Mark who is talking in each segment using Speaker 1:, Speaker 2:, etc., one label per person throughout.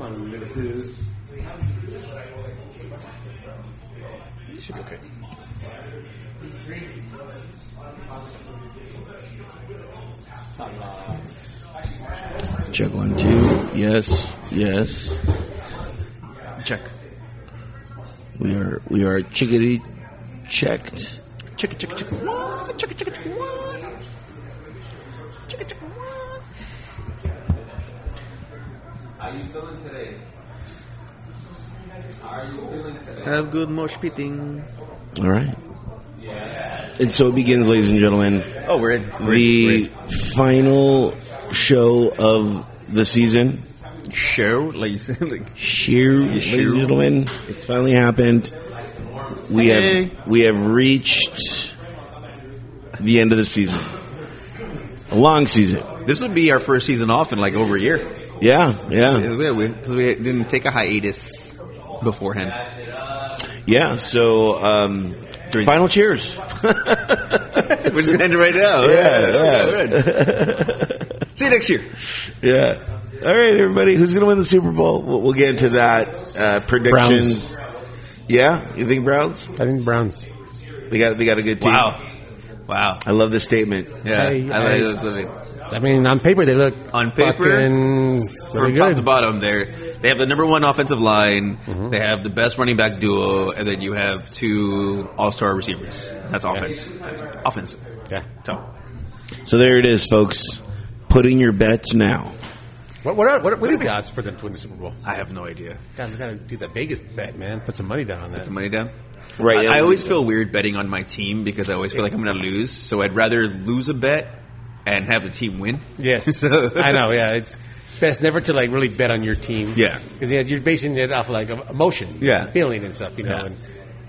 Speaker 1: on his.
Speaker 2: You should be okay.
Speaker 3: Check one, two. Yes, yes.
Speaker 2: Check.
Speaker 3: We are we are chickadee checked.
Speaker 2: Check it, check it, check it. Wah, Check it, check it, check it. wah. Check it, check it, wah.
Speaker 4: Have good mosh pitting.
Speaker 3: All right. And so it begins, ladies and gentlemen.
Speaker 2: Oh, we're in. We're in.
Speaker 3: The final show of the season.
Speaker 2: We're in. show, like you said, like
Speaker 3: Sheer, ladies
Speaker 2: sure?
Speaker 3: and gentlemen, it's finally happened. We
Speaker 2: Hey.
Speaker 3: have we have reached the end of the season. A long season.
Speaker 2: this would be our first season off in like over a year.
Speaker 3: Yeah, yeah,
Speaker 2: Yeah, because we, didn't take a hiatus beforehand.
Speaker 3: yeah. So, um,
Speaker 2: During-
Speaker 3: final cheers.
Speaker 2: We're just gonna end it right now.
Speaker 3: Yeah,
Speaker 2: good. See you next year.
Speaker 3: Yeah. All right, everybody. Who's going to win the Super Bowl? We'll, we'll get into that uh, predictions. Yeah, you think Browns?
Speaker 4: I think Browns.
Speaker 3: They got they got a good team.
Speaker 2: wow.
Speaker 3: I love this statement.
Speaker 2: Yeah,
Speaker 4: Hey,
Speaker 2: I like
Speaker 4: hey.
Speaker 2: those living.
Speaker 4: I mean, on paper they look
Speaker 2: On paper, From
Speaker 4: fucking really
Speaker 2: top
Speaker 4: good. Mm-hmm.
Speaker 2: to bottom, they they have the number one offensive line. They have the best running back duo, and then you have two all star receivers. That's offense. That's offense.
Speaker 4: Yeah.
Speaker 2: So
Speaker 3: So there it is, folks. Put in your bets now.
Speaker 4: What what, are, what, what is the odds for them to win the Super Bowl?
Speaker 2: I have no idea.
Speaker 4: God, we gotta do that Vegas bet, man. Put some money down on that.
Speaker 2: Some money down.
Speaker 3: Right, yeah,
Speaker 2: I, I
Speaker 3: we
Speaker 2: always
Speaker 3: do.
Speaker 2: feel weird betting on my team because I always feel like I'm going to lose. So I'd rather lose a bet and have the team win.
Speaker 4: Yes, I know. Yeah, it's best never to like really bet on your team.
Speaker 2: Yeah.
Speaker 4: because yeah, you're basing it off like of emotion,
Speaker 2: Yeah.
Speaker 4: and feeling and stuff. You know,
Speaker 2: Yeah.
Speaker 4: and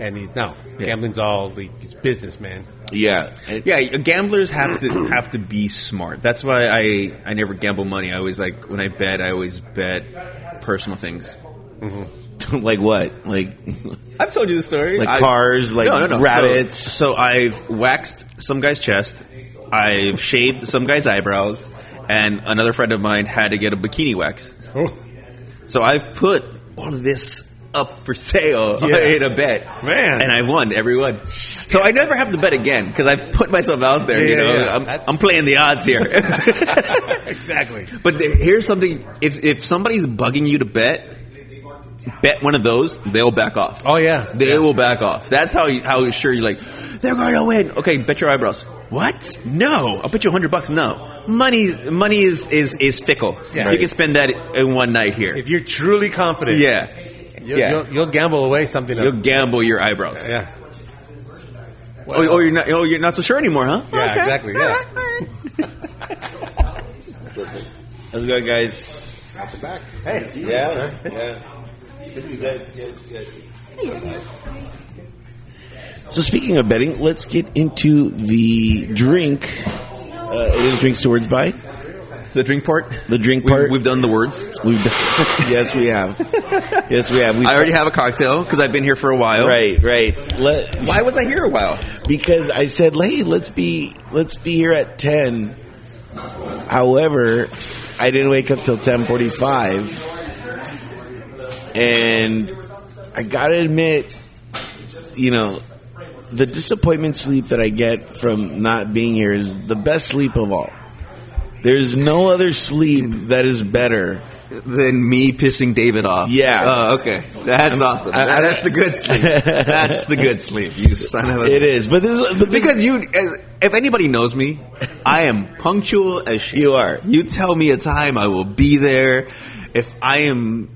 Speaker 4: and he, no,
Speaker 2: Yeah.
Speaker 4: gambling's all like, it's business, man.
Speaker 3: Yeah.
Speaker 2: Yeah, gamblers have to have to be smart. That's why I I never gamble money. I always like when I bet, I always bet personal things.
Speaker 3: like what? Like
Speaker 2: I've told you the story.
Speaker 3: Like
Speaker 2: I-
Speaker 3: cars, like rabbits.
Speaker 2: So, so I've waxed some guy's chest. I've shaved some guy's eyebrows, and another friend of mine had to get a bikini wax.
Speaker 4: Oh,
Speaker 2: So I've put all of this up for sale
Speaker 3: Yeah.
Speaker 2: in a bet,
Speaker 3: Man.
Speaker 2: and I won every one. So I never have to bet again because I've put myself out there.
Speaker 4: Yeah,
Speaker 2: you
Speaker 4: yeah,
Speaker 2: know,
Speaker 4: yeah.
Speaker 2: I'm,
Speaker 4: That's-
Speaker 2: I'm playing the odds here.
Speaker 4: exactly.
Speaker 2: But there, here's something: if if somebody's bugging you to bet, bet one of those, they'll back off.
Speaker 4: Oh, yeah.
Speaker 2: they
Speaker 4: Yeah.
Speaker 2: will back off. That's how you, how sure you're like they're going to win. Okay, bet your eyebrows. What? No, I'll bet you hundred bucks. No, money money is is is fickle.
Speaker 4: Yeah.
Speaker 2: You can spend that in one night here.
Speaker 4: If you're truly confident,
Speaker 2: yeah,
Speaker 4: you'll,
Speaker 2: yeah.
Speaker 4: you'll, you'll gamble away something.
Speaker 2: You'll,
Speaker 4: of-
Speaker 2: gamble your eyebrows.
Speaker 4: yeah,
Speaker 2: Oh, oh, you're not. Oh, you're not so sure anymore, huh?
Speaker 4: yeah, exactly. Yeah.
Speaker 3: How's it going, guys?
Speaker 4: Hey,
Speaker 3: Yeah. Yeah. Good, good, good. So speaking of betting, let's get into the drink. Uh, it is drinks towards by
Speaker 2: The drink part.
Speaker 3: the drink
Speaker 2: We,
Speaker 3: part.
Speaker 2: we've done the words.
Speaker 3: We've done, yes, we have. Yes, we have. We've
Speaker 2: I already have a cocktail because I've been here for a while.
Speaker 3: Right, right. Let,
Speaker 2: Why was I here a while?
Speaker 3: because I said, "Hey, let's be let's be here at 10. However, I didn't wake up till ten forty five, and I gotta admit, you know, the disappointment sleep that I get from not being here is the best sleep of all. There's no other sleep that is better.
Speaker 2: than me pissing David off.
Speaker 3: Yeah.
Speaker 2: Oh, okay. That's awesome.
Speaker 3: I- I-
Speaker 2: that's the good sleep. That's the good sleep. You son of a.
Speaker 3: It is, but this is but this,
Speaker 2: Because you, as, if anybody knows me, I am punctual as shit.
Speaker 3: You are.
Speaker 2: You tell me a time, I will be there. If I am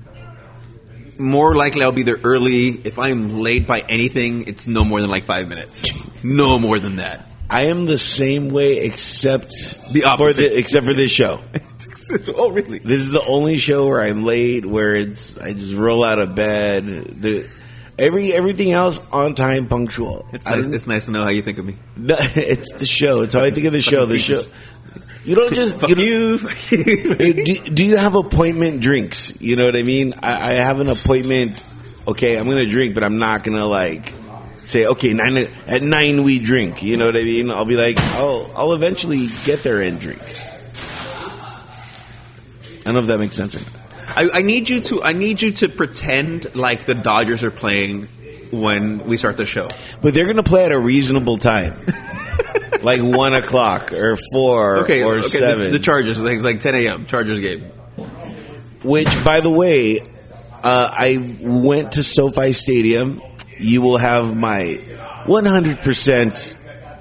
Speaker 2: more likely, I'll be there early. If I am late by anything, it's no more than like five minutes. No more than that.
Speaker 3: I am the same way, except
Speaker 2: The
Speaker 3: for
Speaker 2: opposite.
Speaker 3: the, except for this show.
Speaker 2: oh, really?
Speaker 3: This is the only show where I'm late, where it's I just roll out of bed. The, every everything else on time, punctual.
Speaker 2: It's
Speaker 3: I
Speaker 2: nice,
Speaker 3: don't-
Speaker 2: it's nice to know how you think of me.
Speaker 3: no, it's the show. It's how I think of the show. The show.
Speaker 2: pieces.
Speaker 3: You don't just
Speaker 2: Fuck
Speaker 3: you don't-
Speaker 2: you. Fuck you.
Speaker 3: Hey, do, do you have appointment drinks? You know what I mean? I, I have an appointment. Okay, I'm gonna drink, but I'm not gonna like say okay nine at nine we drink. You know what I mean? I'll be like, oh, I'll eventually get there and drink. I don't know if that makes sense or not.
Speaker 2: I, I need you to. I need you to pretend like the Dodgers are playing when we start the show.
Speaker 3: But they're going to play at a reasonable time, like one o'clock or four
Speaker 2: Okay.
Speaker 3: or
Speaker 2: okay.
Speaker 3: seven.
Speaker 2: The, the Chargers. Things like 10 a.m. Chargers game.
Speaker 3: Which, by the way, uh, I went to SoFi Stadium. You will have my 100%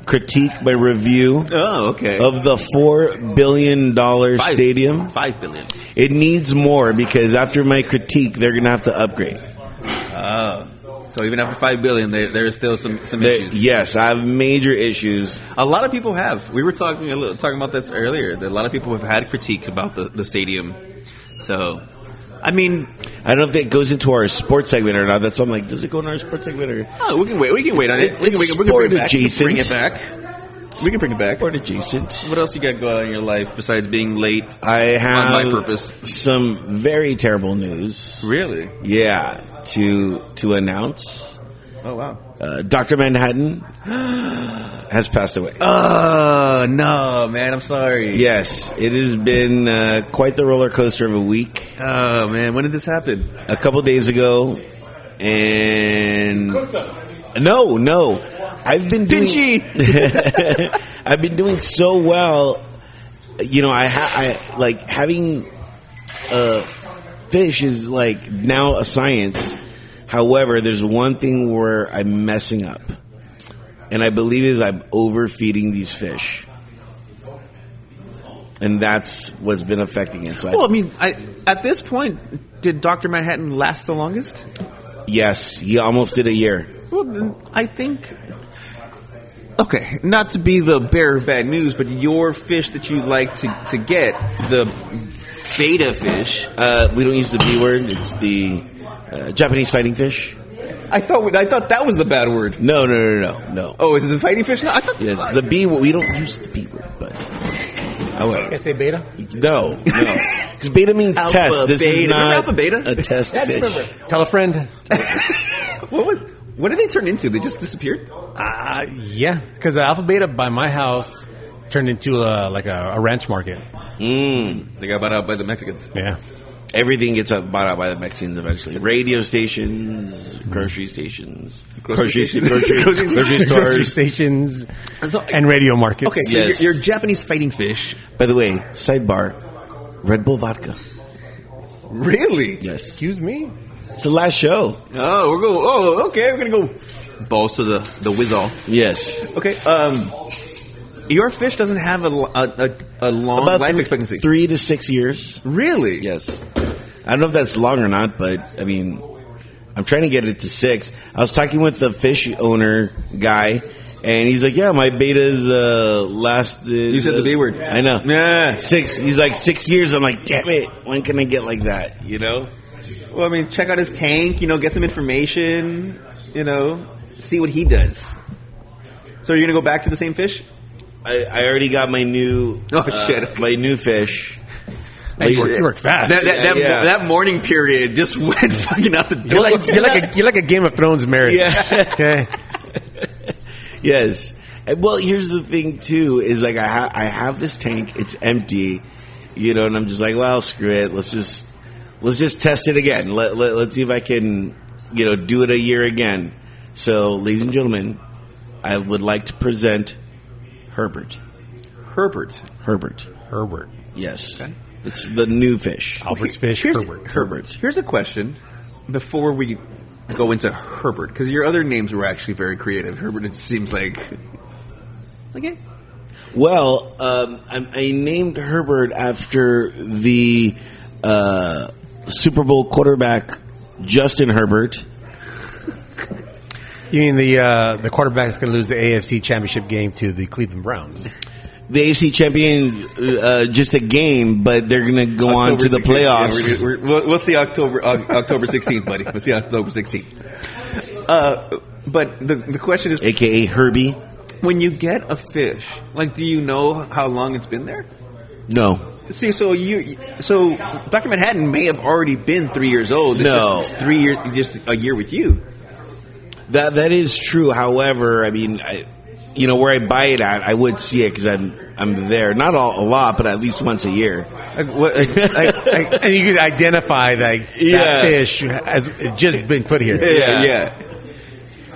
Speaker 3: critique, my review
Speaker 2: Oh, okay.
Speaker 3: of the $4 billion
Speaker 2: Five-
Speaker 3: stadium.
Speaker 2: Five billion.
Speaker 3: It needs more because after my critique, they're going to have to upgrade.
Speaker 2: Oh. So even after five billion, there there is still some some
Speaker 3: They-
Speaker 2: issues.
Speaker 3: yes, I have major issues.
Speaker 2: A lot of people have. We were talking a little, talking about this earlier. That a lot of people have had critiques about the, the stadium. So, I mean,
Speaker 3: I don't know if that goes into our sports segment or not. That's why I'm like, does it go in our sports segment or
Speaker 2: oh, we can wait. We can wait on it.
Speaker 3: It's-
Speaker 2: we can, we can, we can
Speaker 3: it's
Speaker 2: bring it back.
Speaker 3: sport
Speaker 2: We can
Speaker 3: adjacent.
Speaker 2: bring it back. We can bring it back.
Speaker 3: sport adjacent?
Speaker 2: What else you got going on in your life besides being late?
Speaker 3: I have
Speaker 2: my purpose.
Speaker 3: some very terrible news.
Speaker 2: Really?
Speaker 3: Yeah, to to announce,
Speaker 2: Oh wow.
Speaker 3: uh, Doctor Manhattan has passed away.
Speaker 2: Oh no, man. I'm sorry.
Speaker 3: Yes, it has been uh, quite the roller coaster of a week.
Speaker 2: Oh man. When did this happen?
Speaker 3: a couple days ago, and no, no, I've been doing.
Speaker 2: Pinchy.
Speaker 3: I've been doing so well. You know, I, ha- I like having uh, fish is like now a science. However, there's one thing where I'm messing up, and I believe is I'm overfeeding these fish. And that's what's been affecting it. So I-
Speaker 2: Well, I mean, I, at this point, did Doctor Manhattan last the longest?
Speaker 3: yes, he almost did a year.
Speaker 2: Well, then, I think. Okay, not to be the bearer of bad news, but your fish that you like to, to get, the beta fish.
Speaker 3: Uh, we don't use the B word. It's the uh, Japanese fighting fish.
Speaker 2: I thought we- I thought that was the bad word.
Speaker 3: No, no, no, no, no.
Speaker 2: Oh, is it the fighting fish? No, I thought
Speaker 3: Yes, the B. We don't use the B word, but oh
Speaker 4: Can I
Speaker 3: wait,
Speaker 4: say beta?
Speaker 3: no, no, because beta means
Speaker 2: Alpha,
Speaker 3: test. This
Speaker 2: beta.
Speaker 3: is not
Speaker 2: Remember alpha, beta?
Speaker 3: a test
Speaker 4: Yeah, I
Speaker 3: fish.
Speaker 4: remember. Tell a friend.
Speaker 2: what was what did they turn into? They just disappeared.
Speaker 4: Uh, yeah, because the Alpha Beta by my house turned into a, like a, a ranch market.
Speaker 3: Mm.
Speaker 2: They got bought out by the Mexicans.
Speaker 4: Yeah.
Speaker 3: Everything gets up- bought out by the Mexicans eventually. Radio stations, grocery stations, sta-
Speaker 2: Grocery stations.
Speaker 3: grocery,
Speaker 2: Grocery
Speaker 3: grocery
Speaker 4: Grocery
Speaker 3: stores.
Speaker 4: stations
Speaker 2: So-
Speaker 4: and radio markets.
Speaker 2: Okay, so
Speaker 3: Yes.
Speaker 2: your, your Japanese fighting fish.
Speaker 3: By the way, sidebar: Red Bull vodka.
Speaker 2: Really?
Speaker 3: Yes,
Speaker 4: Excuse me?
Speaker 3: it's the last show.
Speaker 2: Oh, we're going. Oh, okay. We're gonna go balls to the the whizzall.
Speaker 3: Yes,
Speaker 2: Okay. Um, your fish doesn't have a l- a, a, a long
Speaker 3: about
Speaker 2: life
Speaker 3: three-
Speaker 2: expectancy.
Speaker 3: three to six years.
Speaker 2: Really?
Speaker 3: Yes. I don't know if that's long or not, but I mean, I'm trying to get it to six. I was talking with the fish owner guy, and he's like, "Yeah, my beta's uh, lasted." You
Speaker 2: said the B word.
Speaker 3: I know.
Speaker 2: Yeah.
Speaker 3: Six. He's like six years. I'm like, damn it. When can I get like that? You know.
Speaker 2: Well, I mean, check out his tank. You know, get some information. You know, see what he does. So you're gonna go back to the same fish?
Speaker 3: I, I already got my new.
Speaker 2: Oh,
Speaker 3: uh,
Speaker 2: shit.
Speaker 3: My new fish.
Speaker 4: Hey, you, work, you work fast.
Speaker 2: That that, that,
Speaker 3: Yeah.
Speaker 2: that morning period just went fucking out the door.
Speaker 4: you're, like, you're, like a, you're like a Game of Thrones marriage.
Speaker 3: Yeah.
Speaker 4: Okay.
Speaker 3: Yes. And, Well, here's the thing too is like I ha- I have this tank, it's empty, you know, and I'm just like, well, screw it. Let's just let's just test it again. Let, let let's see if I can, you know, do it a year again. So, ladies and gentlemen, I would like to present Herbert.
Speaker 2: Herbert.
Speaker 3: Herbert.
Speaker 4: Herbert.
Speaker 3: Yes. It's the new fish.
Speaker 4: Albert's fish.
Speaker 2: Here's-
Speaker 4: Herbert.
Speaker 3: Herbert.
Speaker 2: Here's a question before we go into Herbert, because your other names were actually very creative. Herbert, it seems like. Okay.
Speaker 3: Well, um, I, I named Herbert after the uh, Super Bowl quarterback Justin Herbert.
Speaker 4: You mean the uh, the quarterback's going to lose the AFC Championship game to the Cleveland Browns?
Speaker 3: The AC champion, uh, just a game, but they're going to go on
Speaker 2: October
Speaker 3: to the
Speaker 2: 16th. Yeah,
Speaker 3: playoffs.
Speaker 2: we're- we're- we'll, we'll see October Oc- October 16th, buddy. We'll see October 16th. Uh, but the, the question is,
Speaker 3: AKA Herbie.
Speaker 2: when you get a fish, like, do you know how long it's been there?
Speaker 3: No.
Speaker 2: See, so you, so Doctor Manhattan may have already been three years old. It's
Speaker 3: No.
Speaker 2: just three years, just a year with you.
Speaker 3: That that is true. However, I mean, I, you know where I buy it at, I would see it because I'm I'm there. Not all, a lot, but at least once a year.
Speaker 4: Like, what, like, like, like, and you could identify like
Speaker 2: Yeah.
Speaker 4: that fish has just been put here.
Speaker 2: yeah, yeah.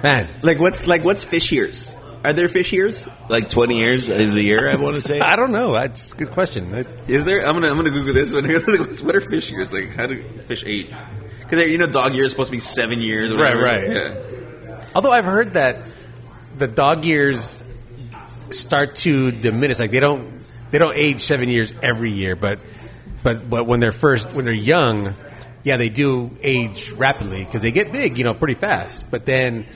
Speaker 4: man.
Speaker 2: Like what's like what's fish ears? Are there fish ears?
Speaker 3: Like 20 years is a year, I want to say.
Speaker 4: I don't know. That's a good question. That-
Speaker 2: Is there? I'm gonna I'm gonna Google this one. What's- what are fish years like? How do fish age? Because you know, dog year is supposed to be seven years. or whatever.
Speaker 4: Right, right.
Speaker 2: Yeah.
Speaker 4: Although I've heard that the dog years start to diminish. Like they don't they don't age seven years every year, but but but when they're first when they're young, yeah, they do age rapidly because they get big, you know, pretty fast. But then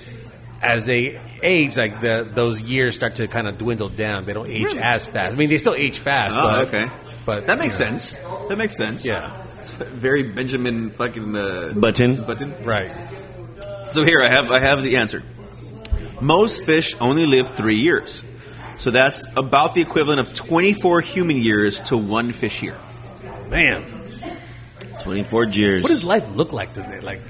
Speaker 4: as they age, like the those years start to kind of dwindle down. They don't age as fast. I mean, they still age fast.
Speaker 2: Oh,
Speaker 4: but,
Speaker 2: okay.
Speaker 4: But
Speaker 2: that makes
Speaker 4: you know,
Speaker 2: sense. That makes sense.
Speaker 4: Yeah.
Speaker 2: Very Benjamin fucking uh,
Speaker 3: Button.
Speaker 2: Button.
Speaker 4: Right.
Speaker 2: So here I have I have the answer. Most fish only live three years, so that's about the equivalent of 24 human years to one fish year.
Speaker 4: Man,
Speaker 3: 24 years.
Speaker 4: what does life look like to their like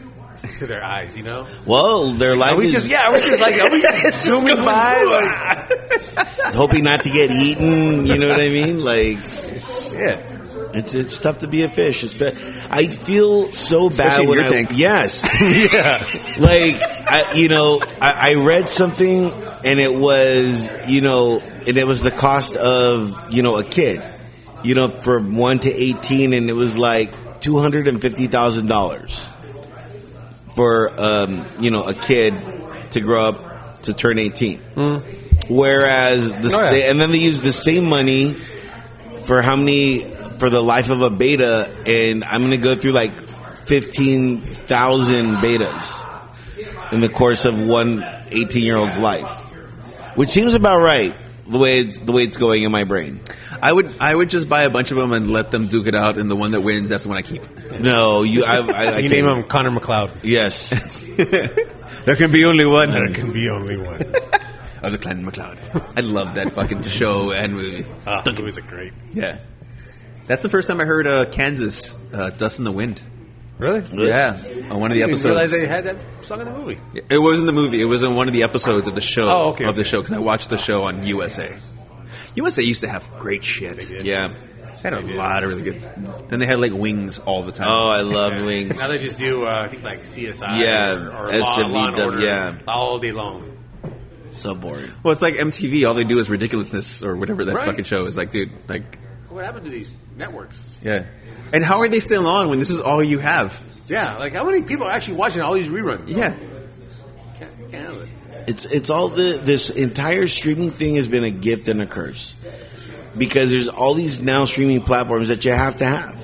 Speaker 4: to their eyes? You know.
Speaker 3: well, their life
Speaker 4: Are we
Speaker 3: is
Speaker 4: just yeah? Are we just like are we just zooming by? Like,
Speaker 3: hoping not to get eaten. You know what I mean? Like,
Speaker 4: shit.
Speaker 3: it's, it's tough to be a fish. It's, be- I feel so
Speaker 2: Especially
Speaker 3: bad
Speaker 2: in
Speaker 3: when
Speaker 2: your
Speaker 3: I,
Speaker 2: tank.
Speaker 3: Yes.
Speaker 4: Yeah.
Speaker 3: like I, you know I, I read something and it was you know and it was the cost of you know a kid you know from 1 to 18 and it was like $250000 for um, you know a kid to grow up to turn 18 whereas the
Speaker 4: Hmm. Oh, yeah.
Speaker 3: they, and then they use the same money for how many for the life of a beta and i'm going to go through like 15000 betas in the course of one 18 year old's life which seems about right the way it's, the way it's going in my brain
Speaker 2: I would I would just buy a bunch of them and let them duke it out, and the one that wins, that's the one I keep.
Speaker 3: no you i, I, I can't-
Speaker 4: you name him Connor McLeod.
Speaker 3: yes
Speaker 2: There can be only one.
Speaker 4: can be only one.
Speaker 2: of the Clan McLeod. I love that fucking show and movie.
Speaker 4: Ah, movies are great.
Speaker 2: Yeah. That's the first time I heard uh, Kansas, uh, Dust in the Wind.
Speaker 4: Really?
Speaker 2: Yeah, on one of the
Speaker 4: didn't
Speaker 2: episodes.
Speaker 4: realize they had that song in the movie.
Speaker 2: It wasn't the movie. It was in one of the episodes of the show.
Speaker 4: Oh, okay,
Speaker 2: Of the
Speaker 4: okay.
Speaker 2: show, because I watched the show on USA. USA used to have great shit.
Speaker 4: did.
Speaker 3: yeah
Speaker 2: They had a lot of really good. Then they had like wings all the time.
Speaker 3: oh i love wings
Speaker 4: Now they just do, uh, I think, like CSI
Speaker 3: Yeah,
Speaker 4: or, or Law, Law and
Speaker 3: SVW,
Speaker 4: Order
Speaker 3: yeah.
Speaker 4: all day long.
Speaker 3: so boring
Speaker 2: Well, it's like MTV. All they do is ridiculousness or whatever that
Speaker 4: Right.
Speaker 2: fucking show is. Like, dude, like,
Speaker 4: What happened to these networks?
Speaker 2: yeah. And how are they still on when this is all you have?
Speaker 4: Yeah, like how many people are actually watching all these reruns?
Speaker 2: Yeah.
Speaker 4: Can't, can't handle it.
Speaker 3: It's it's all the this entire streaming thing has been a gift and a curse because there's all these now streaming platforms that you have to have.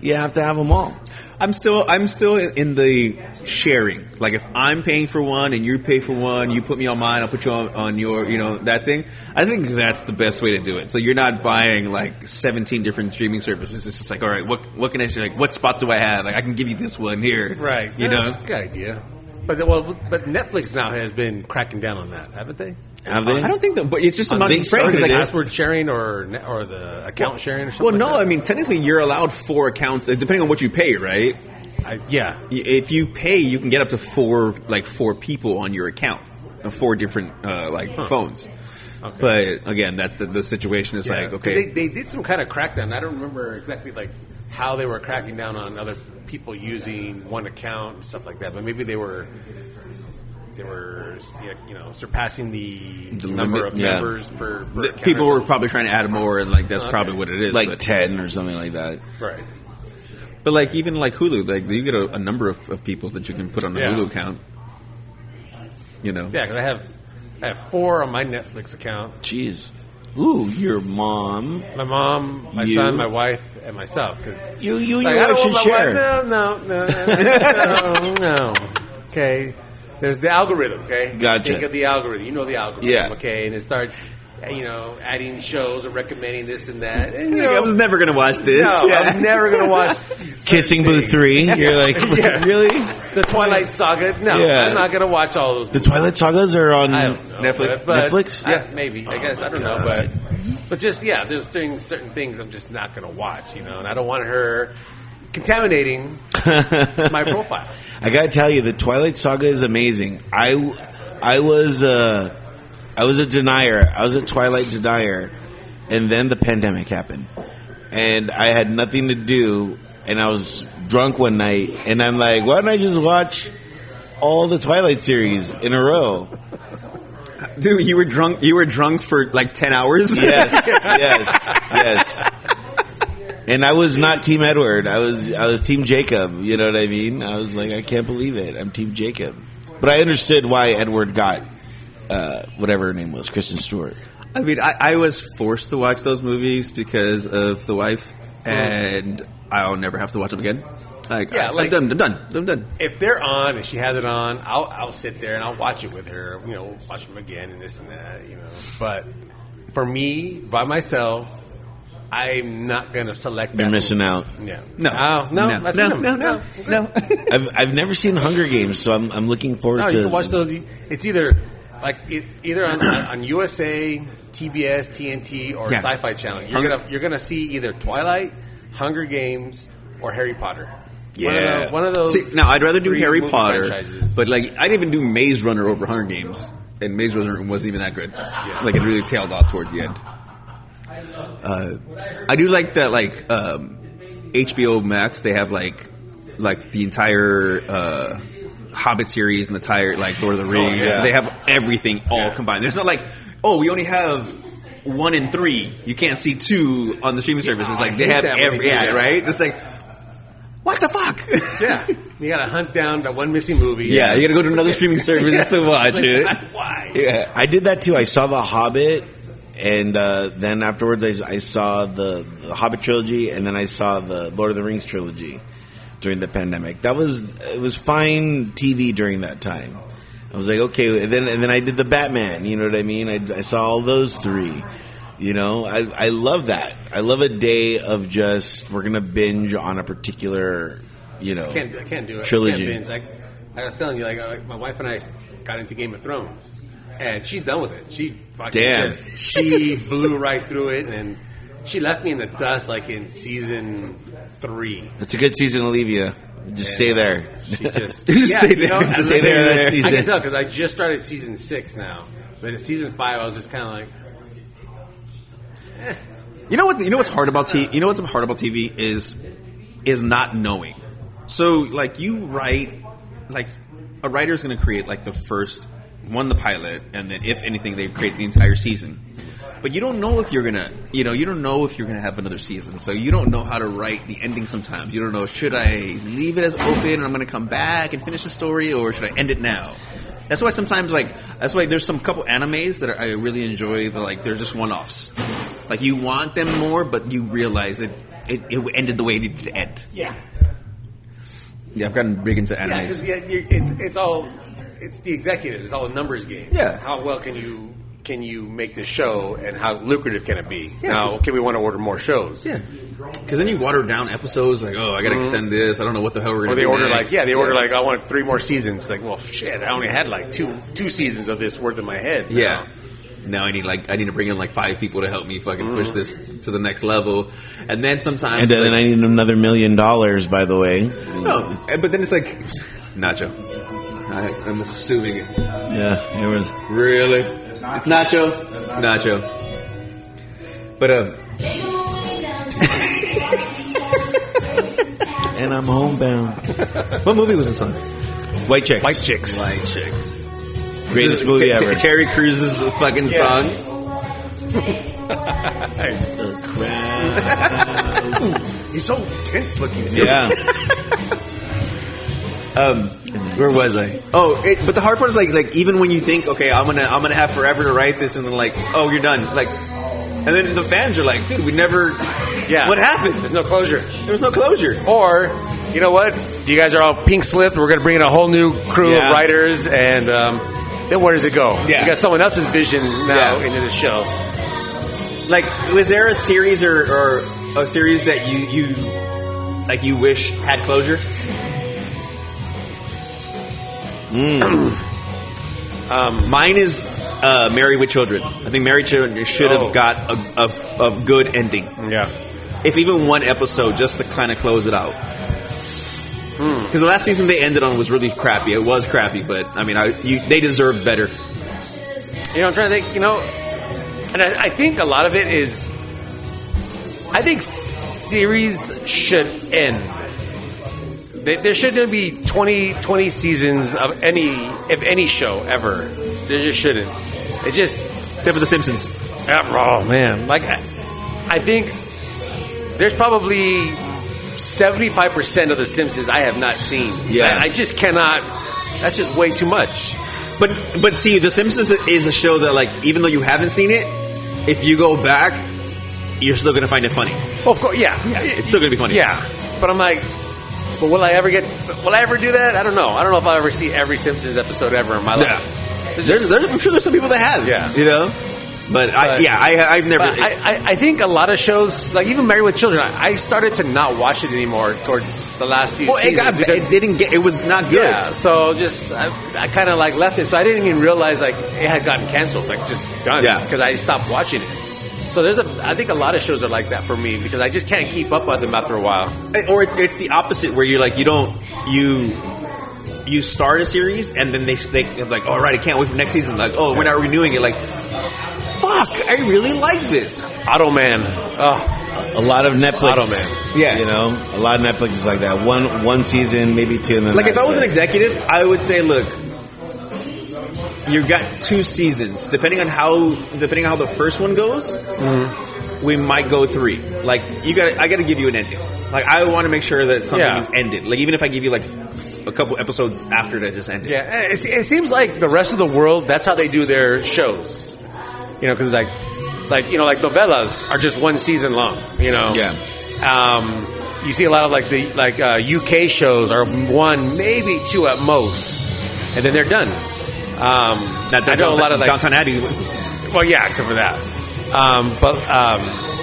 Speaker 3: You have to have them all.
Speaker 2: I'm still I'm still in the sharing. Like if I'm paying for one and you pay for one, you put me on mine, I'll put you on, on your you know that thing. I think that's the best way to do it. So you're not buying like 17 different streaming services. It's just like all right, what what can I share? Like what spot do I have? Like I can give you this one here,
Speaker 4: Right.
Speaker 2: You
Speaker 4: No,
Speaker 2: know.
Speaker 4: that's a good idea. But the- well, but Netflix now has been cracking down on that, haven't they?
Speaker 3: Have they?
Speaker 2: I don't think that, but it's just
Speaker 3: I
Speaker 2: about
Speaker 3: think so.
Speaker 2: friends,
Speaker 4: Because
Speaker 2: like,
Speaker 4: like
Speaker 3: Started it.
Speaker 4: password sharing or ne- or the account sharing or something.
Speaker 2: well,
Speaker 4: like
Speaker 2: no,
Speaker 4: that?
Speaker 2: I mean technically you're allowed four accounts uh, depending on what you pay, right?
Speaker 4: I, yeah,
Speaker 2: Y- If you pay, you can get up to four like four people on your account, uh, four different uh, like phones.
Speaker 4: Okay.
Speaker 2: But again, that's the, the situation. Is
Speaker 4: Yeah,
Speaker 2: like
Speaker 4: 'cause
Speaker 2: okay,
Speaker 4: they, they did some kind of crackdown. I don't remember exactly like how they were cracking down on other people using one account and stuff like that. But maybe they were they were yeah, you know surpassing the,
Speaker 2: The
Speaker 4: number
Speaker 2: limit,
Speaker 4: of
Speaker 2: yeah.
Speaker 4: members per, per
Speaker 2: the
Speaker 4: account
Speaker 2: people
Speaker 4: or
Speaker 2: were
Speaker 4: something.
Speaker 2: probably trying to add more, and like that's
Speaker 4: Okay.
Speaker 2: probably what it is.
Speaker 3: like
Speaker 2: but,
Speaker 3: ten or something like that.
Speaker 4: right.
Speaker 2: but like even like Hulu, like you get a, a number of, of people that you can put on a
Speaker 4: Yeah.
Speaker 2: Hulu account. You know,
Speaker 4: Yeah, 'cause I have I have four on my Netflix account.
Speaker 3: Jeez. Ooh, your mom.
Speaker 4: My mom, my
Speaker 3: You?
Speaker 4: son, my wife, and myself. Because
Speaker 3: You you and
Speaker 4: Like,
Speaker 3: your
Speaker 4: I
Speaker 3: wife
Speaker 4: don't
Speaker 3: should
Speaker 4: want my
Speaker 3: share.
Speaker 4: wife- No, no, no, no, no, no. Okay, there's the algorithm. Okay,
Speaker 3: Gotcha.
Speaker 4: Think of the algorithm. You know the algorithm.
Speaker 3: Yeah.
Speaker 4: Okay, and it starts, you know, adding shows or recommending this and that. And, you
Speaker 2: Like,
Speaker 4: know,
Speaker 2: I was never gonna watch this.
Speaker 4: no,
Speaker 2: Yeah.
Speaker 4: I'm never gonna watch these
Speaker 3: Kissing Booth three. You're like
Speaker 4: Yeah.
Speaker 3: really?
Speaker 4: the Twilight Saga. No,
Speaker 3: Yeah.
Speaker 4: I'm not gonna watch all those.
Speaker 3: The Twilight sagas are on
Speaker 4: I don't know.
Speaker 2: Netflix?
Speaker 4: but- but-
Speaker 3: Netflix? Oh,
Speaker 4: I-
Speaker 2: Yeah.
Speaker 4: maybe. I guess I don't know, but but just yeah, there's things, certain things I'm just not going to watch, you know, and I don't want her contaminating my profile.
Speaker 3: I gotta tell you, the Twilight Saga is amazing. I, I was uh, a, I was a denier. I was a Twilight denier, and then the pandemic happened, and I had nothing to do, and I was drunk one night, and I'm like, why don't I just watch all the Twilight series in a row?
Speaker 2: Dude, you were drunk. You were drunk for like ten hours.
Speaker 3: Yes, yes, yes. And I was not Team Edward. I was I was Team Jacob. You know what I mean? I was like, I can't believe it. I'm Team Jacob. But I understood why Edward got uh, whatever her name was, Kristen Stewart.
Speaker 2: I mean, I, I was forced to watch those movies because of the wife, and I'll never have to watch them again. Like,
Speaker 4: Yeah,
Speaker 2: I,
Speaker 4: like-
Speaker 2: I'm done. I'm done. I'm done.
Speaker 4: if they're on and she has it on, I'll I'll sit there and I'll watch it with her. You know, watch them again and this and that. You know, but for me by myself, I'm not gonna select.
Speaker 3: You're
Speaker 4: that
Speaker 3: missing
Speaker 4: movie.
Speaker 3: out.
Speaker 4: Yeah.
Speaker 2: No,
Speaker 4: Oh, no,
Speaker 2: no,
Speaker 4: that's
Speaker 2: no,
Speaker 4: them.
Speaker 2: no, no, no.
Speaker 3: I've I've never seen Hunger Games, so I'm I'm looking forward
Speaker 4: No,
Speaker 3: to.
Speaker 4: you can watch those. It's either like it, either on, on USA, TBS, TNT, or
Speaker 2: Yeah.
Speaker 4: Sci-Fi Channel. You're
Speaker 2: Hunger-
Speaker 4: gonna you're gonna see either Twilight, Hunger Games, or Harry Potter.
Speaker 3: Yeah.
Speaker 4: one of, the, one of those.
Speaker 2: See, now I'd rather do
Speaker 4: three
Speaker 2: Harry
Speaker 4: movie
Speaker 2: Potter,
Speaker 4: franchises.
Speaker 2: but like I'd even do Maze Runner over Hunger Games, and Maze Runner wasn't even that good. Like it really tailed off toward the end. Uh, I do like that. Like um, HBO Max, they have like like the entire uh, Hobbit series and the entire like Lord of the Rings.
Speaker 4: Oh, yeah.
Speaker 2: They have everything all combined. It's not like oh, we only have. One and three, you can't see two on the streaming service. It's like they
Speaker 4: hate
Speaker 2: have
Speaker 4: that when they
Speaker 2: every,
Speaker 4: do
Speaker 2: yeah,
Speaker 4: that.
Speaker 2: right? It's like, what the fuck?
Speaker 4: yeah, you gotta hunt down that one missing movie.
Speaker 2: Yeah, you gotta go to another streaming service to watch it.
Speaker 4: Why?
Speaker 2: Yeah.
Speaker 3: I did that too. I saw The Hobbit, and uh, then afterwards I, I saw the, the Hobbit trilogy, and then I saw the Lord of the Rings trilogy during the pandemic. That was it was fine TV during that time. I was like, okay, and then and then I did the Batman. You know what I mean? I, I saw all those three. You know, I I love that. I love a day of just we're gonna binge on a particular. You know,
Speaker 4: I can't, I can't do it.
Speaker 3: Trilogy.
Speaker 4: I, can't binge. I, I was telling you, like, uh, my wife and I got into Game of Thrones, and she's done with it. She fucking
Speaker 3: Damn.
Speaker 4: just- she blew right through it, and she left me in the dust, like in season three.
Speaker 3: it's a good season to leave you. Just stay there.
Speaker 4: She just,
Speaker 2: Just
Speaker 4: yeah,
Speaker 2: stay
Speaker 4: you know,
Speaker 2: there. Just
Speaker 4: I-
Speaker 2: stay
Speaker 3: there that
Speaker 4: I
Speaker 3: season.
Speaker 4: can tell because I just started season six now, but in season five, I was just kind of like,
Speaker 2: You know what? You know what's hard about TV. You know what's hard about TV is is not knowing. So like you write, like a writer's going to create like the first one, the pilot, and then if anything, they create the entire season. But you don't know if you're gonna, you know, you don't know if you're gonna have another season. So you don't know how to write the ending. Sometimes you don't know should I leave it as open and I'm gonna come back and finish the story, or should I end it now? That's why sometimes like that's why there's some couple animes that I really enjoy. That like they're just one-offs. Like you want them more, but you realize it it, it ended the way it needed to end.
Speaker 4: yeah,
Speaker 2: Yeah, I've gotten big into
Speaker 4: Yeah, 'cause
Speaker 2: animes.
Speaker 4: yeah, you- it's, it's all it's the executives. It's all a numbers game.
Speaker 2: Yeah.
Speaker 4: How well can you can you make this show, and how lucrative can it be?
Speaker 2: Yeah,
Speaker 4: now,
Speaker 2: 'cause-
Speaker 4: can we want to order more shows?
Speaker 2: Yeah, because then you water down episodes like, oh, I gotta extend this. I don't know what the hell we're gonna.
Speaker 4: Or they
Speaker 2: do
Speaker 4: order
Speaker 2: next.
Speaker 4: like yeah, they order like I want three more seasons. Like well, shit, I only had like two two seasons of this worth in my head. now.
Speaker 2: Yeah. Now I need like I need to bring in like five people to help me fucking push this to the next level, Mm-hmm. and then sometimes
Speaker 3: And
Speaker 2: it's
Speaker 3: then I
Speaker 2: like,
Speaker 3: need another million dollars, by the way.
Speaker 2: no, and- but then it's like Nacho. I, I'm assuming it.
Speaker 3: Yeah, it was.
Speaker 2: Really? It's Nacho. Nacho. But uh,
Speaker 3: And I'm homebound.
Speaker 2: what movie was this on?
Speaker 3: White chicks.
Speaker 4: White chicks.
Speaker 2: White Chicks.
Speaker 3: Greatest movie
Speaker 2: Ter- Ter-
Speaker 3: ever.
Speaker 2: Terry Crews' fucking song.
Speaker 4: He's so tense looking. too.
Speaker 3: yeah. um, where was I?
Speaker 2: Oh, it, but the hard part is like like even when you think okay I'm gonna I'm gonna have forever to write this and then like oh you're done like and then the fans are like dude we never
Speaker 4: Yeah.
Speaker 2: what happened
Speaker 4: There's no closure.
Speaker 2: there was no closure
Speaker 4: Or you know what? You guys are all pink slipped. We're going to bring in a whole new crew
Speaker 2: Yeah.
Speaker 4: of writers, and um, then where does it go?
Speaker 2: Yeah.
Speaker 4: You got someone else's vision now
Speaker 2: Yeah.
Speaker 4: into the show.
Speaker 2: like was there a series or, or a series that you you like you wish had closure
Speaker 4: Hmm.
Speaker 2: um, mine is uh, married with children i think married children should have
Speaker 4: Oh.
Speaker 2: got a, a, a good ending
Speaker 4: Yeah.
Speaker 2: if even one episode just to kind of close it out
Speaker 4: Hmm.
Speaker 2: because the last season they ended on was really crappy it was crappy but i mean I, you, they deserved better
Speaker 4: You know, I'm trying to think. You know, and I, I think a lot of it is I think series should end. There there shouldn't be 20, 20 seasons of any of any show ever. There just shouldn't. It just
Speaker 2: Except for The Simpsons.
Speaker 4: oh man, like I, I think there's probably seventy five percent of the Simpsons I have not seen.
Speaker 2: Yeah.
Speaker 4: I, I just cannot. That's just way too much.
Speaker 2: But but see, The Simpsons is a show that like even though you haven't seen it, if you go back, you're still gonna find it funny.
Speaker 4: Well, of course, yeah,
Speaker 2: It's still gonna be funny.
Speaker 4: Yeah, but I'm like, but will I ever get? Will I ever do that? I don't know. I don't know if I'll ever see every Simpsons episode ever in my life.
Speaker 2: Yeah. There's, there's, I'm sure there's some people that have.
Speaker 4: Yeah.
Speaker 2: You know. But, I,
Speaker 4: But-
Speaker 2: yeah, I, I've never.
Speaker 4: But I, I, I think a lot of shows, like even Married with Children, I, I started to not watch it anymore towards the last few.
Speaker 2: well, it
Speaker 4: seasons
Speaker 2: got.
Speaker 4: because-
Speaker 2: It didn't get. It was not good.
Speaker 4: yeah, so just I, I kind of like left it. So I didn't even realize like it had gotten canceled, like just done.
Speaker 2: Yeah.
Speaker 4: because I stopped watching it. So there's a, I think a lot of shows are like that for me because I just can't keep up on them after a while.
Speaker 2: Eh, or it's it's the opposite where you're like you don't you you start a series and then they they they're like all right I can't wait for next season like oh we're not renewing it like fuck I really like this
Speaker 4: Auto Man, oh,
Speaker 3: A lot of Netflix.
Speaker 4: Auto Man.
Speaker 2: Yeah.
Speaker 3: You know, a lot of Netflix is like that. One one season, maybe two. And then
Speaker 2: like if I
Speaker 3: that's
Speaker 2: was an
Speaker 3: it.
Speaker 2: executive I would say look you got two seasons depending on how depending on how the first one goes we might go three like you got to I got to give you an ending like I want to make sure that something
Speaker 4: Yeah.
Speaker 2: is ended like even if I give you like a couple episodes after that just ended
Speaker 4: yeah. eh, It, it seems like the rest of the world that's how they do their shows. You know, because like, like you know, like novellas are just one season long. You know,
Speaker 2: Yeah.
Speaker 4: Um, you see a lot of like the like uh, UK shows are one, maybe two at most, and then they're done. Um, I know a lot of like,
Speaker 2: Downton Abbey.
Speaker 4: well, yeah, except for that. Um, but um,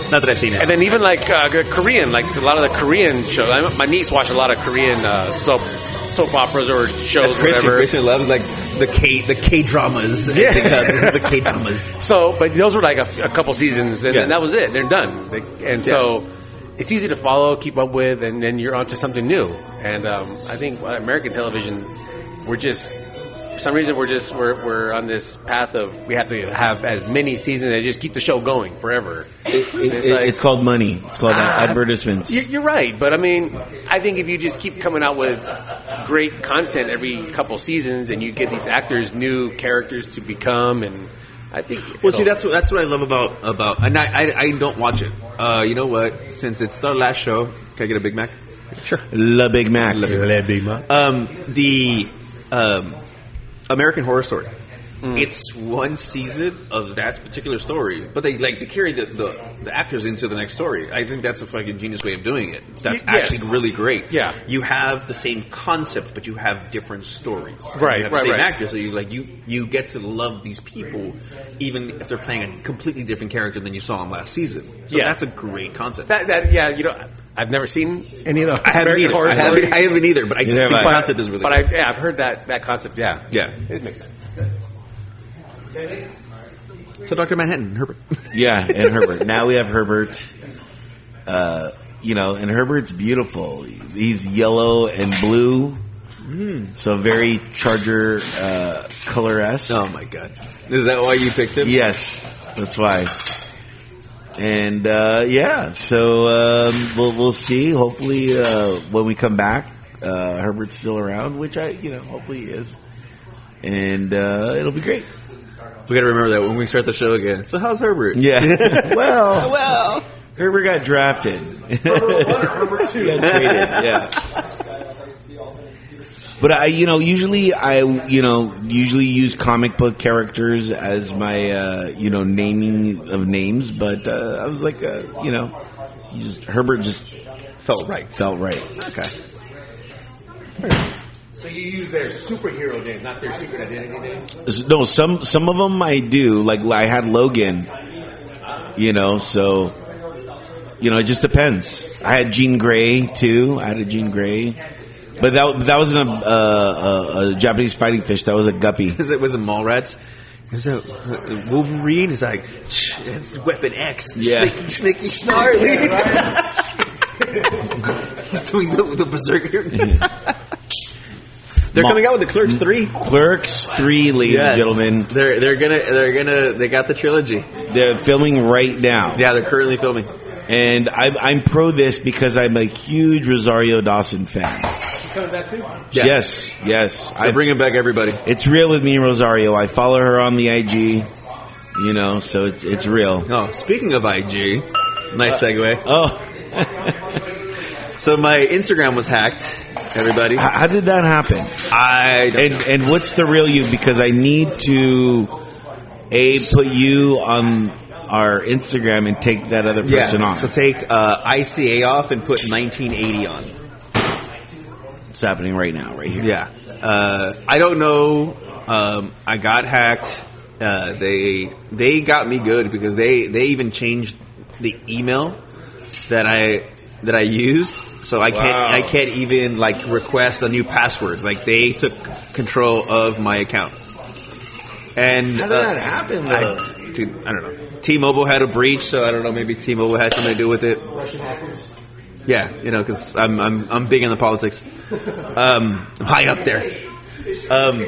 Speaker 2: Not that I've seen it.
Speaker 4: and then even like uh, the Korean, like a lot of the Korean shows. I, my niece watched a lot of Korean uh, soap soap operas or shows,
Speaker 2: That's Christian.
Speaker 4: whatever.
Speaker 2: Christian loves like the K the K dramas. Yeah, the K dramas.
Speaker 4: So, but those were like a, a couple seasons, and
Speaker 2: Yeah.
Speaker 4: then that was it. They're done, They- and so it's easy to follow, keep up with, and then you're onto something new. And um, I think uh, American television, we're just for some reason we're just we're, we're on this path of we have to have as many seasons and just keep the show going forever.
Speaker 3: It-
Speaker 4: it's
Speaker 3: it-
Speaker 4: like-
Speaker 3: it's called money. It's called advertisements.
Speaker 4: You- You're right, but I mean, I think if you just keep coming out with great content every couple seasons, and you get these actors new characters to become, and I think
Speaker 2: Well, see,
Speaker 4: it'll-
Speaker 2: that's what that's what I love about about, and I I, I don't watch it. Uh, you know what? Since it's the last show, can I get a Big Mac? Sure.
Speaker 3: La Big Mac.
Speaker 2: Um, the um, American Horror Story.
Speaker 4: Mm.
Speaker 2: It's one season of that particular story, but they like they carry the, the, the actors into the next story. I think that's a fucking genius way of doing it. That's
Speaker 4: Y- yes.
Speaker 2: actually really great.
Speaker 4: Yeah.
Speaker 2: you have the same concept, but you have different stories.
Speaker 4: Right,
Speaker 2: you have
Speaker 4: right,
Speaker 2: the same
Speaker 4: right.
Speaker 2: actors, so you like you you get to love these people, even if they're playing a completely different character than you saw them last season. So
Speaker 4: Yeah.
Speaker 2: that's a great concept.
Speaker 4: That, that yeah, you know, I've never seen any of those.
Speaker 2: I haven't
Speaker 4: American
Speaker 2: either.
Speaker 4: Horror
Speaker 2: I haven't,
Speaker 4: Story.
Speaker 2: I haven't either. But I just
Speaker 3: Neither
Speaker 2: think the
Speaker 3: have I.
Speaker 2: concept is really.
Speaker 4: But
Speaker 2: good.
Speaker 4: I, yeah, I've heard that that concept. Yeah,
Speaker 2: yeah.
Speaker 4: it makes sense.
Speaker 2: So Doctor Manhattan, Herbert.
Speaker 3: Yeah, and Herbert. Now we have Herbert. Uh, you know, and Herbert's beautiful. He's yellow and blue, so very Charger uh, color esque.
Speaker 2: Oh my god. Is that why you picked him?
Speaker 3: Yes, that's why. And uh, yeah, so um, we'll we'll see. Hopefully, uh, when we come back, uh, Herbert's still around, which I you know hopefully he is, and uh, it'll be great.
Speaker 2: We gotta remember that when we start the show again. So how's Herbert?
Speaker 3: Yeah. well,
Speaker 2: Well,
Speaker 3: Herbert got drafted. Herbert too. got traded. Yeah. But I, you know, usually I, you know, usually use comic book characters as my, uh, you know, naming of names. But uh, I was like, uh, you know, you just Herbert just felt
Speaker 4: right.
Speaker 3: Felt right.
Speaker 2: okay.
Speaker 4: So you use their superhero name, not their secret identity name.
Speaker 3: S- No, some some of them I do. Like I had Logan, you know. So, you know, it just depends. I had Jean Grey too. I had a Jean Grey, but that that wasn't a, uh, a, a Japanese fighting fish. That was a guppy.
Speaker 2: Because it was in Mallrats. Is that uh, Wolverine? Is like "Shh, that's Weapon X.
Speaker 3: Yeah.
Speaker 2: Snicky, snicky, snarly. He's doing the, the berserker. They're
Speaker 3: Ma-
Speaker 2: coming out with the Clerks three.
Speaker 3: Clerks three, ladies
Speaker 2: Yes.
Speaker 3: and gentlemen.
Speaker 2: They're they're gonna they're gonna they got the trilogy.
Speaker 3: They're filming right now.
Speaker 2: Yeah, they're currently filming.
Speaker 3: And I, I'm pro this because I'm a huge Rosario Dawson fan.
Speaker 2: Yeah.
Speaker 3: Yes, yes.
Speaker 2: I
Speaker 3: I
Speaker 2: bring him back, everybody.
Speaker 3: it's real with me, and Rosario. I follow her on the IG, you know, so it's it's real.
Speaker 2: Oh, speaking of IG, nice segue.
Speaker 3: Oh,
Speaker 2: So my Instagram was hacked, everybody.
Speaker 3: h- how did that happen?
Speaker 2: I don't
Speaker 3: And
Speaker 2: know.
Speaker 3: and what's the real you? Because I need to a put you on our Instagram and take that other person
Speaker 2: yeah.
Speaker 3: off.
Speaker 2: So take uh, ICA off and put 1980 on.
Speaker 3: It's happening right now, right here.
Speaker 2: Yeah. Uh, I don't know. Um, I got hacked. Uh, they they got me good because they they even changed the email that I that I used. So I can't
Speaker 3: Wow.
Speaker 2: I can't even like request a new password. Like they took control of my account. And uh,
Speaker 3: How did that happen, though?
Speaker 2: I, dude, I don't know. T-Mobile had a breach, so I don't know. Maybe T-Mobile had something to do with it. Yeah, you know, because I'm, I'm I'm big in the politics. Um, I'm high up there. Um,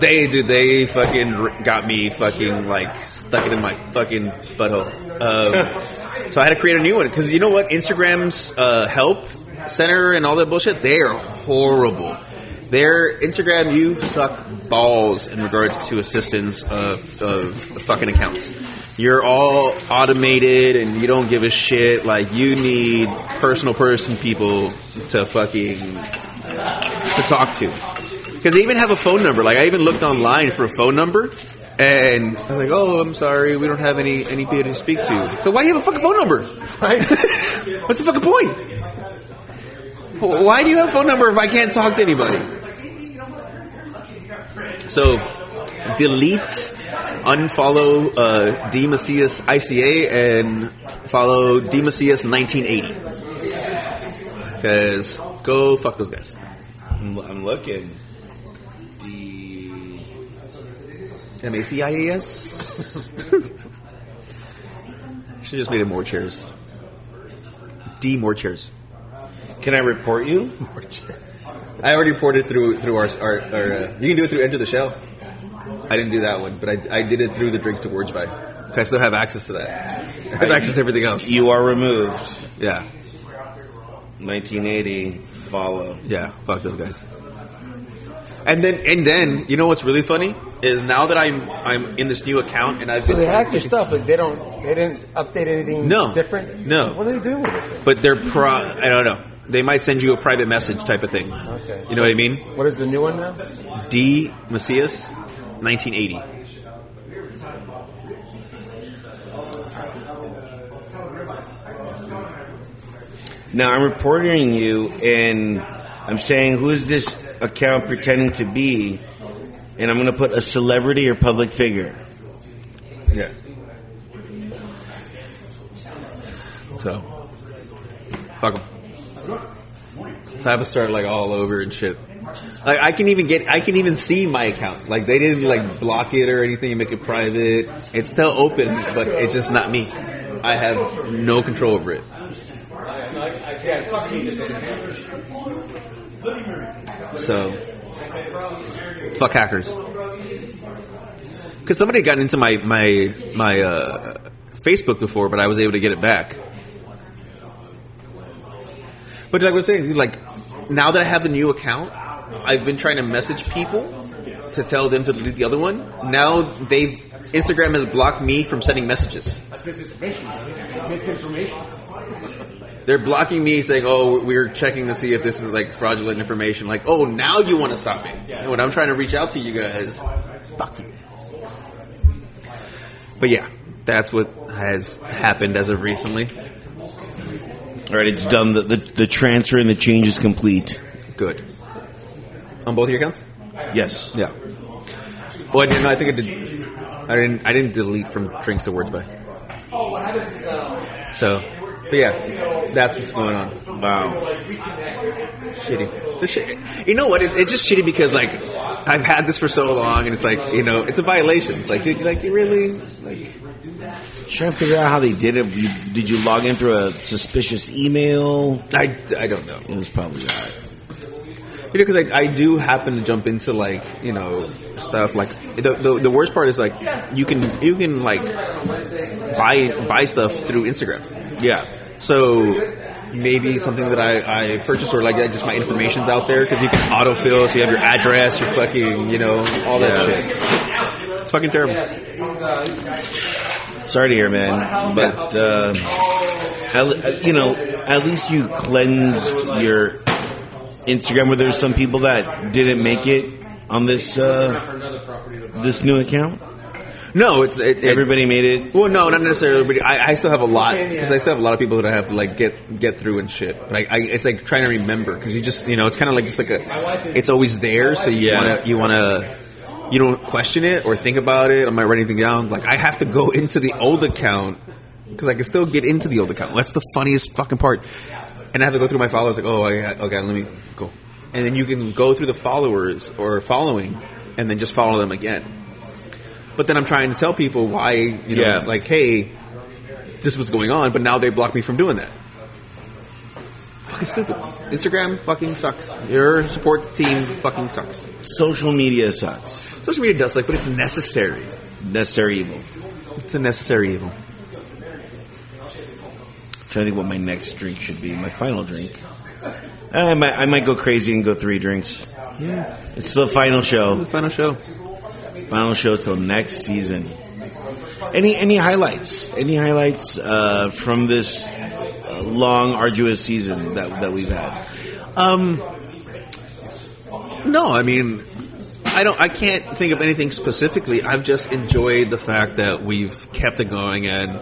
Speaker 2: they dude, they fucking r- got me fucking like stuck it in my fucking butthole. Um, so I had to create a new one because you know what? Instagram's uh, help center and all that bullshit. They are horrible. Their Instagram, you suck balls in regards to assistance of, of fucking accounts. You're all automated and you don't give a shit. Like you need personal person people to fucking to talk to. Because they even have a phone number. Like I even looked online for a phone number, and I was like, "Oh, I'm sorry, we don't have any any people to speak to." So why do you have a fucking phone number? Right? What's the fucking point? Wh- Why do you have a phone number if I can't talk to anybody? So, delete, unfollow uh, D Macias ICA and follow D Macias 1980. Because go fuck those guys.
Speaker 3: I'm, I'm looking. The
Speaker 2: M A C I A S. Should just made it more chairs. D more chairs.
Speaker 3: can I report you?
Speaker 2: I already reported through through our our. our uh, you can do it through Enter the Shell. I didn't do that one, but I, I did it through the Drinks to Words by. 'Cause I still have access to that. I have access to everything else.
Speaker 3: You are removed.
Speaker 2: Yeah,
Speaker 3: 1980. Follow.
Speaker 2: yeah. Fuck those guys. And then and then you know what's really funny is now that I'm I'm in this new account and I've
Speaker 4: So
Speaker 2: been
Speaker 4: they hacked your stuff, but they don't. They didn't update anything.
Speaker 2: No.
Speaker 4: different.
Speaker 2: No.
Speaker 4: What are they doing with
Speaker 2: but they're pro. I don't know. They might send you a private message type of thing.
Speaker 4: Okay.
Speaker 2: You know what I mean?
Speaker 4: it? What is the new one now?
Speaker 2: D. Macias, 1980.
Speaker 3: Now I'm reporting you, and I'm saying, who is this account pretending to be? And I'm going to put a celebrity or public figure.
Speaker 2: Yeah. So, fuck them. So I have to start like all over and shit. Like I can even get, I can even see my account. Like they didn't like block it or anything and make it private. It's still open, but it's just not me. I have no control over it. So, fuck hackers because somebody got into my my my uh, Facebook before, but I was able to get it back. But like I was saying, like now that I have the new account, I've been trying to message people to tell them to delete the other one. Now they've Instagram has blocked me from sending messages. They're blocking me, saying, "Oh, we're checking to see if this is like fraudulent information." Like, "Oh, now you want to stop it?" And when I'm trying to reach out to you guys, fuck you. But yeah, that's what has happened as of recently.
Speaker 3: All right, it's done. The, the, the transfer and the change is complete.
Speaker 2: Good. On both your accounts?
Speaker 3: Yes.
Speaker 2: Yeah. Well, I didn't. I think I did. I didn't. I didn't delete from drinks to words by. So, but yeah, that's what's going on.
Speaker 3: Wow.
Speaker 2: Shitty. It's a shit. You know what? It's, it's just shitty because like I've had this for so long, and it's like you know, it's a violation. It's like, dude, like you really like.
Speaker 3: Trying to figure out how they did it. You, did you log in through a suspicious email?
Speaker 2: I, I don't know.
Speaker 3: It was probably that.
Speaker 2: You know, because I, I do happen to jump into like you know stuff like the, the the worst part is like you can you can like buy buy stuff through Instagram. Yeah. So maybe something that I, I purchased or like I just my information's out there because you can autofill, so you have your address, your fucking, you know, all that shit. It's fucking terrible.
Speaker 3: Sorry to hear, man, but uh, at le- uh, you know, at least you cleansed your Instagram. Where there's some people that didn't make it on this uh, this new account.
Speaker 2: No, it's it, it-
Speaker 3: Everybody made it.
Speaker 2: Well, no, not necessarily. But I, I still have a lot because I still have a lot of people that I have to like get get through and shit. But I, I it's like trying to remember because you just you know it's kind of like just like a it's always there. So you
Speaker 3: Yeah.
Speaker 2: wanna, you want to you don't question it or think about it. Am I writing anything down? Like I have to go into the old account because I can still get into the old account. That's the funniest fucking part. And I have to go through my followers. Like oh I, okay, let me go. And then you can go through the followers or following, and then just follow them again. But then I'm trying to tell people why, you know,
Speaker 3: Yeah.
Speaker 2: like, hey, this was going on, but now they block me from doing that. Fucking stupid. Instagram fucking sucks. Your support team fucking sucks.
Speaker 3: Social media sucks.
Speaker 2: Social media does suck, but it's necessary.
Speaker 3: Necessary evil.
Speaker 2: It's a necessary evil.
Speaker 3: trying to think what my next drink should be. My final drink. I might, I might go crazy and go three drinks.
Speaker 2: Yeah.
Speaker 3: It's the final show.
Speaker 2: Final show.
Speaker 3: Final show till next season. Any any highlights? Any highlights uh, from this uh, long, arduous season that that we've had?
Speaker 2: Um, no, I mean, I don't. I can't think of anything specifically. I've just enjoyed the fact that we've kept it going, and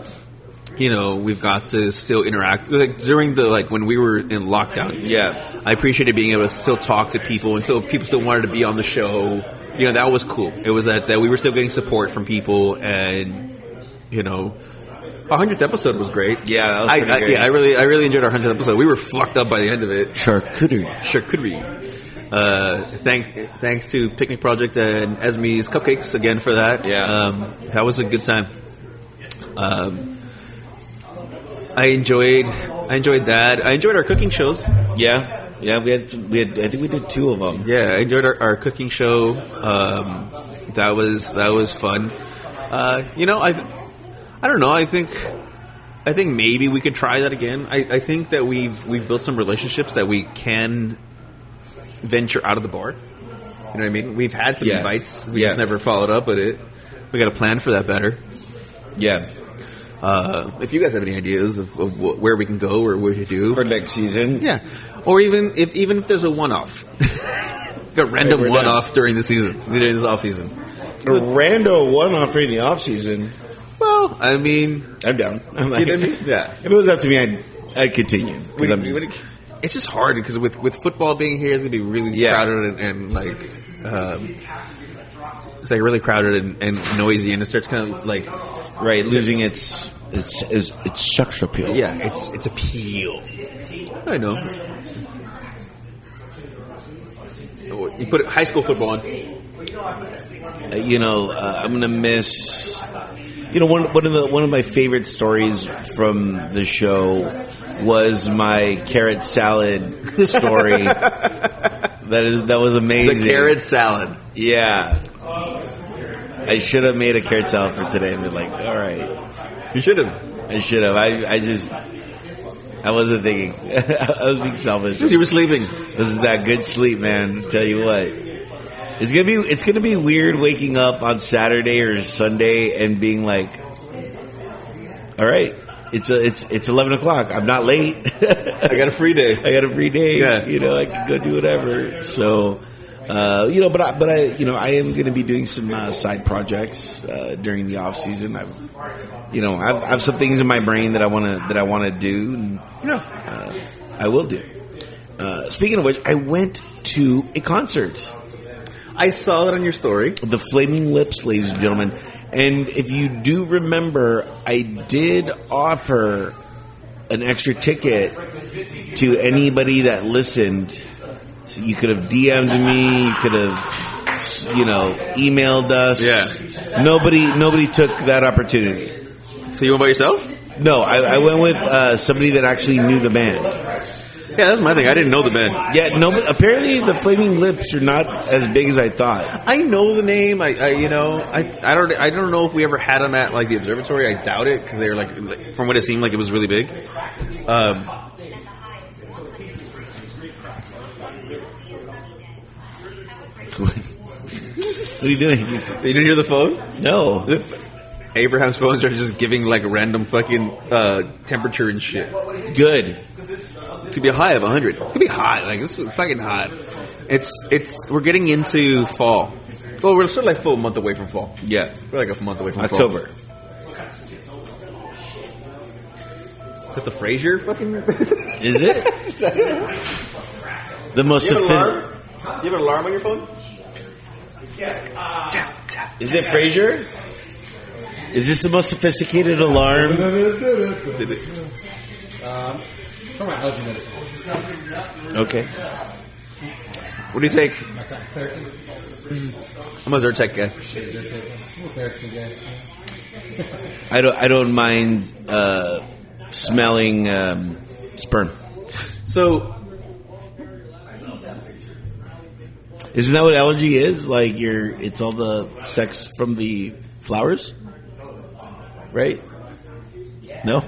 Speaker 2: you know, we've got to still interact. Like during the like when we were in lockdown,
Speaker 3: Yeah.
Speaker 2: I appreciated being able to still talk to people, and still people still wanted to be on the show. You know, that was cool. It was that that we were still getting support from people, and you know. Our hundredth episode was great.
Speaker 3: Yeah, that was
Speaker 2: I,
Speaker 3: pretty
Speaker 2: I,
Speaker 3: great.
Speaker 2: yeah, I really, I really enjoyed our hundredth episode. We were fucked up by the end of it
Speaker 3: Charcuterie.
Speaker 2: charcuterie. Uh, thank, thanks to Picnic Project and Esme's Cupcakes again for that.
Speaker 3: Yeah.
Speaker 2: um, that was a good time. Um, I enjoyed, I enjoyed that. I enjoyed our cooking shows.
Speaker 3: Yeah, yeah. We had we had. I think we did two of them.
Speaker 2: Yeah, I enjoyed our, our cooking show. Um, that was that was fun. Uh, you know, I, th- I don't know. I think, I think maybe we could try that again. I, I think that we've we've built some relationships that we can venture out of the bar. You know what I mean? We've had some
Speaker 3: Yeah.
Speaker 2: invites. We
Speaker 3: Yeah.
Speaker 2: just never followed up with it. We got to plan for that better.
Speaker 3: Yeah,
Speaker 2: Uh, if you guys have any ideas of, of wh- where we can go or what to do,
Speaker 3: for next season.
Speaker 2: yeah, or even if even if there's a one-off, a random
Speaker 3: Right, we're
Speaker 2: one-off during the season, during this off season.
Speaker 3: a rando one off during the off season.
Speaker 2: Well, I mean,
Speaker 3: I'm down. I'm like,
Speaker 2: You know what I mean? Yeah.
Speaker 3: If it was up to me, I'd, I'd continue. 'Cause
Speaker 2: when-
Speaker 3: I'm just-
Speaker 2: when it- it's just hard because with with football being here, it's gonna be really
Speaker 3: Yeah.
Speaker 2: crowded and, and like. Um, it's like really crowded and, and noisy, and it starts kind of like,
Speaker 3: right, losing its its its, its sex appeal.
Speaker 2: yeah, it's it's appeal. I know. You put high school football on.
Speaker 3: Uh, you know, uh, I'm gonna miss. You know, one one of the one of my favorite stories from the show was my carrot salad story. that is that was
Speaker 2: The
Speaker 3: amazing.
Speaker 2: carrot salad.
Speaker 3: yeah. I should have made a carrot salad for today and been like, all right.
Speaker 2: You should have.
Speaker 3: I should have. I, I just, I wasn't thinking. I was being selfish.
Speaker 2: You were sleeping.
Speaker 3: This is that good sleep, man. Tell you what, it's gonna be, it's gonna be weird waking up on Saturday or Sunday and being like, all right, it's a, it's, it's eleven o'clock. I'm not late.
Speaker 2: I got a free day.
Speaker 3: I got a free day.
Speaker 2: Yeah.
Speaker 3: You know, I can go do whatever. So, uh, you know, but I, but I, you know, I am going to be doing some uh, side projects uh, during the off season. I've, you know, I've, I've some things in my brain that I want to that I want to do. And, uh, I will do. Uh, speaking of which, I went to a concert,
Speaker 2: I saw that on your story.
Speaker 3: The Flaming Lips, ladies and gentlemen. And if you do remember, I did offer an extra ticket to anybody that listened. So you could have DM'd me. You could have, you know, emailed us.
Speaker 2: Yeah.
Speaker 3: Nobody, nobody took that opportunity.
Speaker 2: So you went by yourself?
Speaker 3: No, I, I went with uh, somebody that actually knew the band.
Speaker 2: Yeah, that's my thing. I didn't know the band.
Speaker 3: Yeah, no. But apparently, the Flaming Lips are not as big as I thought.
Speaker 2: I know the name. I, I you know, I, I don't I don't know if we ever had them at like the observatory. I doubt it because they were like, like- from what it seemed like, it was really big. Um,
Speaker 3: What are you doing?
Speaker 2: you didn't hear the phone?
Speaker 3: No.
Speaker 2: The f- Abraham's phones are just giving like random fucking uh, temperature and shit.
Speaker 3: Good.
Speaker 2: It's gonna be a high of 100. It's gonna be hot. Like this is fucking hot. It's it's we're getting into fall. Well, we're sort of like full month away from fall.
Speaker 3: Yeah.
Speaker 2: We're like a month away from fall.
Speaker 3: October.
Speaker 2: Is that the Fraser fucking?
Speaker 3: Is it? the most sophisticated.
Speaker 2: You have an alarm on your phone?
Speaker 1: uh,
Speaker 3: Is it Frasier? Is this the most sophisticated alarm?
Speaker 2: Did it?
Speaker 1: um, For my allergy medicine.
Speaker 3: Okay.
Speaker 2: What do you take?
Speaker 1: My son. Therapy.
Speaker 2: Mm. I'm a Zyrtec guy.
Speaker 1: Therapy, guys.
Speaker 3: I don't. I don't mind uh, smelling um, sperm.
Speaker 2: So
Speaker 3: Isn't that what allergy is? Like your, it's all the sex from the flowers, right? No.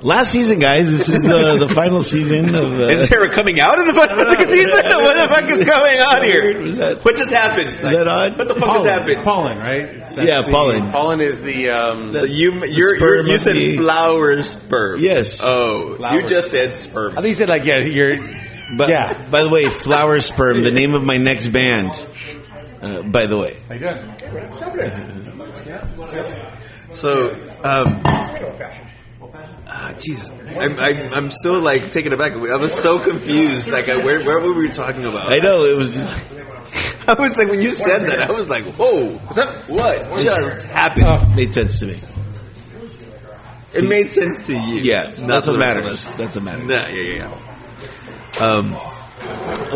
Speaker 3: Last season, guys. This is the the final season of. Uh,
Speaker 2: is there a coming out in the fucking season? What the fuck is going on here?
Speaker 3: Was that-
Speaker 2: what just happened? Is
Speaker 3: that odd? Oh.
Speaker 2: What the fuck
Speaker 4: pollen.
Speaker 2: just happened?
Speaker 1: Pollen, right? It's that
Speaker 3: Yeah,
Speaker 1: thing.
Speaker 3: pollen.
Speaker 4: Pollen is the um,
Speaker 2: So you you're, you're,
Speaker 3: sperm
Speaker 2: you
Speaker 3: of
Speaker 2: said
Speaker 3: the-
Speaker 2: flower sperm.
Speaker 3: Yes.
Speaker 2: Oh, you
Speaker 4: Flowers.
Speaker 2: just said
Speaker 4: I
Speaker 2: sperm.
Speaker 4: think you said like yeah, you're
Speaker 3: But
Speaker 4: Yeah.
Speaker 3: by the way, Flower Sperm, the name of my next band. Uh, by the way,
Speaker 1: How you doing?
Speaker 2: So, um, ah, Jesus, I'm, I'm I'm still like taken aback. I was so confused. Like, I, where where were we talking about?
Speaker 3: I know it was.
Speaker 2: I was like, when you said that, I was like, whoa, what just happened?
Speaker 3: made sense to me.
Speaker 2: it made sense to you.
Speaker 3: Yeah,
Speaker 2: Not
Speaker 3: that's what
Speaker 2: to the rest of
Speaker 3: matters.
Speaker 2: us.
Speaker 3: That's what matters.
Speaker 2: No, yeah, yeah, yeah. Um,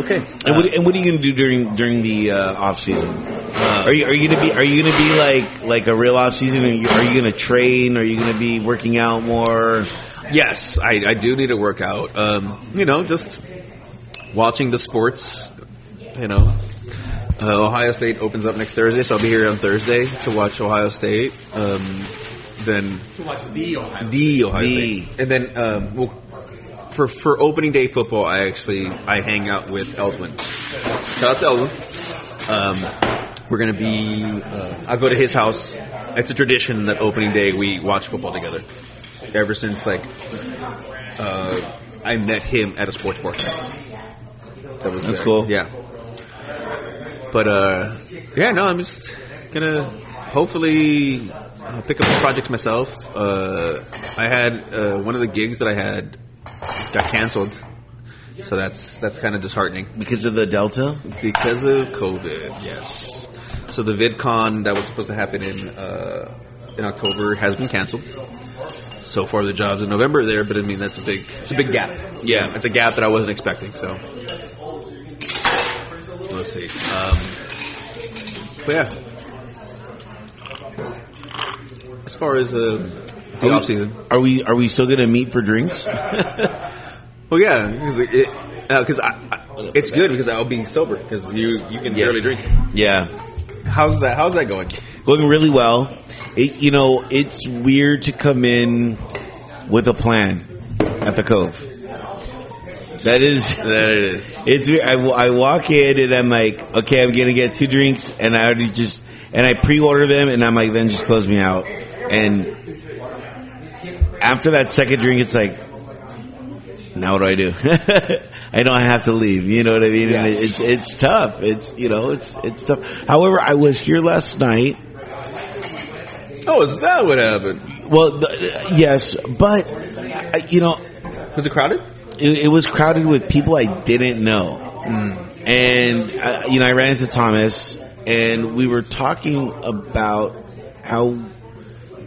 Speaker 2: okay.
Speaker 3: And what, and what are you going to do during during the uh, off season? are you are you going to be are you going to be like like a real off season? Are you, are you going to train? Are you going to be working out more?
Speaker 2: Yes, I, I do need to work out. Um, you know, just watching the sports. You know, uh, Ohio State opens up next Thursday, so I'll be here on Thursday to watch Ohio State. Um, then
Speaker 1: To watch the Ohio.
Speaker 2: the Ohio
Speaker 3: The-
Speaker 2: State, and then um, well, for for opening day football, I actually I hang out with Eldwin. Shout out to Eldwin. Um, we're gonna be. Uh, I'll go to his house. It's a tradition that opening day we watch football together. Ever since like uh, I met him at a sports bar. That was
Speaker 3: That's
Speaker 2: uh,
Speaker 3: cool.
Speaker 2: Yeah. But uh, yeah, no, I'm just gonna hopefully uh, pick up projects myself. Uh, I had uh, one of the gigs that I had got canceled, so that's that's kind of disheartening
Speaker 3: Because of the Delta,
Speaker 2: because of COVID. Yes. So the VidCon that was supposed to happen in uh, in October has been canceled. So far, the jobs in November there, but I mean that's a big it's a big gap. Yeah, it's a gap that I wasn't expecting. So we'll see. Um, but yeah, as far as uh, the off season,
Speaker 3: are we are we still going to meet for drinks?
Speaker 2: well, yeah, because it, uh 'cause I, I, it's good because I'll be sober because you you can barely drink.
Speaker 3: Yeah,
Speaker 2: How's that? How's that going?
Speaker 3: going really well. It, you know, it's weird to come in with a plan at the Cove. That is
Speaker 2: That it is.
Speaker 3: It's weird. I, w- I walk in and I'm like, okay, I'm gonna get two drinks, and I already just and I pre-order them, and I'm like, then just close me out. And after that second drink, it's like, now what do I do? I know I have to leave. You know what I mean? And it's it's tough. It's you know it's it's tough. However, I was here last night.
Speaker 2: Oh, is that what happened?
Speaker 3: Well, the, yes, but I- you know,
Speaker 2: Was it crowded?
Speaker 3: it, it was crowded with people I didn't know, and uh, you know I ran into Thomas, and we were talking about how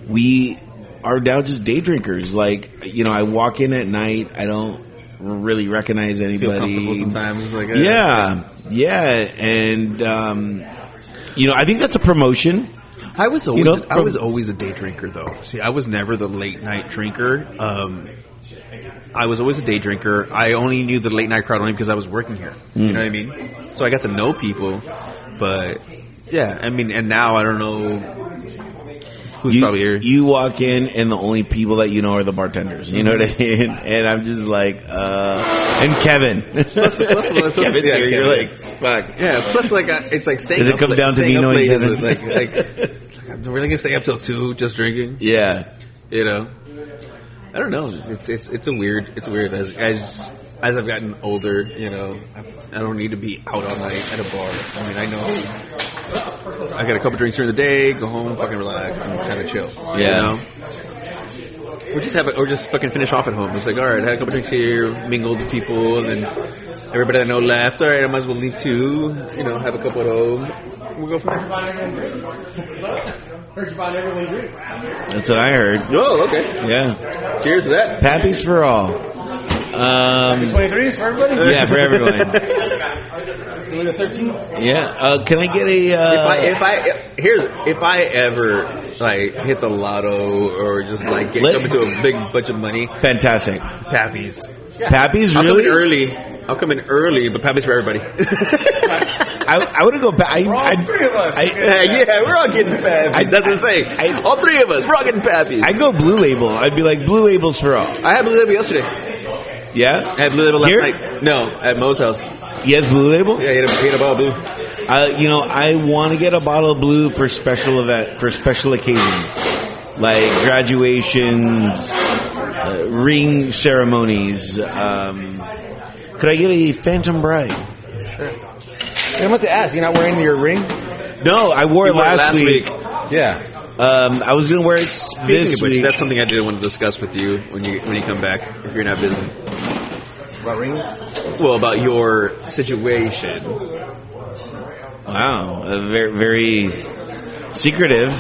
Speaker 3: we are now just day drinkers. Like you know, I walk in at night, I don't really recognize anybody.
Speaker 2: comfortable sometimes, like, uh,
Speaker 3: yeah, yeah, and um, you know I think that's a promotion.
Speaker 2: I was always
Speaker 3: know,
Speaker 2: I
Speaker 3: from-
Speaker 2: was always a day drinker though. See, I was never the late night drinker. Um, I was always a day drinker. I only knew the late night crowd only because I was working here.
Speaker 3: Hmm.
Speaker 2: You know what I mean? So I got to know people, but yeah, I mean, and now I don't know who's
Speaker 3: you,
Speaker 2: probably here.
Speaker 3: you walk in and the only people that you know are the bartenders. You know what I mean? And I'm just like, uh, and Kevin.
Speaker 2: plus, plus, plus,
Speaker 3: Kevin's
Speaker 2: yeah,
Speaker 3: here.
Speaker 2: Kevin.
Speaker 3: You're like, fuck.
Speaker 2: Yeah. Plus, like, I, it's like staying.
Speaker 3: Does it
Speaker 2: up
Speaker 3: come
Speaker 2: late-
Speaker 3: down to
Speaker 2: staying
Speaker 3: me
Speaker 2: up
Speaker 3: knowing
Speaker 2: late is
Speaker 3: Kevin?
Speaker 2: Like, like, like, I'm really gonna stay up till two just drinking.
Speaker 3: Yeah.
Speaker 2: You know. I don't know. It's it's it's a weird. It's weird as as as I've gotten older. You know, I, I don't need to be out all night at a bar. I mean, I know. I got a couple drinks during the day. Go home, fucking relax, and kind of chill. You
Speaker 3: Yeah.
Speaker 2: know? Or just have it, or just fucking finish off at home. It's like, all right, I had a couple drinks here, mingled with people, and then everybody I know left. All right, I might as well leave too. You know, have a couple at home. We'll go from there.
Speaker 3: That's what I heard.
Speaker 2: Oh, okay.
Speaker 3: Yeah.
Speaker 2: Cheers to that.
Speaker 3: Pappy's for all. Um,
Speaker 4: 23s for everybody?
Speaker 3: yeah, for everyone.
Speaker 4: Doing the 13?
Speaker 3: Yeah. Uh, can I get a,
Speaker 2: If I,
Speaker 3: uh,
Speaker 2: if I here's if I ever like hit the lotto or just like get
Speaker 3: Let-
Speaker 2: come into a big bunch of money,
Speaker 3: fantastic.
Speaker 2: pappies.
Speaker 3: Pappy's
Speaker 2: I'll
Speaker 3: really?
Speaker 2: come in early. I'll come in early, but pappies for everybody.
Speaker 3: I, I would go back. I, I,
Speaker 4: three of us.
Speaker 3: I,
Speaker 2: yeah, we're all getting pappies.
Speaker 3: I-
Speaker 2: That's what I'm saying.
Speaker 3: I-
Speaker 2: all three of us, we're all getting pappies.
Speaker 3: I'd go blue label. I'd be like, blue labels for all.
Speaker 2: I had blue label yesterday. I
Speaker 3: Yeah?
Speaker 2: had blue label last
Speaker 3: Here?
Speaker 2: night. No, at Mo's house.
Speaker 3: Yes, blue label?
Speaker 2: Yeah, he had a, he had a bottle of blue.
Speaker 3: Uh, you know, I want to get a bottle of blue for special event for special occasions, like graduations, uh, ring ceremonies. Um, could I get a Phantom Bride?
Speaker 4: I meant to ask, you're not wearing your ring?
Speaker 3: No, I wore it
Speaker 2: You wore it
Speaker 3: last,
Speaker 2: last
Speaker 3: week.
Speaker 2: week.
Speaker 4: Yeah.
Speaker 3: Um, I was gonna wear it this
Speaker 2: Speaking of which,
Speaker 3: week.
Speaker 2: that's something I did want to discuss with you when you when you come back if you're not busy.
Speaker 4: About rings?
Speaker 2: Well, about your situation.
Speaker 3: wow, a very, very secretive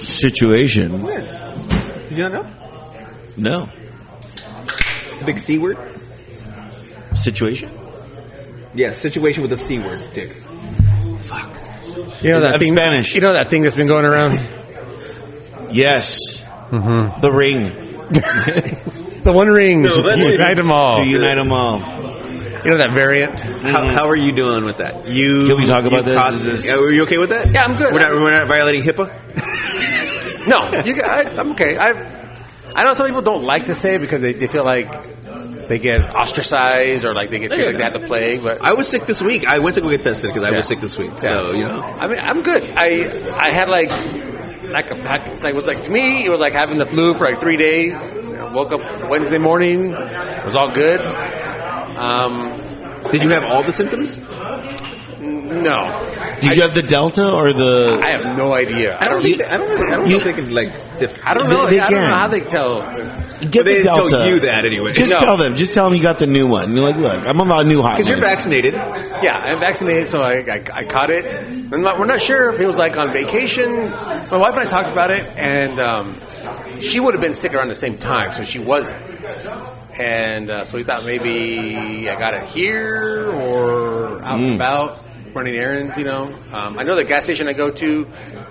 Speaker 3: situation.
Speaker 2: Did you not know?
Speaker 3: No
Speaker 2: Big C word?
Speaker 3: situation.
Speaker 2: Yeah, situation with a C word, Dick.
Speaker 5: You know that
Speaker 3: I'm
Speaker 5: thing.
Speaker 3: Spanish.
Speaker 5: You know that thing that's been going around.
Speaker 3: Yes, the ring.
Speaker 5: The One Ring.
Speaker 2: The One Ring.
Speaker 5: Unite them all.
Speaker 3: To
Speaker 5: You
Speaker 3: unite them all.
Speaker 5: know that variant.
Speaker 2: How, how are you doing with that? You
Speaker 3: Mm-hmm. Can we talk about
Speaker 2: you
Speaker 3: this?
Speaker 2: caught-
Speaker 3: Is this-
Speaker 2: Yeah, were you okay with that?
Speaker 5: Yeah, I'm good.
Speaker 2: We're not, we're not violating HIPAA.
Speaker 5: No,
Speaker 4: You got, I, I'm okay. I I know some people don't like to say it because they, they feel like they get ostracized or like they get treated like they have the plague. But
Speaker 2: I was sick this week. I went to go get tested because I was
Speaker 4: Yeah.
Speaker 2: sick this week.
Speaker 4: Yeah.
Speaker 2: So you know,
Speaker 4: I mean, I'm good. I I had like like a pack. It's like, it was like to me, it was like having the flu for like three days. I woke up Wednesday morning, it was all good. Um,
Speaker 2: did you have all the symptoms?
Speaker 4: no,
Speaker 3: Did you have the Delta or the?
Speaker 4: I have no idea. I don't.
Speaker 2: think. They, I don't. think- I don't know
Speaker 3: you-
Speaker 2: if they can like. Diff-
Speaker 4: I don't know.
Speaker 3: They- they
Speaker 4: I don't know
Speaker 3: can.
Speaker 4: how they tell.
Speaker 3: get
Speaker 2: They
Speaker 3: the
Speaker 2: didn't
Speaker 3: Delta.
Speaker 2: tell you that anyway.
Speaker 3: Just
Speaker 4: No.
Speaker 3: tell them. Just tell them you got the new one. You're like, look, I'm about new hot.
Speaker 2: because you're
Speaker 3: ones.
Speaker 2: vaccinated.
Speaker 4: Yeah, I'm vaccinated, so I, I, I caught it. I'm not, we're not sure if it was like on vacation. My wife and I talked about it, and um, she would have been sick around the same time, so she wasn't. And uh, so we thought maybe I got it here or out and about running errands, you know. Um, I know the gas station I go to,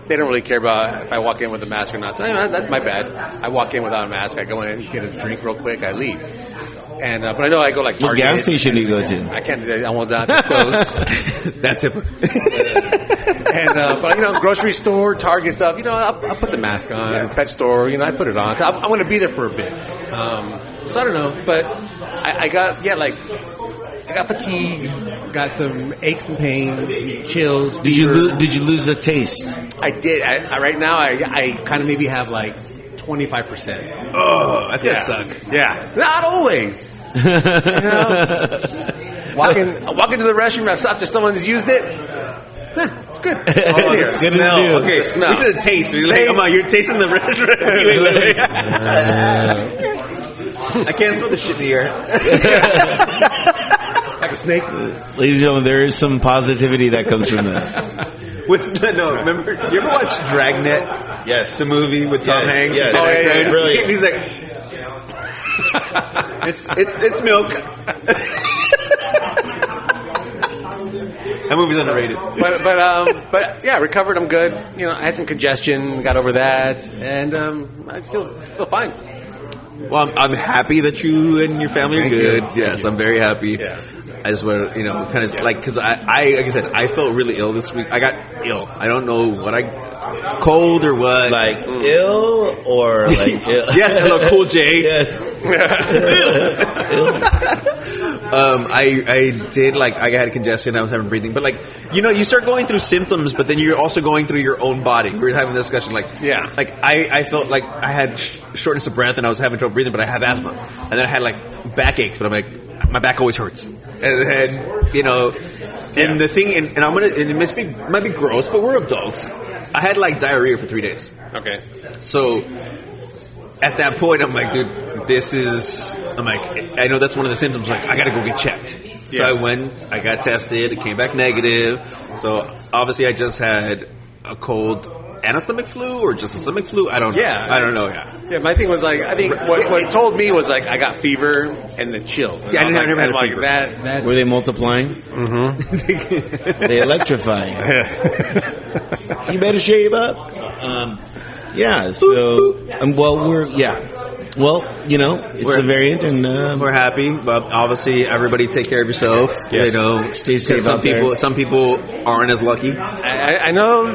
Speaker 4: they don't really care about if I walk in with a mask or not. So anyway, that's my bad. I walk in without a mask. I go in, get a drink real quick, I leave. And uh, but I know I go like
Speaker 3: What
Speaker 4: Target.
Speaker 3: gas station do you go to?
Speaker 4: I can't. I won't not disclose.
Speaker 2: That's HIPAA.
Speaker 4: and uh, but you know, grocery store, Target stuff. You know, I'll, I'll put the mask on. Pet store. You know, I put it on. I, I want to be there for a bit. Um, so I don't know, but I, I got yeah, like I got fatigue, got some aches and pains, chills.
Speaker 3: Did you
Speaker 4: fever.
Speaker 3: lose? Did you lose the taste?
Speaker 4: I did. I, I, right now, I, I kind of maybe have like twenty five percent.
Speaker 2: Oh, that's
Speaker 4: Yeah.
Speaker 2: gonna suck.
Speaker 4: Yeah, not always. you know? Walk in, I walk into the restroom. I after someone's used it. Huh, it's good. Oh,
Speaker 2: the
Speaker 4: yeah.
Speaker 3: Good to
Speaker 2: smell.
Speaker 3: do.
Speaker 2: Okay,
Speaker 4: The smell.
Speaker 2: we should have taste. We're like,
Speaker 4: Taste.
Speaker 2: come on, you're tasting the red. Wait, wait, wait. I can't smell the shit in the air.
Speaker 4: Like a snake.
Speaker 3: Ladies and gentlemen, there is some positivity that comes from this.
Speaker 2: What's the, no? Remember, you ever watch Dragnet?
Speaker 3: Yes.
Speaker 2: the movie with Tom
Speaker 3: Yes,
Speaker 2: Hanks.
Speaker 3: yes.
Speaker 2: and
Speaker 3: Oh, yeah,
Speaker 2: Aykroyd?
Speaker 3: yeah, brilliant.
Speaker 2: He's like, it's it's it's milk. that movie's underrated.
Speaker 4: but but um but yeah, recovered. I'm good. You know, I had some congestion, got over that, and um, I feel feel fine.
Speaker 2: Well, I'm, I'm happy that you and your family are
Speaker 1: Thank
Speaker 2: good.
Speaker 1: you.
Speaker 2: Yes, I'm very happy.
Speaker 1: Yeah.
Speaker 2: I just want to, you know, kind of like because I, I, like I said, I felt really ill this week. I got ill. I don't know what I, cold or what.
Speaker 3: Like
Speaker 1: Mm.
Speaker 3: ill or like ill.
Speaker 2: yes, hello, cool J.
Speaker 3: Yes.
Speaker 2: Um, I, I did like I had congestion. I was having breathing, but like you know, you start going through symptoms, but then you're also going through your own body. We were having this discussion, like
Speaker 1: Yeah.
Speaker 2: like I, I felt like I had sh- shortness of breath and I was having trouble breathing, but I have asthma, and then I had like backaches, but I'm like my back always hurts, and, and you know, and the thing, and, and I'm gonna, and it must be might be gross, but we're adults. I had like diarrhea for three days.
Speaker 1: Okay.
Speaker 2: So at that point, I'm like, dude, this is. I'm like, I know that's one of the symptoms. Like, I gotta go get checked. So
Speaker 1: Yeah.
Speaker 2: I went, I got tested, it came back negative. So obviously, I just had a cold and a stomach flu, or just a stomach flu. I don't.
Speaker 1: Yeah.
Speaker 2: know. I don't know. Yeah.
Speaker 1: Yeah, my thing was like I think what, what it told me was like I got fever and the chills. And
Speaker 2: See, I didn't-
Speaker 1: was
Speaker 2: I never had
Speaker 1: like,
Speaker 2: a
Speaker 1: and, like, That,
Speaker 3: Were they multiplying? Mm-hmm. they electrifying. you better shape up. Um, yeah. So, um, well, we're yeah. Well, you know, it's
Speaker 2: We're-
Speaker 3: a variant, and uh,
Speaker 2: We're happy, but obviously, everybody take care of yourself.
Speaker 3: Yes.
Speaker 2: You know,
Speaker 3: oh, Stay safe
Speaker 2: Some
Speaker 3: out there.
Speaker 2: people, some people aren't as lucky.
Speaker 1: I, I- I know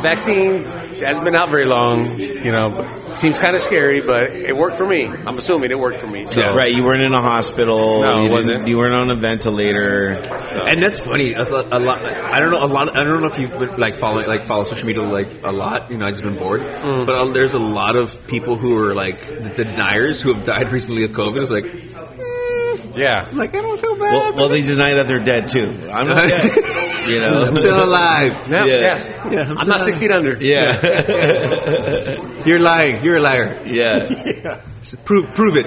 Speaker 1: vaccine hasn't been out very long. You know, but it seems kind of scary, but it worked for me. I'm assuming it worked for me. So.
Speaker 4: uh,
Speaker 2: Yeah.
Speaker 3: right. You weren't in a hospital.
Speaker 1: No, I
Speaker 3: you didn't-
Speaker 1: wasn't.
Speaker 3: You weren't on a ventilator.
Speaker 2: And that's funny. A, a lot. I don't know. A lot. I don't know if you've been, like following like follow social media like a lot. You know, I just been bored. But uh, there's a lot of people who are like the deniers who have died recently of COVID. It's like,
Speaker 1: Yeah.
Speaker 2: like I don't feel bad.
Speaker 3: Well, well, they deny that they're dead too. I'm not dead. You
Speaker 2: I'm
Speaker 3: know.
Speaker 2: still alive.
Speaker 1: Yeah.
Speaker 3: Yeah.
Speaker 1: yeah.
Speaker 2: Yeah,
Speaker 1: I'm not six feet under.
Speaker 3: Yeah.
Speaker 2: You're lying. You're a liar.
Speaker 3: Yeah.
Speaker 2: S- Prove prove it.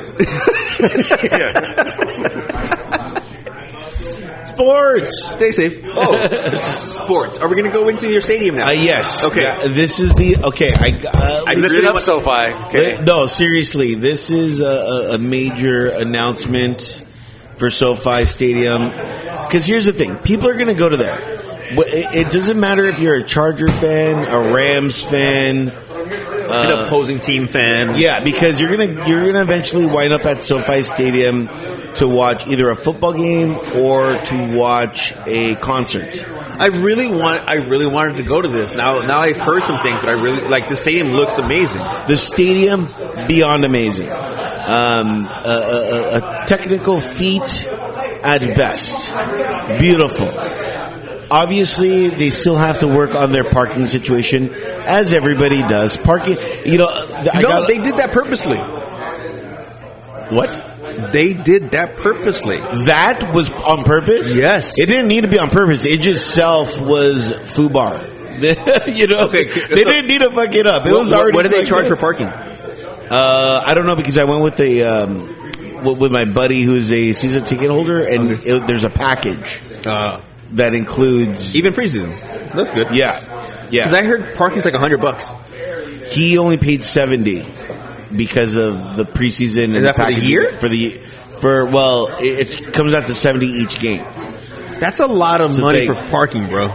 Speaker 3: Sports.
Speaker 2: Stay safe. Oh, sports. Are we going to go into your stadium now?
Speaker 3: Uh, yes.
Speaker 2: Okay.
Speaker 3: Yeah, this is the okay. I uh,
Speaker 1: I
Speaker 3: we-
Speaker 1: listen
Speaker 2: really
Speaker 1: up,
Speaker 2: want-
Speaker 1: SoFi. Okay.
Speaker 3: Th- No, seriously, this is a, a, a major announcement for SoFi Stadium. Because here's the thing: people are going to go to there. Wh- It, it doesn't matter if you're a Charger fan, a Rams fan. uh,
Speaker 2: An opposing team fan.
Speaker 3: Yeah, because you're gonna you're gonna eventually wind up at SoFi Stadium to watch either a football game or to watch a concert.
Speaker 2: I really want. I really wanted to go to this. Now, now I've heard some things, but I really like the stadium looks amazing.
Speaker 3: The stadium, beyond amazing. Um, a, a, a- a technical feat at best. Beautiful. Obviously, they still have to work on their parking situation, as everybody does. Parking, you know. I
Speaker 2: no,
Speaker 3: got-
Speaker 2: they did that purposely.
Speaker 3: what?
Speaker 2: They did that purposely.
Speaker 3: That was on purpose.
Speaker 2: Yes.
Speaker 3: it didn't need to be on purpose. It just self was fubar. you know,
Speaker 2: Okay, c-
Speaker 3: they
Speaker 2: so-
Speaker 3: didn't need to fuck it up. It was already.
Speaker 2: What do they
Speaker 3: like
Speaker 2: charge
Speaker 3: this.
Speaker 2: for parking?
Speaker 3: Uh, I don't know because I went with the um, w- with my buddy who's a season ticket holder, and it, there's a package
Speaker 2: Uh,
Speaker 3: that includes.
Speaker 2: Even preseason. That's good.
Speaker 3: yeah,
Speaker 2: Because
Speaker 3: yeah.
Speaker 2: I heard parking's like hundred bucks.
Speaker 3: he only paid seventy because of the preseason.
Speaker 2: Is
Speaker 3: and
Speaker 2: that for the
Speaker 3: package-
Speaker 2: year?
Speaker 3: For the for well, it, it comes out to seventy each game.
Speaker 2: That's a lot of
Speaker 3: So
Speaker 2: money
Speaker 3: they-
Speaker 2: for parking, bro.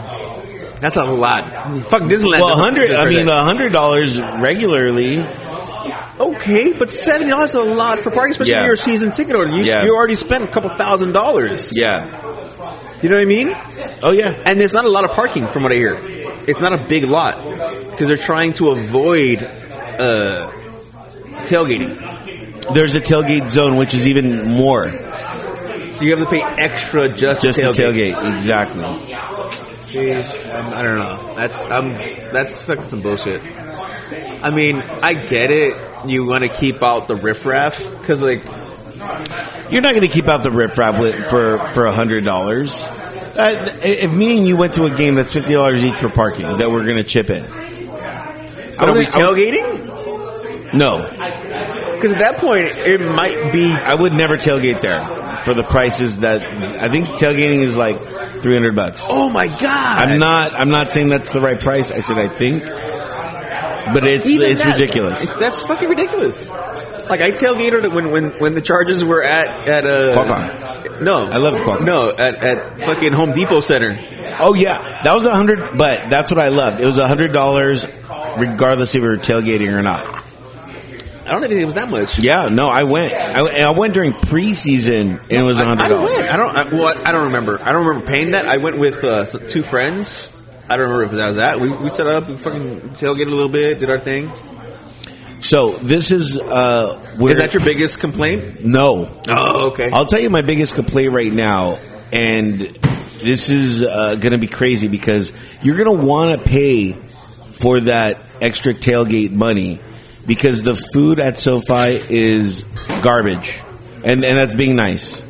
Speaker 2: That's a lot. Fuck Disneyland.
Speaker 3: Well,
Speaker 2: doesn't-
Speaker 3: hundred. I
Speaker 2: doesn't
Speaker 3: mean,
Speaker 2: pay
Speaker 3: hundred dollars regularly.
Speaker 2: that. okay, but seventy dollars is a lot for parking, especially
Speaker 3: Yeah.
Speaker 2: if you're a season ticket holder. You,
Speaker 3: Yeah.
Speaker 2: you already spent a couple thousand dollars.
Speaker 3: Yeah.
Speaker 2: You know what I mean?
Speaker 3: Oh yeah.
Speaker 2: And there's not a lot of parking, from what I hear. It's not a big lot because they're trying to avoid uh, tailgating.
Speaker 3: There's a tailgate zone, which is even more
Speaker 2: So you have to pay extra just,
Speaker 3: just
Speaker 2: to
Speaker 3: a
Speaker 2: tailgate.
Speaker 3: tailgate. Exactly.
Speaker 2: Um, I don't know. That's um, that's fucking some bullshit. I mean, I get it. You want to keep out the riffraff because, like,
Speaker 3: You're not going to keep out the riffraff with, for for hundred dollars. Uh, th- if me and you went to a game that's fifty dollars each for parking, that we're going to chip in.
Speaker 2: but are we
Speaker 3: wouldn't- I would-
Speaker 2: tailgating?
Speaker 3: No,
Speaker 2: Because at that point, it might be.
Speaker 3: I would never tailgate there for the prices that I think tailgating is like three hundred bucks.
Speaker 2: Oh my god!
Speaker 3: I'm not. I'm not saying that's the right price. I said I think, but it's
Speaker 2: Even
Speaker 3: it's
Speaker 2: that-
Speaker 3: ridiculous.
Speaker 2: it- that's fucking ridiculous. Like I tailgated when when when the Chargers were at at uh,
Speaker 3: Qualcomm.
Speaker 2: No,
Speaker 3: I love Qualcomm.
Speaker 2: No, at at fucking Home Depot Center.
Speaker 3: Oh yeah, that was a hundred. But that's what I loved. It was a hundred dollars, regardless if we were tailgating or not.
Speaker 2: I don't even think it was that much.
Speaker 3: Yeah, no, I went. I, I went during preseason, and it was
Speaker 2: I,
Speaker 3: hundred
Speaker 2: I
Speaker 3: dollars.
Speaker 2: went. I don't. I, well, I don't remember. I don't remember paying that. I went with uh, s- two friends. I don't remember if that was that. We, we set up, we fucking tailgated a little bit, did our thing.
Speaker 3: So this is uh, where
Speaker 2: Is that your biggest complaint?
Speaker 3: no?
Speaker 2: Oh, okay.
Speaker 3: I'll tell you my biggest complaint right now, and this is uh, going to be crazy because you're going to want to pay for that extra tailgate money because the food at SoFi is garbage, and and that's being nice.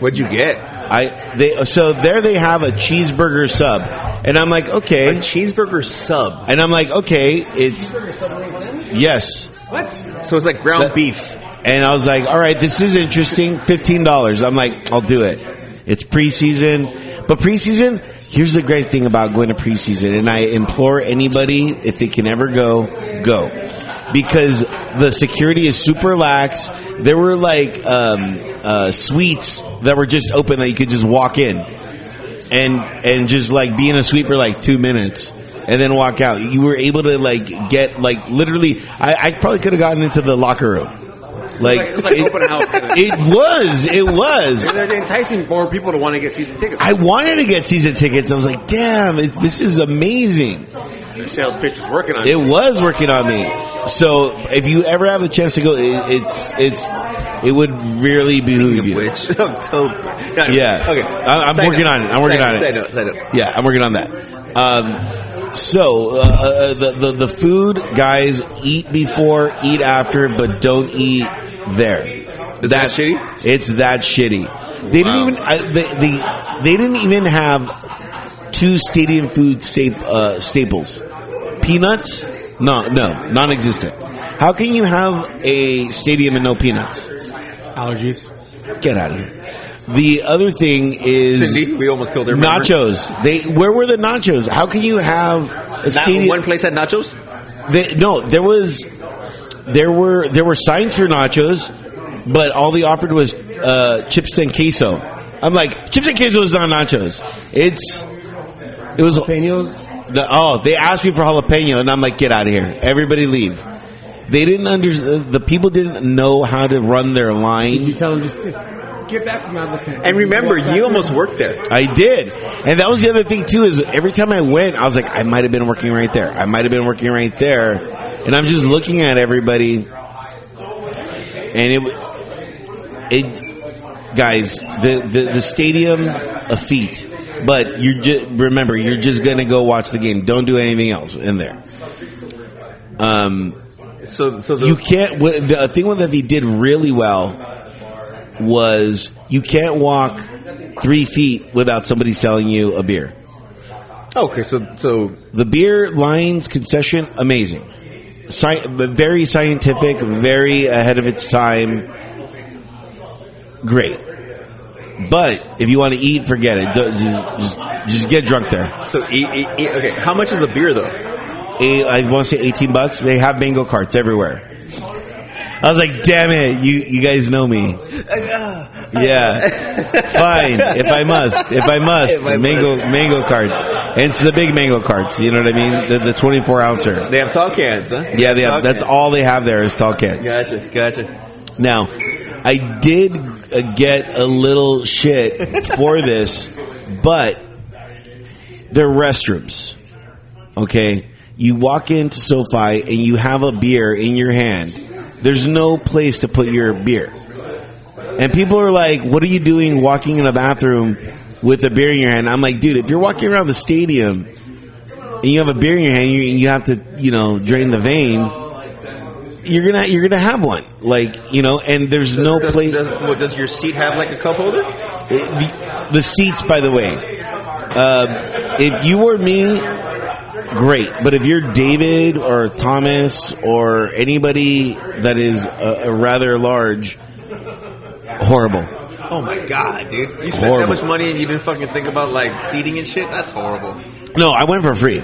Speaker 2: What'd you get?
Speaker 3: I they so there they have a cheeseburger sub, and I'm like
Speaker 2: A
Speaker 3: okay,
Speaker 2: cheeseburger sub.
Speaker 3: and I'm like okay, it's yes.
Speaker 2: So it's like ground beef.
Speaker 3: And I was like, all right, this is interesting. $15. I'm like, I'll do it. It's preseason. But preseason, here's the great thing about going to preseason. And I implore anybody, if they can ever go, go. Because the security is super lax. There were like um, uh, suites that were just open that you could just walk in and and just like be in a suite for like two minutes and then walk out. You were able to like get like literally. I, I probably could have gotten into the locker room. Like
Speaker 1: It was like open house kinda.
Speaker 3: It was. It was.
Speaker 1: They're enticing more people to want to get season tickets.
Speaker 3: I wanted to get season tickets. I was like, damn, it, this is amazing.
Speaker 1: Your sales pitch was working on
Speaker 3: It was working on me. So if you ever have a chance to go, it, it's it's it would really behoove you.
Speaker 2: Which October. No,
Speaker 3: Yeah.
Speaker 2: Okay.
Speaker 3: I- I'm
Speaker 2: Side
Speaker 3: working
Speaker 2: note.
Speaker 3: on it. I'm working
Speaker 2: Side
Speaker 3: on
Speaker 2: note,
Speaker 3: it.
Speaker 2: Side note. Side note.
Speaker 3: Yeah, I'm working on that. Um, so uh, uh, the, the the food guys eat before, eat after, but don't eat there.
Speaker 2: Is that shitty?
Speaker 3: It's that shitty. They didn't
Speaker 2: Wow.
Speaker 3: even I, they, they they didn't even have two stadium food sta- uh, staples. Peanuts? No, no, non-existent. How can you have a stadium and no peanuts?
Speaker 4: Allergies.
Speaker 3: Get out of here. The other thing is
Speaker 2: Cindy, we almost killed her. remember?
Speaker 3: nachos. They where were the nachos? How can you have a
Speaker 2: Not
Speaker 3: stadium?
Speaker 2: one place had nachos.
Speaker 3: They- no, there was there were there were signs for nachos, but all they offered was uh, chips and queso. I'm like chips and queso is not nachos. It's it was
Speaker 4: Jalapenos.
Speaker 3: the, oh, they asked me for jalapeno, and I'm like, get out of here. Everybody leave. They didn't under the people didn't know how to run their
Speaker 4: You
Speaker 3: line.
Speaker 4: tell them just, just get back from out of the tent.
Speaker 2: And remember,
Speaker 4: Walk back.
Speaker 2: you almost worked there.
Speaker 3: I did, and that was the other thing too. Is every time I went, I was like, I might have been working right there. I might have been working right there, and I'm just looking at everybody, and it, it, guys, the the, the stadium a feat. But you just remember, you're just gonna go watch the game. Don't do anything else in there.
Speaker 2: So, so the,
Speaker 3: You can't. what- The thing that they did really well was you can't walk three feet without somebody selling you a beer.
Speaker 2: oh, okay. So, so
Speaker 3: The beer lines concession, amazing. Sci- very scientific, very ahead of its time. Great. But if you want to eat, forget it. Don't- Just, just, just get drunk there.
Speaker 2: so e, e, e, okay. How much is a beer though?
Speaker 3: Eight, I want to say 18 bucks. They have bingo carts everywhere. I was like, damn it, you, you guys know me. Yeah. Fine, if I must. If I must.
Speaker 2: If I
Speaker 3: mango mango carts. And it's the big mango carts, you know what I mean? The, the 24 ouncer.
Speaker 2: They have tall cans, huh?
Speaker 3: Yeah, they
Speaker 2: Tall
Speaker 3: have, that's
Speaker 2: cans.
Speaker 3: all they have there is tall cans.
Speaker 2: Gotcha, gotcha.
Speaker 3: Now, I did uh, get a little shit for this, but they're restrooms. Okay? You walk into SoFi and you have a beer in your hand. There's no place to put your beer. And people are like, what are you doing walking in a bathroom with a beer in your hand? I'm like, dude, if you're walking around the stadium and you have a beer in your hand, you, you have to, you know, drain the vein. You're gonna you're gonna have one, like you know, and there's no
Speaker 2: does,
Speaker 3: place.
Speaker 2: Does, what, does your seat have like a cup holder?
Speaker 3: It- the, the seats, by the way, uh, if you were me, great. But if you're David or Thomas or anybody that is uh, uh, rather large, horrible.
Speaker 2: Oh my god, dude! You spent
Speaker 3: Horrible.
Speaker 2: that much money and you didn't fucking think about like seating and shit. That's horrible.
Speaker 3: No, I went for free.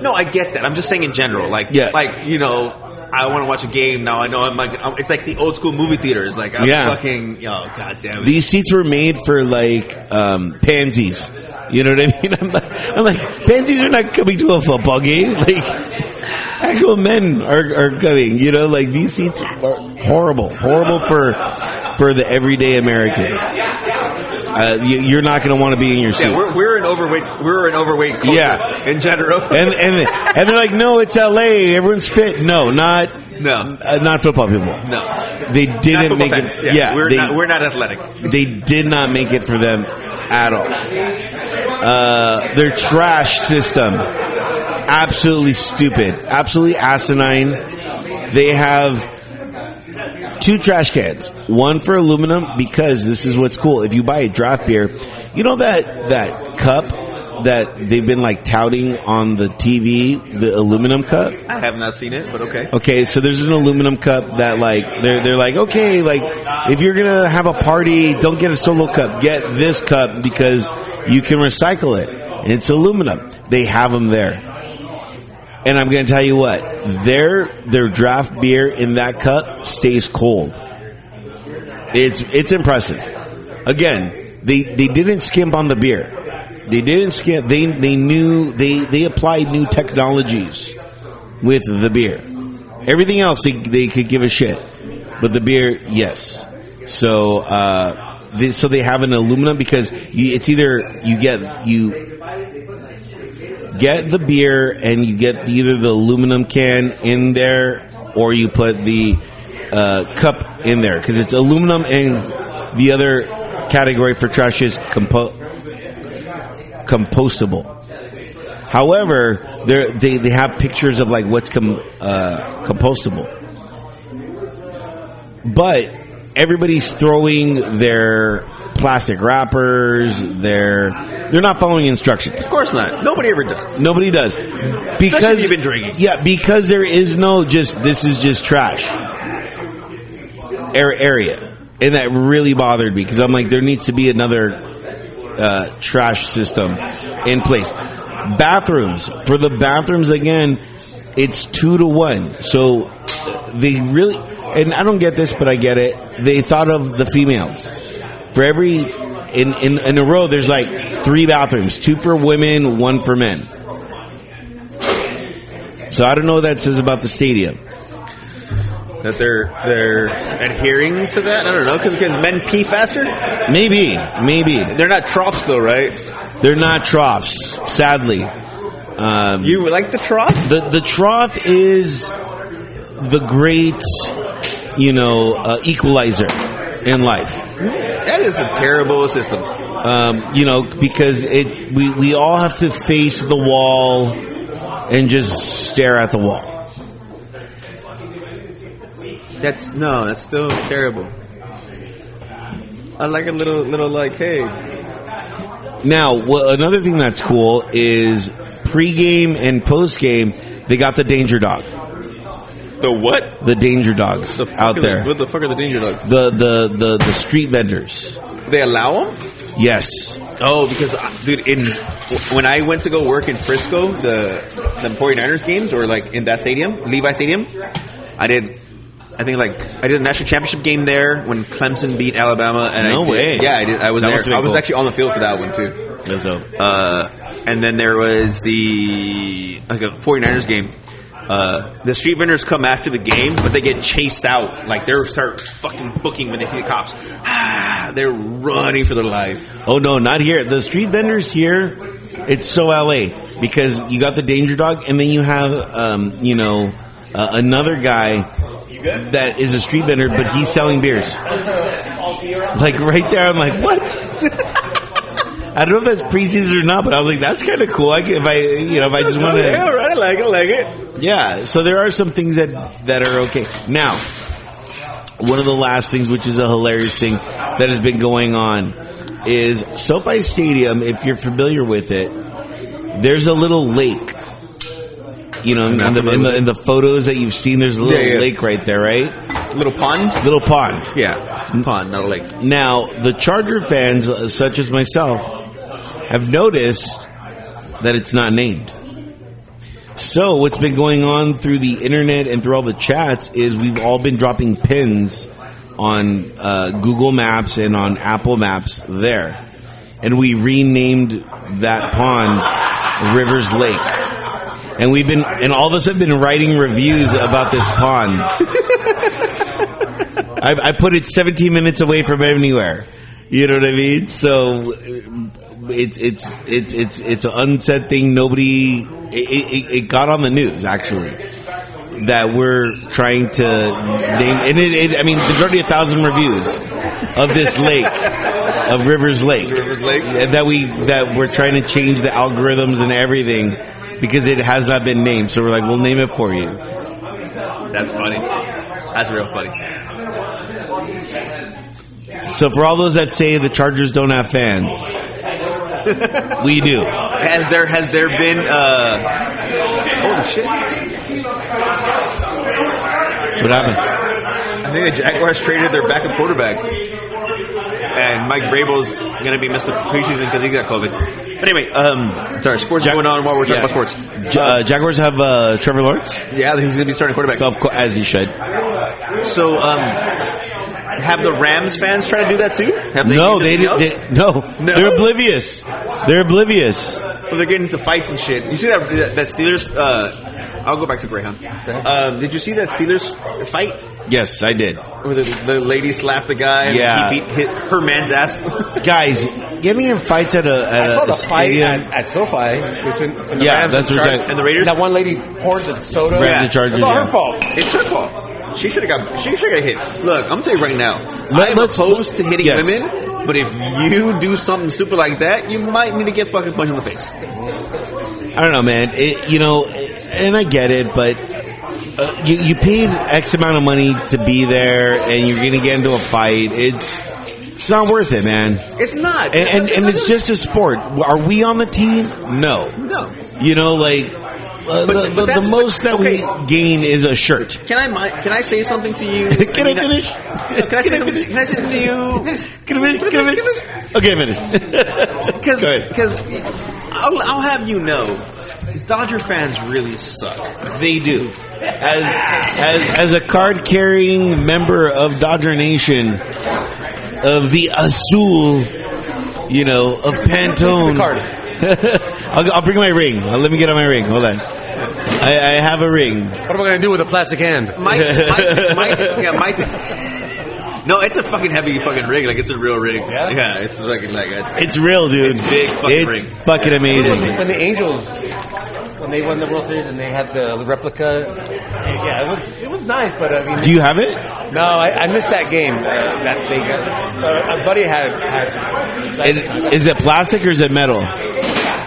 Speaker 2: No, I get that. I'm just saying in general, like,
Speaker 3: Yeah.
Speaker 2: like you know, I want to watch a game now. I know I'm like, I'm, it's like the old school movie theaters. Like, I'm
Speaker 3: Yeah.
Speaker 2: fucking, yo, god damn it.
Speaker 3: These seats were made for like um, pansies. You know what I mean? I'm like, I'm like, pansies are not coming to a football game. Like, actual men are, are coming. You know, like these seats are horrible, horrible for for the everyday American. Uh, you, you're not going to want to be in your seat.
Speaker 2: Yeah, we're, we're an overweight. We're an overweight culture
Speaker 3: Yeah.
Speaker 2: in general.
Speaker 3: and and and they're like, no, it's L.A. Everyone's fit. No, not
Speaker 2: No.
Speaker 3: uh, not football people.
Speaker 2: No.
Speaker 3: they
Speaker 2: Not football
Speaker 3: didn't make
Speaker 2: fans.
Speaker 3: it.
Speaker 2: Yeah,
Speaker 3: Yeah,
Speaker 2: we're,
Speaker 3: they,
Speaker 2: not, we're not athletic.
Speaker 3: they did not make it for them at all. Uh, their trash system, absolutely stupid, absolutely asinine. They have two trash cans, one for aluminum because this is what's cool. If you buy a draft beer, you know that that cup that they've been like touting on the TV, the aluminum cup.
Speaker 2: I have not seen it, but okay.
Speaker 3: Okay, so there's an aluminum cup that like they're they're like okay, like if you're gonna have a party, don't get a solo cup, get this cup because you can recycle it. And it's aluminum. They have them there, and I'm gonna tell you what their their draft beer in that cup stays cold. It's it's impressive. Again, they they didn't skimp on the beer. They didn't skimp. They they knew they they applied new technologies with the beer. Everything else they, they could give a shit, but the beer, yes. So uh, they, so they have an aluminum because you, it's either you get you get the beer and you get either the aluminum can in there or you put the uh, cup in there because it's aluminum and the other category for trash is compo- compostable. However, they're- they they have pictures of like what's com, uh, compostable, but everybody's throwing their plastic wrappers. They're they're not following instructions.
Speaker 2: Of course not. Nobody ever does.
Speaker 3: Nobody does because
Speaker 2: if you've been drinking.
Speaker 3: Yeah, because there is no just this is just trash Ar- area, and that really bothered me because I'm like there needs to be another uh, trash system in place. Bathrooms for the bathrooms again, it's two to one. So they really and I don't get this, but I get it. They thought of the females for every in in, in a row. There's like three bathrooms, two for women, one for men. So I don't know what that says about the stadium.
Speaker 2: That they're they're adhering to that. I don't know because men pee faster.
Speaker 3: Maybe, maybe
Speaker 2: They're not troughs though, right?
Speaker 3: they're not troughs. Sadly, um,
Speaker 2: You like the trough?
Speaker 3: the the trough is the great, you know, uh, equalizer in life.
Speaker 2: Hmm? That is a terrible system.
Speaker 3: Um, you know, because it we we all have to face the wall and just stare at the wall.
Speaker 2: That's no. That's still terrible. I like a little little like hey.
Speaker 3: Now, wha- another thing that's cool is pregame and postgame. They got the danger dog,
Speaker 2: The what?
Speaker 3: the danger dogs
Speaker 2: The fuck
Speaker 3: out
Speaker 2: are
Speaker 3: there.
Speaker 2: The, what the fuck are the danger dogs?
Speaker 3: the the the, the street vendors.
Speaker 2: They allow them?
Speaker 3: Yes.
Speaker 2: Oh, because uh, dude, in when I went to go work in Frisco, the the 49ers games or like in that stadium, Levi Stadium, I did. I think like I did a national championship game there when Clemson beat Alabama, and
Speaker 3: No
Speaker 2: I did-
Speaker 3: way.
Speaker 2: yeah, I did. I was
Speaker 3: That
Speaker 2: there.
Speaker 3: must've been
Speaker 2: I was
Speaker 3: cool.
Speaker 2: actually on the field for that one too.
Speaker 3: That's dope.
Speaker 2: Uh, and then there was the like a 49ers game. Uh, the street vendors come after the game, but they get chased out. Like they start fucking booking when they see the cops. Ah, they're running for their life.
Speaker 3: Oh no, not here. The street vendors here, it's so LA because you got the danger dog, and then you have um, you know uh, another guy that is a street vendor, but he's selling beers. Like right there, I'm like, what? I don't know if that's preseason or not, but I was like, that's kind of cool. I could, if I, you know, if I just want to,
Speaker 2: right, I like it, I like it.
Speaker 3: Yeah, so there are some things that that are okay. Now, one of the last things, which is a hilarious thing that has been going on, is SoFi Stadium. If you're familiar with it, there's a little lake. You know, in the, in the in the photos that you've seen, there's a little
Speaker 2: Yeah, yeah.
Speaker 3: lake right there, right?
Speaker 2: Little pond?
Speaker 3: Little pond.
Speaker 2: Yeah, it's a pond, not a lake.
Speaker 3: Now, the Charger fans, uh, such as myself, have noticed that it's not named. So, what's been going on through the internet and through all the chats is we've all been dropping pins on uh, Google Maps and on Apple Maps there. And we renamed that pond Rivers Lake. and we've been and all of us have been writing reviews about this pond. I, I put it 17 minutes away from anywhere. You know what I mean? So it's it's it's it's it's an unsaid thing. Nobody. It, it, it got on the news actually that we're trying to name, and it, it I mean, there's already a thousand reviews of this lake of Rivers Lake. Rivers Lake. That we that we're trying to change the algorithms and everything because it has not been named. So we're like, we'll name it for you.
Speaker 2: That's funny. That's real funny.
Speaker 3: So for all those that say the Chargers don't have fans, we do.
Speaker 2: Has there has there been uh, holy shit?
Speaker 3: What happened?
Speaker 2: I think the Jaguars traded their backup quarterback, and Mike Brable's going to be missed the preseason because he got COVID. But anyway, um, sorry, sports going on while we're talking
Speaker 3: Yeah.
Speaker 2: about sports.
Speaker 3: Ja- uh, Jaguars have uh, Trevor Lawrence,
Speaker 2: Yeah, he's going to be starting quarterback.
Speaker 3: of course, as he should.
Speaker 2: So, um, have the Rams fans try to do that too? Have
Speaker 3: no,
Speaker 2: do
Speaker 3: they
Speaker 2: something
Speaker 3: didn't.
Speaker 2: else?
Speaker 3: they- No,
Speaker 2: No?
Speaker 3: they're oblivious. They're oblivious.
Speaker 2: Well, they're getting into fights and shit. You see that that, that Steelers? Uh, I'll go back to Greyhound. Um, did you see that Steelers fight
Speaker 3: Yes, I did,
Speaker 2: where the, the lady slapped the guy? and
Speaker 3: Yeah.
Speaker 2: he beat hit her man's ass.
Speaker 3: guys. Getting in fights at a, at
Speaker 1: I saw
Speaker 3: a
Speaker 1: the fight
Speaker 3: stadium.
Speaker 1: at, at SoFi between and the
Speaker 3: Yeah,
Speaker 1: Rams
Speaker 3: that's
Speaker 1: and,
Speaker 3: what
Speaker 1: Chargers.
Speaker 3: that-
Speaker 2: and the Raiders?
Speaker 1: That one lady poured the soda.
Speaker 3: Rams and Chargers,
Speaker 1: It's all
Speaker 3: yeah.
Speaker 1: her fault.
Speaker 2: it's her fault. She should have got. She should have got hit. Look, I'm telling you right now.
Speaker 3: Let-
Speaker 2: I'm
Speaker 3: let's-
Speaker 2: opposed to hitting
Speaker 3: yes.
Speaker 2: women, but if you do something stupid like that, you might need to get fucking punched in the face.
Speaker 3: I don't know, man. It, you know, and I get it, but uh, you, you paid X amount of money to be there, and you're going to get into a fight. It's it's not worth it, man.
Speaker 2: It's not.
Speaker 3: And and, and it's just a sport. Are we on the team? No.
Speaker 2: No.
Speaker 3: You know, like uh,
Speaker 2: But-
Speaker 3: the,
Speaker 2: but
Speaker 3: the- the,
Speaker 2: that's-
Speaker 3: most
Speaker 2: but-
Speaker 3: that
Speaker 2: okay.
Speaker 3: we gain is a shirt.
Speaker 2: Can I mi- can I say something to you?
Speaker 3: Can I
Speaker 2: mean, uh,
Speaker 3: finish?
Speaker 2: Can I say something? Can I say something to you?
Speaker 3: Can I finish? Can I finish? Okay, finish.
Speaker 2: Because
Speaker 3: Go ahead.
Speaker 2: because I'll, I'll have you know, Dodger fans really suck.
Speaker 3: They do. As as as a card carrying member of Dodger Nation, of the Azul, you know, of Pantone.
Speaker 1: card.
Speaker 3: I'll, I'll bring my ring. Uh, let me get on my ring. Hold on. I, I have a ring.
Speaker 1: What am I going to do with a plastic hand?
Speaker 2: Mike, Mike, Mike, yeah, Mike. No, it's a fucking heavy fucking rig. Like it's a real rig. Yeah, it's fucking like it's.
Speaker 3: It's real, dude.
Speaker 2: It's big fucking
Speaker 3: It's
Speaker 2: ring.
Speaker 3: fucking amazing.
Speaker 1: When the Angels, when they won the World Series and they had the replica, yeah, it was it was nice, but I mean,
Speaker 3: Do you have it?
Speaker 1: no, I, I missed that game. Uh, that they got, uh, a buddy had, had
Speaker 3: it? Is it plastic or is it metal?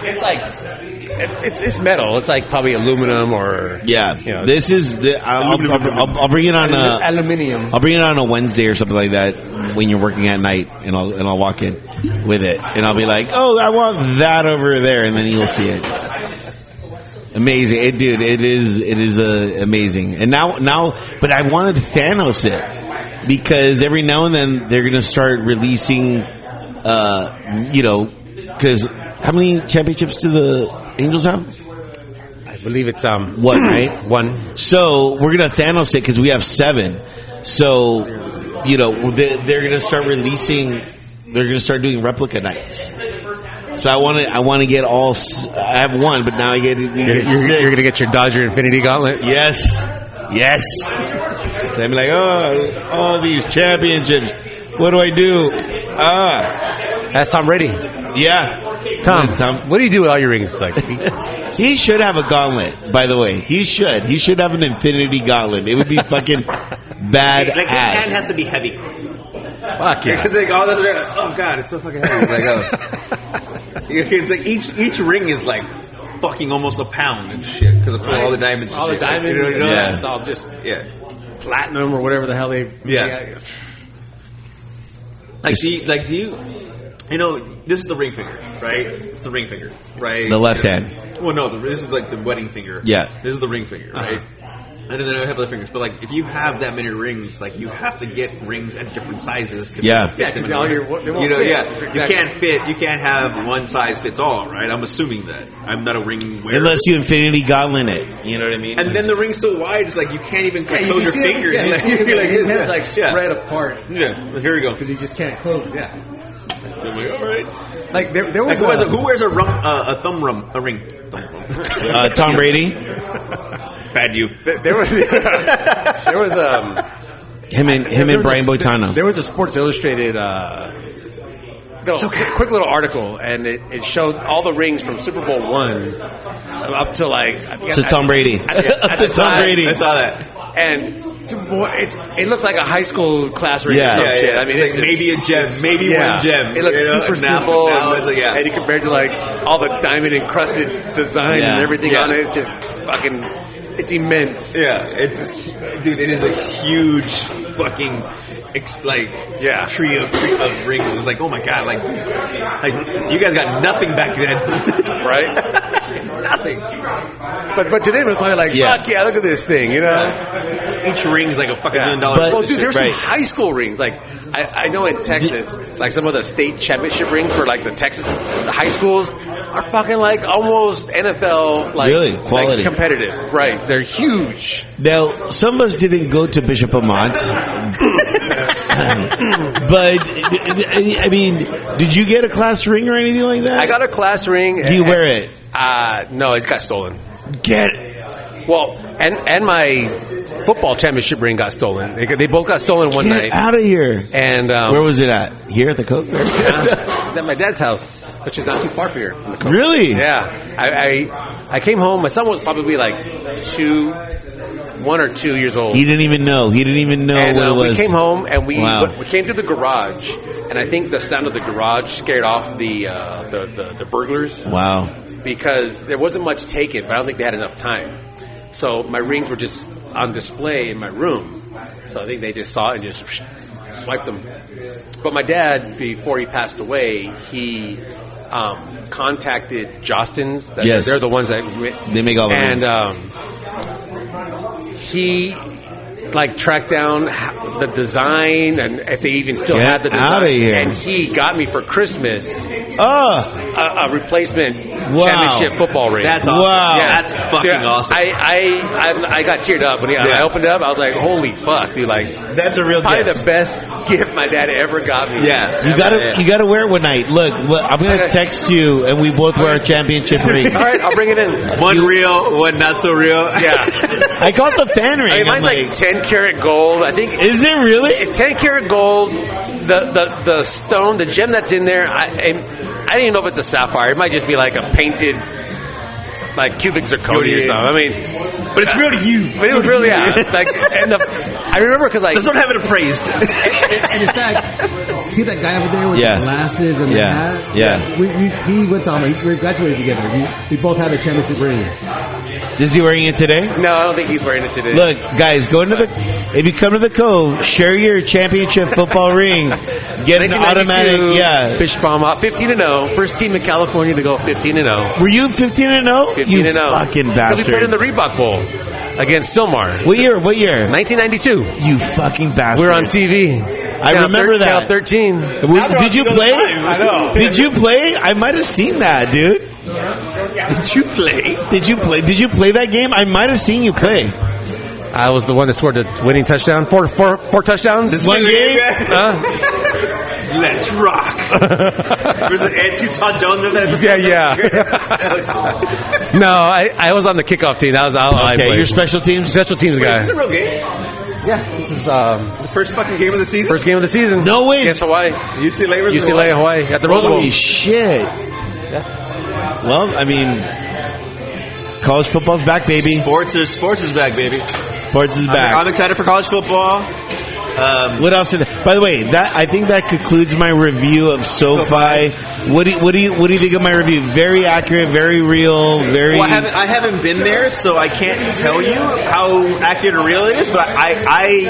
Speaker 1: it's like it, it's it's metal. It's like probably aluminum or
Speaker 3: Yeah.
Speaker 1: you know,
Speaker 3: This is. The, I'll, I'll, I'll, I'll bring it on. Uh,
Speaker 1: aluminium.
Speaker 3: I'll bring it on a Wednesday or something like that when you're working at night, and I'll and I'll walk in with it, and I'll be like, "Oh, I want that over there," and then you'll see it. Amazing, it, dude! It is it is uh, amazing, and now now, but I wanted to Thanos it because every now and then they're gonna start releasing, uh, you know, because how many championships do the Angels have?
Speaker 1: I believe it's um
Speaker 3: One, right?
Speaker 1: one.
Speaker 3: So we're gonna Thanos it because we have seven. So you know they, they're gonna start releasing. They're gonna start doing replica nights. So I want to. I want to get all. s- I have one, but now I get. You
Speaker 1: You're,
Speaker 3: get
Speaker 1: you're,
Speaker 3: six.
Speaker 1: you're gonna get your Dodger Infinity Gauntlet.
Speaker 3: Yes. Yes. So I'm like, oh, all these championships. What do I do? Ah,
Speaker 1: That's Tom Brady.
Speaker 3: yeah.
Speaker 1: Tom,
Speaker 3: Tom.
Speaker 1: what do you do with all your rings? Like
Speaker 3: He should have a gauntlet, by the way. He should. He should have an infinity gauntlet. It would be fucking bad
Speaker 2: Like this
Speaker 3: ass.
Speaker 2: hand has to be heavy.
Speaker 1: fuck yeah.
Speaker 2: It's like oh, that's oh god, it's so
Speaker 1: uh,
Speaker 2: fucking heavy. Like oh, it's like each each ring is like fucking almost a pound and shit because of all the diamonds. And
Speaker 1: all the
Speaker 2: shit.
Speaker 1: diamonds.
Speaker 2: You know, you know,
Speaker 3: Yeah.
Speaker 1: It's all just
Speaker 2: yeah.
Speaker 1: platinum or whatever the hell they.
Speaker 2: Yeah. Like, see, like, do you, you know, this is the ring finger, right? It's the ring finger, right?
Speaker 3: The left hand.
Speaker 2: Well, no, the, this is like the wedding finger.
Speaker 3: Yeah. Uh-huh.
Speaker 2: This is the ring finger, right? And then I have other fingers, but like, if you have that many rings, like, you have to get rings at different sizes to
Speaker 3: Yeah.
Speaker 2: fit
Speaker 1: Yeah, 'cause
Speaker 2: them in
Speaker 1: all
Speaker 2: the
Speaker 1: your-
Speaker 2: ring.
Speaker 1: they won't
Speaker 2: you know,
Speaker 1: fit.
Speaker 2: yeah, you
Speaker 1: Exactly.
Speaker 2: can't fit, you can't have one size fits all, right? I'm assuming that I'm not a ring wearer.
Speaker 3: Unless you Infinity Gauntlet it, you know what I mean.
Speaker 2: and then the ring's so wide, it's like you can't even close
Speaker 1: you
Speaker 2: your
Speaker 1: can see it.
Speaker 2: fingers.
Speaker 1: Yeah, you
Speaker 2: like,
Speaker 1: see it.
Speaker 2: you're like,
Speaker 1: His
Speaker 2: yeah.
Speaker 1: head's, like,
Speaker 2: Yeah.
Speaker 1: spread apart.
Speaker 2: Yeah, here we go.
Speaker 1: Because he just can't close. Yeah.
Speaker 2: I'm like, all right.
Speaker 6: Like there, there
Speaker 2: Like,
Speaker 6: was
Speaker 2: who, has a,
Speaker 6: a,
Speaker 2: who wears a rum, uh, a thumb rum, a ring? Thumb rum.
Speaker 3: Uh, Tom Brady,
Speaker 2: Bad you.
Speaker 4: There was there was um
Speaker 3: him and him and
Speaker 4: there was
Speaker 3: Brian
Speaker 4: a-
Speaker 3: Boitano.
Speaker 4: There was a Sports Illustrated uh, little, quick little article, and it, it showed all the rings from Super Bowl one up to like I think
Speaker 3: to
Speaker 4: at-
Speaker 3: Tom Brady.
Speaker 4: at the- at
Speaker 3: to
Speaker 4: the
Speaker 3: Tom
Speaker 4: time. uh,
Speaker 3: Brady.
Speaker 2: I saw that.
Speaker 4: and Super Bowl, it's it looks like a high school class ring
Speaker 3: Yeah.
Speaker 4: or some
Speaker 2: Yeah,
Speaker 4: shit.
Speaker 2: yeah.
Speaker 4: I mean,
Speaker 2: It's like maybe a gem, maybe
Speaker 4: yeah.
Speaker 2: one gem.
Speaker 4: It looks
Speaker 2: You know,
Speaker 4: super
Speaker 2: now-
Speaker 4: simple,
Speaker 2: now
Speaker 4: and,
Speaker 2: it's like, yeah.
Speaker 4: and you compared to like all the diamond encrusted design
Speaker 3: Yeah.
Speaker 4: and everything
Speaker 2: Yeah.
Speaker 4: on it, it's just fucking, it's immense.
Speaker 2: Yeah, it's dude. It is a huge fucking ex, like
Speaker 4: Yeah.
Speaker 2: tree of, tree of rings. It's like oh my god, like dude, like you guys got nothing back then,
Speaker 4: Right.
Speaker 2: nothing.
Speaker 4: But but today we're probably like,
Speaker 3: Yeah.
Speaker 4: fuck yeah, look at this thing, you know.
Speaker 2: Each ring's like a fucking
Speaker 4: Yeah.
Speaker 2: million dollar.
Speaker 3: But-
Speaker 4: well, dude, there's
Speaker 3: Right.
Speaker 4: some high school rings. Like, I, I know in Texas, like some of the state championship rings for like the Texas high schools are fucking like almost NFL like,
Speaker 3: Really?
Speaker 4: like,
Speaker 3: Quality.
Speaker 4: competitive. Right? They're huge.
Speaker 3: Now, some of us didn't go to Bishop Amant, but I mean, did you get a class ring or anything like that?
Speaker 4: I got a class ring.
Speaker 3: Do you wear it?
Speaker 4: Uh, no, it got stolen.
Speaker 3: Get
Speaker 4: Well, and and my football championship ring got stolen. They, they both got stolen one
Speaker 3: get
Speaker 4: night.
Speaker 3: out of here.
Speaker 4: And um,
Speaker 3: Where was it at? Here at the Coke?
Speaker 4: at my dad's house, which is not too far from here. from the coast.
Speaker 3: Really?
Speaker 4: Yeah, I, I I came home. My son was probably like two, one or two years old.
Speaker 3: He didn't even know. He didn't even know
Speaker 4: and
Speaker 3: what
Speaker 4: uh,
Speaker 3: it was.
Speaker 4: we came home and we
Speaker 3: Wow.
Speaker 4: we came to the garage, and I think the sound of the garage scared off the uh, the, the the burglars
Speaker 3: Wow.
Speaker 4: because there wasn't much taken, but I don't think they had enough time. So my rings were just on display in my room. So I think they just saw it and just swiped them. But my dad, before he passed away, he um, contacted Jostins. That-
Speaker 3: Yes.
Speaker 4: They're the ones that
Speaker 3: They make all the
Speaker 4: and
Speaker 3: rings.
Speaker 4: um, he like tracked down h- the design and if they even still
Speaker 3: Get
Speaker 4: had the design.
Speaker 3: outta here.
Speaker 4: And he got me for Christmas
Speaker 3: Oh,
Speaker 4: a, a replacement
Speaker 3: Wow.
Speaker 4: championship football ring.
Speaker 2: That's awesome.
Speaker 3: Wow.
Speaker 2: Yeah, that's fucking
Speaker 4: Dude,
Speaker 2: awesome.
Speaker 4: I I, I I got teared up when he, I
Speaker 2: Yeah.
Speaker 4: opened it up. I was like, "Holy fuck, dude!" Like
Speaker 3: that's a real
Speaker 4: probably the best gift my dad ever got me.
Speaker 2: yeah,
Speaker 3: You gotta,
Speaker 2: Yeah.
Speaker 3: you gotta wear it one night. Look, look I'm gonna
Speaker 4: Okay.
Speaker 3: text you, and we both wear our championship rings.
Speaker 4: All right, I'll bring it in.
Speaker 2: one real, one not so real.
Speaker 4: Yeah.
Speaker 3: I call it the fan ring.
Speaker 4: I mean,
Speaker 3: I'm
Speaker 4: mine's like,
Speaker 3: like,
Speaker 4: ten karat gold. I think
Speaker 3: is it really?
Speaker 4: it- ten karat gold. The, the the stone, the gem that's in there. I I, I don't even know if it's a sapphire. It might just be like a painted. Like cubic zirconia or something. I mean,
Speaker 2: but it's real to you.
Speaker 4: it was really yeah. Like, and the, I remember because like
Speaker 2: Let's not have it appraised.
Speaker 7: And in fact, see that guy over there with
Speaker 3: Yeah.
Speaker 7: the glasses and the
Speaker 3: Yeah.
Speaker 7: hat?
Speaker 3: Yeah.
Speaker 7: We, we, we went to Alma. We graduated together. We, we both had a championship ring.
Speaker 3: Is he wearing it today?
Speaker 4: No, I don't think he's wearing it today.
Speaker 3: Look, guys, go into the. If you come to the Cove, share your championship football ring. Get an
Speaker 4: 1992,
Speaker 3: automatic. Yeah.
Speaker 4: Fish Palm out 15 and 0. First team in California to go 15 and 0.
Speaker 3: Were you 15 and 0?
Speaker 4: 15
Speaker 3: you
Speaker 4: and oh. 0.
Speaker 3: fucking
Speaker 4: Because We played in the
Speaker 3: bastard.
Speaker 4: Reebok Bowl against Silmar.
Speaker 3: What year? What year?
Speaker 4: 1992.
Speaker 3: You fucking bastard.
Speaker 4: We were on TV.
Speaker 3: I
Speaker 4: Channel
Speaker 3: remember that.
Speaker 4: Channel 13.
Speaker 3: W- did you play?
Speaker 4: I know.
Speaker 3: Did you play? I might have seen that, dude.
Speaker 2: Did you play?
Speaker 3: Did you play? Did you play that game? I might have seen you play.
Speaker 4: I was the one that scored the winning touchdown. Four, four, four touchdowns.
Speaker 3: One game.
Speaker 2: Let's rock. There's an Ed Todd Jones remember that episode?
Speaker 4: Yeah, yeah. no, I, I was on the kickoff team. That was all I
Speaker 3: Okay,
Speaker 4: played.
Speaker 3: your special teams.
Speaker 4: special teams guy.
Speaker 2: Is this a real game?
Speaker 4: Yeah, this is um,
Speaker 2: The first fucking game of the season.
Speaker 4: first game of the season.
Speaker 3: No way.
Speaker 4: Against Hawaii.
Speaker 2: UCLA versus
Speaker 4: UCLA, Hawaii. At the Rose Bowl.
Speaker 3: Holy shit. Well, I mean, college football's back, baby.
Speaker 2: Sports is sports is back, baby.
Speaker 3: Sports is back.
Speaker 2: I'm excited for college football.
Speaker 3: What else? Did, by the way, that I think that concludes my review of SoFi. What do you, what do you what do you think of my review? Very accurate, very real, very.
Speaker 2: Well, I haven't I haven't been there, so I can't tell you how accurate or real it is. But I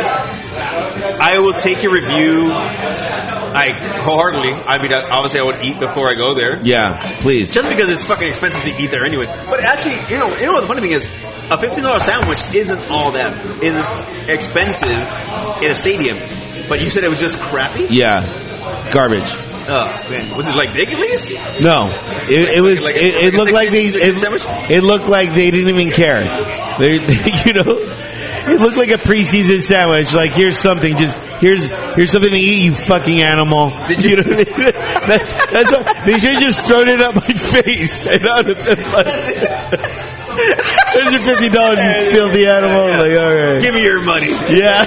Speaker 2: I I will take your review like wholeheartedly. I mean, obviously, I would eat before I go there.
Speaker 3: yeah, please.
Speaker 2: just because it's fucking expensive to eat there anyway. But actually, you know, you know what the funny thing is, a fifteen dollar sandwich isn't all that isn't expensive in a stadium. But you said it was just crappy.
Speaker 3: Yeah, garbage.
Speaker 2: Oh man, was it like big at least?
Speaker 3: No, it, it was.
Speaker 2: Like
Speaker 3: It,
Speaker 2: a-
Speaker 3: it
Speaker 2: like a
Speaker 3: looked like
Speaker 2: six-
Speaker 3: these. It,
Speaker 2: sandwich?
Speaker 3: it looked like they didn't even care. They, you know, It looked like a preseason sandwich. Like here's something. Just here's here's something to eat. You fucking animal. Did you? know what I mean? that's, that's why they should have just thrown it at my face. And I would have been like, here's your fifty dollars. You filthy animal. Like all right.
Speaker 2: Give me your money.
Speaker 3: Yeah.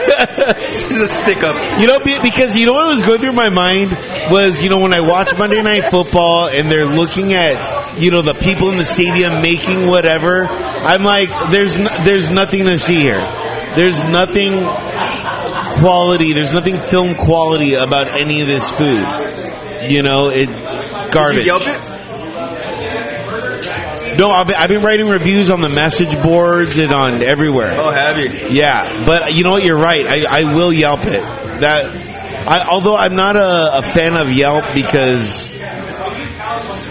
Speaker 2: This is a stick up.
Speaker 3: You know, be- because you know what was going through my mind was, you know, when I watch Monday Night Football and they're looking at, you know, the people in the stadium making whatever. I'm like, there's n there's nothing to see here. There's nothing quality. There's nothing film quality about any of this food. You know, it garbage.
Speaker 2: Yelp it.
Speaker 3: No, I've been, I've been writing reviews on the message boards and on everywhere.
Speaker 2: Oh, have you?
Speaker 3: Yeah, but you know what? You're right. I, I will Yelp it. That, I, although I'm not a, a fan of Yelp because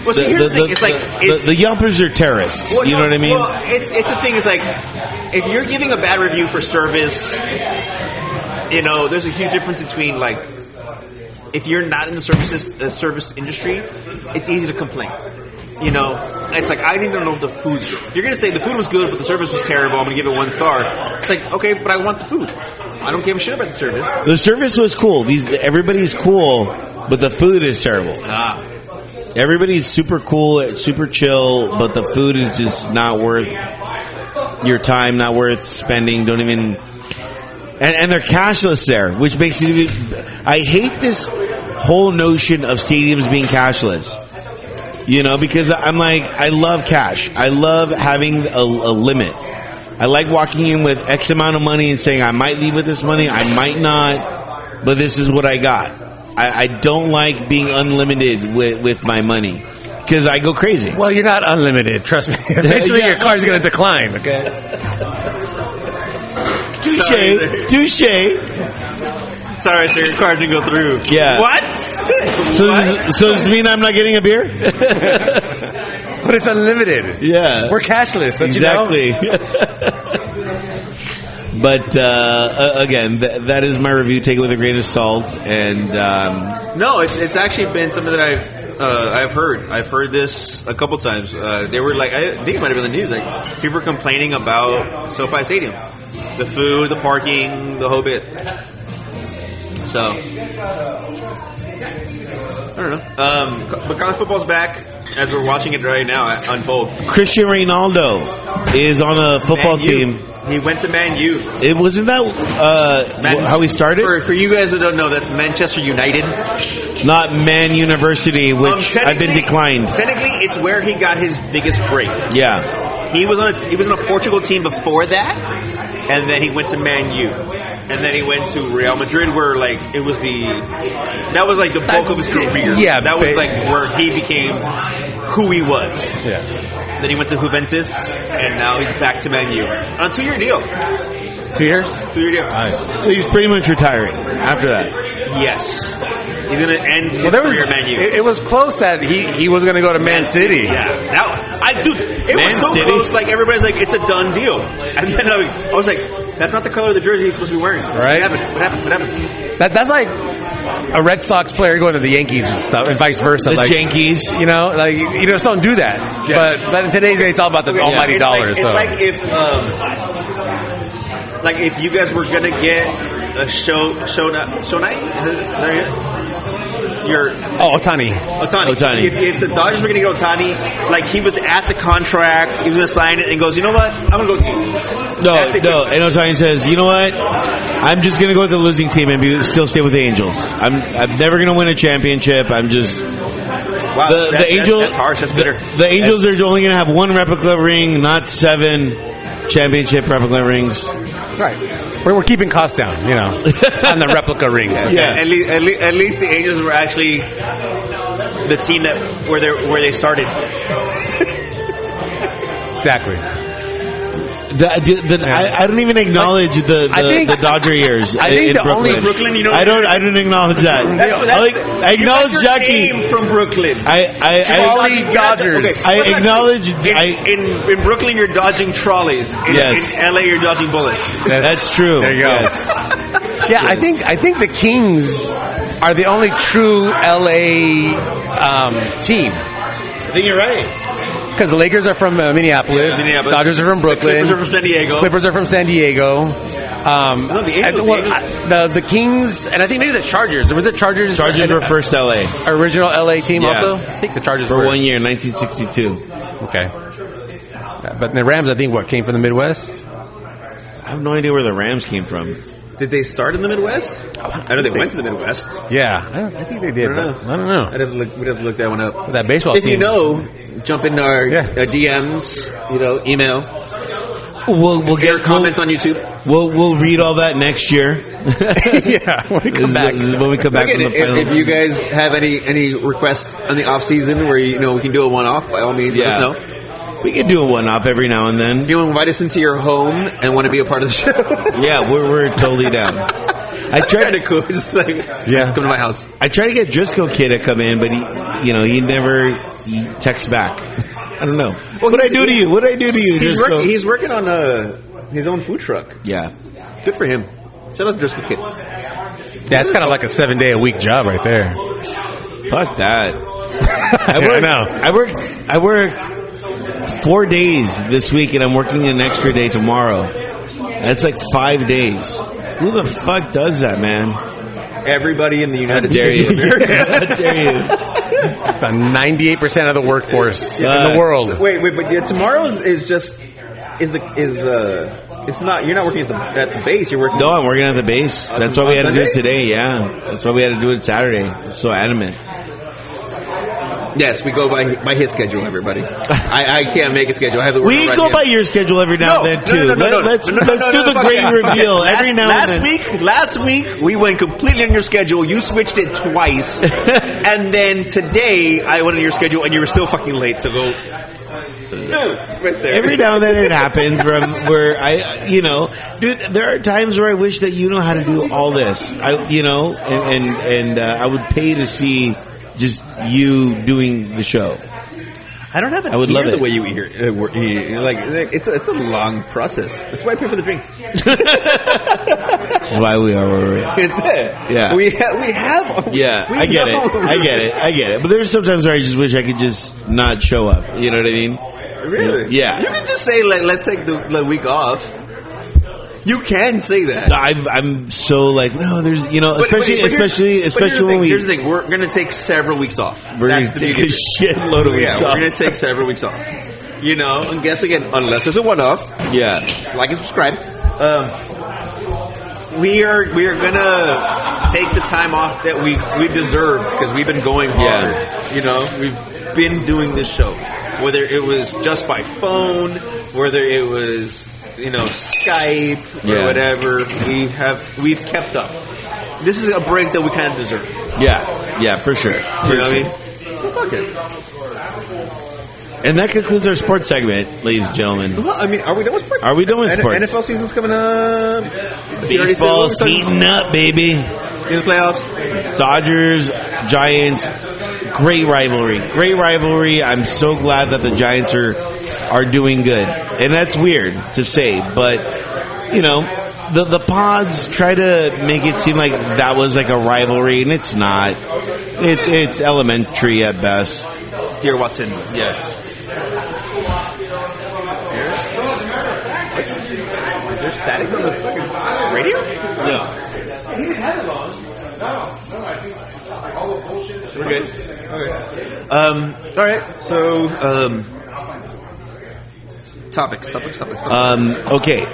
Speaker 2: Well, see,
Speaker 3: the,
Speaker 2: here's
Speaker 3: the,
Speaker 2: the, thing.
Speaker 3: the-
Speaker 2: it's like
Speaker 3: the-
Speaker 2: it's,
Speaker 3: the Yelpers are terrorists.
Speaker 2: Well,
Speaker 3: you know
Speaker 2: no,
Speaker 3: what I mean?
Speaker 2: Well, it's it's a thing. Is like if you're giving a bad review for service, you know, there's a huge difference between like if you're not in the services the service industry, it's easy to complain. You know, it's like I need to know if the food's good. If you're gonna say the food was good but the service was terrible, I'm gonna give it one star. It's like okay, but I want the food. I don't give a shit about the service.
Speaker 3: the service was cool. These everybody's cool, but the food is terrible.
Speaker 2: Ah,
Speaker 3: Everybody's super cool, super chill, but the food is just not worth your time, not worth spending. Don't even. And, and they're cashless there, which makes it. even- I hate this whole notion of stadiums being cashless. You know, because I'm like, I love cash. I love having a, a limit. I like walking in with X amount of money and saying, I might leave with this money, I might not, but this is what I got. I, I don't like being unlimited with, with my money because I go crazy.
Speaker 4: Well, you're not unlimited. Trust me. Eventually, your car's going to decline. Okay.
Speaker 2: Sorry,
Speaker 3: Touche, touche.
Speaker 2: sorry, sir, your card didn't go through.
Speaker 3: Yeah.
Speaker 2: What?
Speaker 3: So, does this- so does this mean I'm not getting a beer?
Speaker 4: But it's unlimited.
Speaker 3: Yeah.
Speaker 4: We're cashless. Don't You know?
Speaker 3: exactly. but uh, a- again, th- that is my review. Take it with a grain of salt. And um,
Speaker 2: No, it's it's actually been something that I've uh, I've heard. I've heard this a couple times. Uh, they were like, I think it might have been the news. Like people were complaining about SoFi Stadium, the food, the parking, the whole bit. So I don't know. Um, co- but college football's back as we're watching it right now unfold.
Speaker 3: Christian Reynaldo is on a football
Speaker 2: Man U.
Speaker 3: team.
Speaker 2: He went to Man U.
Speaker 3: It wasn't that uh,
Speaker 2: Man-
Speaker 3: how we started.
Speaker 2: For, for you guys that don't know, that's Manchester United.
Speaker 3: Not Man University, which
Speaker 2: Um,
Speaker 3: I've been
Speaker 2: technically-
Speaker 3: declined.
Speaker 2: Technically, it's where he got his biggest break.
Speaker 3: yeah.
Speaker 2: He was on a, he was on a Portugal team before that, and then he went to Man U, and then he went to Real Madrid, where like it was the that was like the bulk of his career.
Speaker 4: Yeah,
Speaker 2: that was
Speaker 4: ba-
Speaker 2: like where he became who he was.
Speaker 4: Yeah.
Speaker 2: Then he went to Juventus, and now he's back to Man U on a two-year deal.
Speaker 4: Two years.
Speaker 2: Two-year deal.
Speaker 3: So he's pretty much retiring after that.
Speaker 2: Yes, he's gonna end his
Speaker 4: Well, there was.
Speaker 2: career at Man U.
Speaker 4: It, it was close that he he was going to go to Man City.
Speaker 2: Yeah, that I dude, it
Speaker 3: Man
Speaker 2: was so
Speaker 3: City?
Speaker 2: close. Like everybody's like, it's a done deal, and then I, I was like, that's not the color of the jersey he's supposed to be wearing.
Speaker 4: Right.
Speaker 2: What happened? What happened? What happened?
Speaker 4: That that's like a Red Sox player going to the Yankees and stuff, and vice versa.
Speaker 3: The
Speaker 4: like,
Speaker 3: Yankees.
Speaker 4: You know, like you just don't do that.
Speaker 2: Yeah.
Speaker 4: But but in today's day, it's all about the almighty
Speaker 2: it's
Speaker 4: dollars. so.
Speaker 2: Like, it's like if, um, like if you guys were gonna get a show show night show night, there you your
Speaker 4: oh, Otani.
Speaker 2: Otani.
Speaker 3: Ohtani.
Speaker 2: If, if the Dodgers were gonna get Otani, like he was at the contract, he was gonna sign it, and goes, you know what, I'm gonna go. With the Yankees."
Speaker 3: No,
Speaker 2: That's the-
Speaker 3: no. And Otani says, you know what? I'm just going to go with the losing team and be, still stay with the Angels. I'm I'm never going to win a championship. I'm just
Speaker 2: Wow,
Speaker 3: the,
Speaker 2: that-
Speaker 3: the Angels.
Speaker 2: That's, that's harsh. That's bitter.
Speaker 3: The, the Angels are only going to have one replica ring, not seven championship replica rings.
Speaker 4: Right. We're, we're keeping costs down. You know, on the replica ring.
Speaker 3: Yeah.
Speaker 2: At, least, at, le- at least the Angels were actually the team that where they where they started.
Speaker 4: Exactly.
Speaker 3: The- the- the- I, I don't even acknowledge the, the,
Speaker 4: I think-
Speaker 3: the Dodger years.
Speaker 4: I think
Speaker 3: in
Speaker 4: the only
Speaker 3: Brooklyn.
Speaker 2: Brooklyn, you know-
Speaker 3: I don't. I don't acknowledge that.
Speaker 2: That's, that's,
Speaker 3: I, like- I
Speaker 2: you got
Speaker 3: acknowledge
Speaker 2: your name
Speaker 3: Jackie.
Speaker 2: from Brooklyn.
Speaker 3: I I, I,
Speaker 4: Trolley Dodgers.
Speaker 3: I acknowledge-
Speaker 2: In,
Speaker 3: I-
Speaker 2: in in Brooklyn, you're dodging trolleys. In,
Speaker 3: Yes.
Speaker 2: in LA, you're dodging bullets.
Speaker 3: that's true.
Speaker 4: There you go.
Speaker 3: Yes.
Speaker 4: Yeah, I think I think the Kings are the only true LA um, team.
Speaker 2: I think you're right.
Speaker 4: Because the Lakers are from uh, Minneapolis,
Speaker 2: Yeah, Minneapolis.
Speaker 4: Dodgers are from
Speaker 2: The Clippers
Speaker 4: Brooklyn,
Speaker 2: are from San Diego.
Speaker 4: Clippers are from San Diego. Um,
Speaker 2: No, the
Speaker 4: I-
Speaker 2: Angels-
Speaker 4: well,
Speaker 2: the Angels-
Speaker 4: I- the, the Kings, and I think maybe the Chargers. Were the Chargers?
Speaker 3: Chargers
Speaker 4: an
Speaker 3: were first LA
Speaker 4: original LA team.
Speaker 3: Yeah.
Speaker 4: Also, I think the Chargers
Speaker 3: for
Speaker 4: were
Speaker 3: one year, 1962.
Speaker 4: Okay. But the Rams, I think, what came from the Midwest?
Speaker 3: I have no idea where the Rams came from.
Speaker 2: Did they start in the Midwest? I know they went to the Midwest.
Speaker 4: Yeah, I, don't, I think they did.
Speaker 2: I don't
Speaker 4: but I don't know.
Speaker 2: I'd have to look, we'd have to look that one up.
Speaker 4: That baseball
Speaker 2: if you
Speaker 4: team.
Speaker 2: know, jump into our,
Speaker 4: Yeah.
Speaker 2: our DMs, you know, email,
Speaker 3: We'll we'll
Speaker 2: get
Speaker 3: get
Speaker 2: comments on YouTube.
Speaker 3: We'll we'll read all that next year.
Speaker 4: yeah, when we
Speaker 3: This
Speaker 4: come
Speaker 3: is-
Speaker 4: back.
Speaker 3: this is when we come back
Speaker 2: Again,
Speaker 3: from the final.
Speaker 2: if, if you guys have any any requests on the off season where you know we can do a one off, by all means, let us know.
Speaker 3: We can do a one off every now and
Speaker 2: If
Speaker 3: then.
Speaker 2: you invite us into your home and want to be a part of the show,
Speaker 3: Yeah, we're, we're totally down. I tried
Speaker 2: kind of
Speaker 3: to
Speaker 2: cool. It's just like, just come to my house.
Speaker 3: I tried to get Driscoll kid to come in, but he you know he never he texts back. I don't know. what did I
Speaker 2: he's-
Speaker 3: do to you? What did I do to you?
Speaker 2: He's,
Speaker 3: Driscoll?
Speaker 2: work, he's working on uh, his own food truck.
Speaker 3: yeah.
Speaker 2: Good for him. Shout out to Driscoll Kid.
Speaker 4: That's kind of like a seven day a week job right there.
Speaker 3: Fuck that. I
Speaker 4: Yeah, I
Speaker 3: work.
Speaker 4: know.
Speaker 3: I work. I work four days this week, and I'm working an extra day tomorrow. That's like five days. Who the fuck does that, man?
Speaker 2: Everybody in the
Speaker 3: How
Speaker 2: United
Speaker 3: dare you?
Speaker 2: States.
Speaker 3: How dare you?
Speaker 4: About 98% of the workforce
Speaker 3: Yeah.
Speaker 4: in the world.
Speaker 2: Wait, wait, but yeah, tomorrow's is just is the is uh it's not you're not working at the at the base. You're working.
Speaker 3: No, I'm working at the base. That's why we had to do it
Speaker 2: Sunday?
Speaker 3: today. Yeah, that's why we had to do it Saturday. I'm so adamant.
Speaker 2: Yes, we go by by his schedule. Everybody, I, I can't make a schedule. I have to work
Speaker 3: We
Speaker 2: around
Speaker 3: go
Speaker 2: him.
Speaker 3: by your schedule every now
Speaker 2: No,
Speaker 3: and then
Speaker 2: no,
Speaker 3: too.
Speaker 2: no, no,
Speaker 3: Let-
Speaker 2: no, no,
Speaker 3: let's
Speaker 2: no, no,
Speaker 3: let's
Speaker 2: no,
Speaker 3: do
Speaker 2: no,
Speaker 3: the
Speaker 2: fuck
Speaker 3: great
Speaker 2: that.
Speaker 3: reveal
Speaker 2: Okay,
Speaker 3: every
Speaker 2: last,
Speaker 3: now
Speaker 2: Last
Speaker 3: and then.
Speaker 2: week, last week we went completely on your schedule. You switched it twice, and then today I went on your schedule, and you were still fucking late. So go right there.
Speaker 3: Every now and then it happens where, I'm, where I, you know, dude, there are times where I wish that you know how to do all this. I, you know, and and, and uh, I would pay to see just you doing the show.
Speaker 2: I don't have an
Speaker 3: I would
Speaker 2: ear
Speaker 3: love
Speaker 2: the
Speaker 3: it.
Speaker 2: way you hear. Uh, wor- you- like it's a, it's a long process. That's why I pay for the drinks.
Speaker 3: That's why we are where we're at.
Speaker 2: It's there.
Speaker 3: Yeah.
Speaker 2: we ha- we have.
Speaker 3: Yeah,
Speaker 2: we
Speaker 3: I get
Speaker 2: know.
Speaker 3: it. I get it. I get it. But there's sometimes where I just wish I could just not show up. You know what I mean?
Speaker 2: Really?
Speaker 3: Yeah.
Speaker 2: You can just say like, let's take the the week off. You can say that.
Speaker 3: I've, I'm so like no, there's you know, especially
Speaker 2: here's-
Speaker 3: especially
Speaker 2: but here's the
Speaker 3: especially
Speaker 2: thing,
Speaker 3: when we
Speaker 2: Here's the thing: we're gonna take several weeks off.
Speaker 3: we're gonna
Speaker 2: That's the
Speaker 3: take a
Speaker 2: beauty of
Speaker 3: shitload of
Speaker 2: it.
Speaker 3: weeks
Speaker 2: Yeah,
Speaker 3: off.
Speaker 2: we're gonna take several weeks off. You know, and guess again, unless there's a one-off,
Speaker 3: yeah.
Speaker 2: like and subscribe. Um, we are we are gonna take the time off that we we deserved because we've been going hard. You know, we've been doing this show, whether it was just by phone, whether it was you know Skype or
Speaker 3: Yeah.
Speaker 2: whatever. We have we've kept up. This is a break that we kind of deserve.
Speaker 3: Yeah, yeah, for sure. For
Speaker 2: You know what I
Speaker 3: sure.
Speaker 2: mean? So fuck it.
Speaker 3: And that concludes our sports segment, ladies and gentlemen.
Speaker 2: Well, I mean, are we done with sports?
Speaker 3: Are we done with
Speaker 2: N-
Speaker 3: sports?
Speaker 2: NFL season's coming up. You already said what
Speaker 3: Baseball's
Speaker 2: we're talking-
Speaker 3: heating up, baby.
Speaker 2: in the playoffs.
Speaker 3: Dodgers, Giants, great rivalry. Great rivalry. I'm so glad that the Giants are are doing good. And that's weird to say, but you know, the the pods try to make it seem like that was like a rivalry and it's not. It's it's elementary at best.
Speaker 2: Dear Watson,
Speaker 3: Yes.
Speaker 2: Is there static on the fucking radio?
Speaker 3: Yeah.
Speaker 2: We're good. Okay. Um, all right. So, um, topics, topics, topics. topics.
Speaker 3: Um, okay.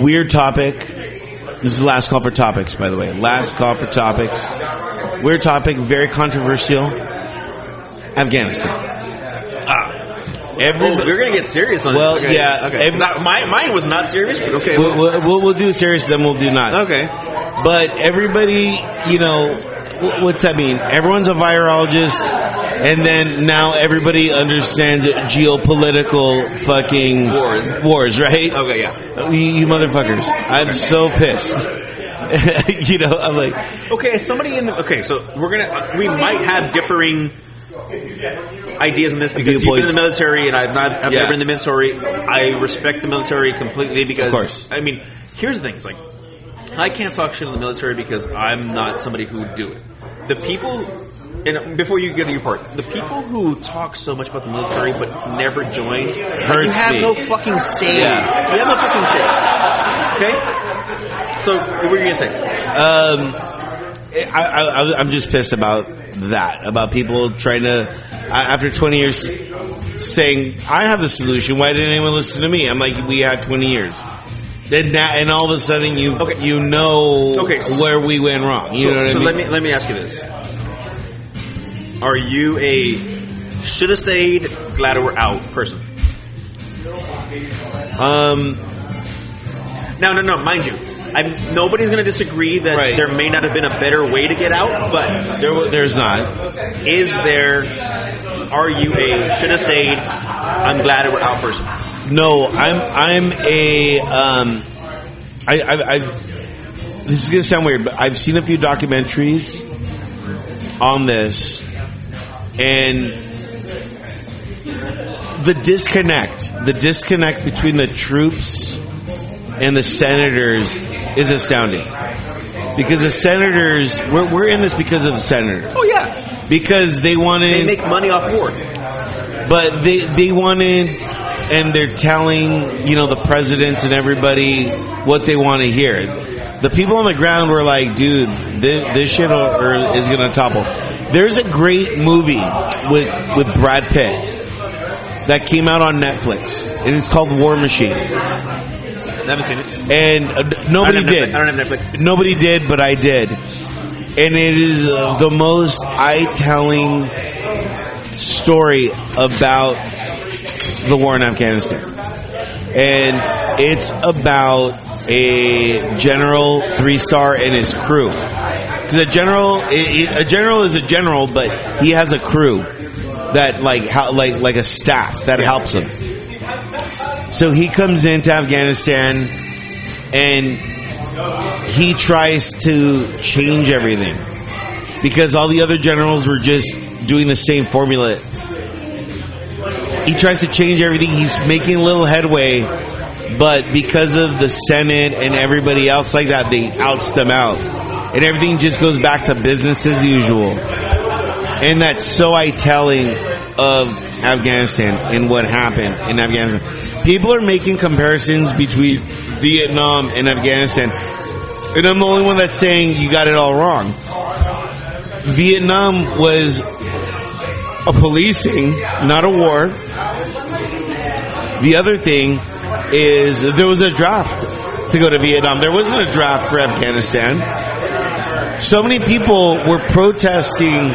Speaker 3: Weird topic. This is the last call for topics, by the way. Last call for topics. Weird topic, very controversial. Afghanistan. Ah.
Speaker 2: Oh,
Speaker 3: Everybody,
Speaker 2: we're gonna get serious on
Speaker 3: Well,
Speaker 2: this.
Speaker 3: yeah,
Speaker 2: Okay.
Speaker 3: every-
Speaker 2: Not- mine, mine was not serious, but okay.
Speaker 3: we'll, we'll, we'll, we'll do serious, then we'll do not.
Speaker 2: okay.
Speaker 3: But everybody, you know, wh- what's that mean? Everyone's a virologist, and then now everybody understands geopolitical fucking
Speaker 2: Wars.
Speaker 3: wars, right?
Speaker 2: Okay. Yeah.
Speaker 3: You, you motherfuckers. I'm so pissed. you know, I'm like,
Speaker 2: Okay. Somebody in the. Okay. So we're gonna. uh, we might have differing ideas on this because you've been in
Speaker 3: Viewpoints.
Speaker 2: the military and I've not. I've
Speaker 3: Yeah.
Speaker 2: never been in the military. I respect the military completely because.
Speaker 3: Of course.
Speaker 2: I mean, here's the thing. It's like I can't talk shit on the military because I'm not somebody who would do it. The people and before you get to your part, the people who talk so much about the military but never joined, like, you
Speaker 3: Hurts
Speaker 2: have
Speaker 3: me.
Speaker 2: no fucking say.
Speaker 3: Yeah.
Speaker 2: You have no fucking say. Okay. So what were you gonna say?
Speaker 3: Um, I, I, I- I'm just pissed about that. About people trying to, I- after 20 years, saying I have the solution. Why didn't anyone listen to me? I'm like, we had 20 years. Then that, and all of a sudden you
Speaker 2: Okay.
Speaker 3: you know
Speaker 2: Okay, s-
Speaker 3: where we went wrong. You
Speaker 2: so
Speaker 3: know what I
Speaker 2: so
Speaker 3: mean?
Speaker 2: let me let me ask you this: Are you a should have stayed, glad we're out person?
Speaker 3: um,
Speaker 2: No, no, no. Mind you, I'm, nobody's going to disagree that
Speaker 3: Right.
Speaker 2: there may not have been a better way to get out. But
Speaker 3: there, wa- there's not.
Speaker 2: is there? Are you a should have stayed? I'm glad it we're out person.
Speaker 3: No, I'm I'm a um, I, I, I this is gonna sound weird, but I've seen a few documentaries on this, and the disconnect, the disconnect between the troops and the senators is astounding. Because the senators, we're, we're in this because of the senators.
Speaker 2: Oh yeah,
Speaker 3: Because they wanted
Speaker 2: they make money off war.
Speaker 3: but they they wanted, and they're telling you know the presidents and everybody what they want to hear. The people on the ground were like, "Dude, this, this shit will- or is going to topple." There's a great movie with with Brad Pitt that came out on Netflix, and it's called War Machine.
Speaker 2: Never seen it.
Speaker 3: And uh, d- nobody
Speaker 2: I don't have
Speaker 3: did.
Speaker 2: Netflix. I don't have Netflix.
Speaker 3: Nobody did, but I did. And it is uh, the most eye-telling story about the war in Afghanistan. And it's about a general three-star and his crew. Because a general, i- i- a general is a general, but he has a crew that like how, like like a staff that helps him. So he comes into Afghanistan and he tries to change everything because all the other generals were just doing the same formula. He tries to change everything. He's making a little headway, but because of the Senate and everybody else like that, they outs them out. And everything just goes back to business as usual. And that's so eye telling of Afghanistan and what happened in Afghanistan. People are making comparisons between Vietnam and Afghanistan. And I'm the only one that's saying you got it all wrong. Vietnam was a policing, not a war. The other thing is there was a draft to go to Vietnam. There wasn't a draft for Afghanistan so many people were protesting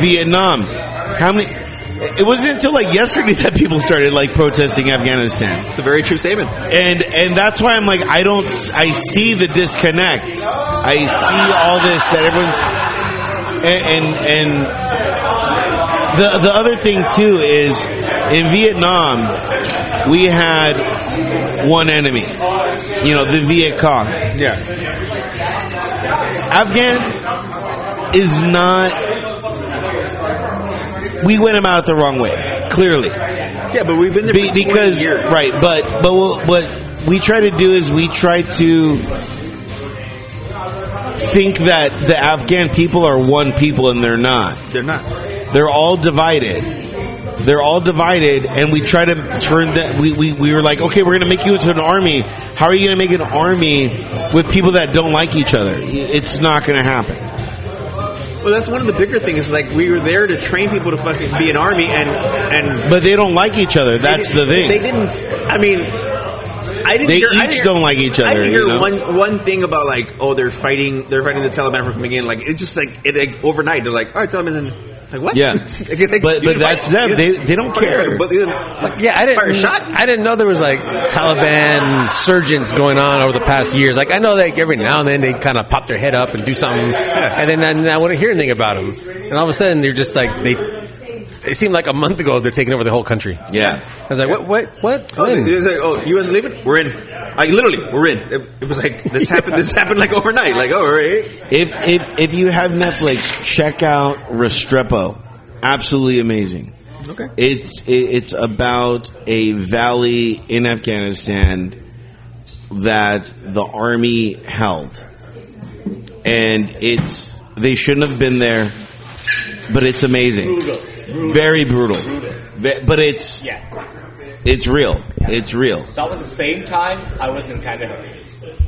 Speaker 3: Vietnam. How many? It wasn't until like yesterday that people started like protesting Afghanistan
Speaker 2: It's a very true statement.
Speaker 3: and and that's why I'm like I don't I see the disconnect. I see all this that everyone's and and, and the the other thing too is in Vietnam we had one enemy, you know the Viet Cong. Yeah, Afghan is not. We went him out the wrong way, clearly.
Speaker 2: Yeah, but we've been there
Speaker 3: Be-
Speaker 2: for 20
Speaker 3: because
Speaker 2: years.
Speaker 3: right, but but what, what we try to do is we try to think that the Afghan people are one people and they're not.
Speaker 2: They're not.
Speaker 3: They're all divided. They're all divided, and we try to turn that. We, we, we were like, okay, we're going to make you into an army. How are you going to make an army with people that don't like each other? It's not going to happen.
Speaker 2: Well, that's one of the bigger things. Is like we were there to train people to fucking be an army, and and
Speaker 3: But they don't like each other. That's
Speaker 2: They
Speaker 3: the
Speaker 2: didn't-
Speaker 3: thing.
Speaker 2: They didn't. I mean, I didn't.
Speaker 3: They
Speaker 2: hear, I didn't
Speaker 3: each
Speaker 2: hear-
Speaker 3: don't like each
Speaker 2: I
Speaker 3: other,
Speaker 2: didn't hear
Speaker 3: you know?
Speaker 2: one one thing about like oh they're fighting they're fighting the Taliban from coming in like it's just like it like, overnight they're like all right Taliban's in like what
Speaker 3: Yeah.
Speaker 2: Like, they-
Speaker 3: But-
Speaker 2: you
Speaker 3: but
Speaker 2: can
Speaker 3: that's
Speaker 2: fight.
Speaker 3: them.
Speaker 2: You
Speaker 3: They-
Speaker 2: can-
Speaker 3: they don't
Speaker 2: fucking
Speaker 3: care.
Speaker 2: hurt, But, you know, like,
Speaker 4: Yeah, I didn't.
Speaker 2: fire a shot.
Speaker 4: I didn't know there was like Taliban surgeons going on over the past years. Like I know, like every now and then they kind of pop their head up and do something, and then and I wouldn't hear anything about them. And all of a sudden, they're just like they. It seemed like a month ago they're taking over the whole country.
Speaker 2: yeah.
Speaker 4: I was like, what, what, what?
Speaker 2: Oh, they,
Speaker 4: When?
Speaker 2: they was like, oh, U.S. leaving? We're in. Like literally, we're in. It, it was like this happened. This happened like overnight. Like, oh, all right.
Speaker 3: If if if you have Netflix, check out Restrepo. Absolutely amazing.
Speaker 2: Okay.
Speaker 3: It's it, it's about a valley in Afghanistan that the army held, and it's they shouldn't have been there. but it's amazing. Very brutal. Ve- But it's
Speaker 7: Yeah.
Speaker 3: it's real. It's real.
Speaker 7: That was the same time I was in Kandahar.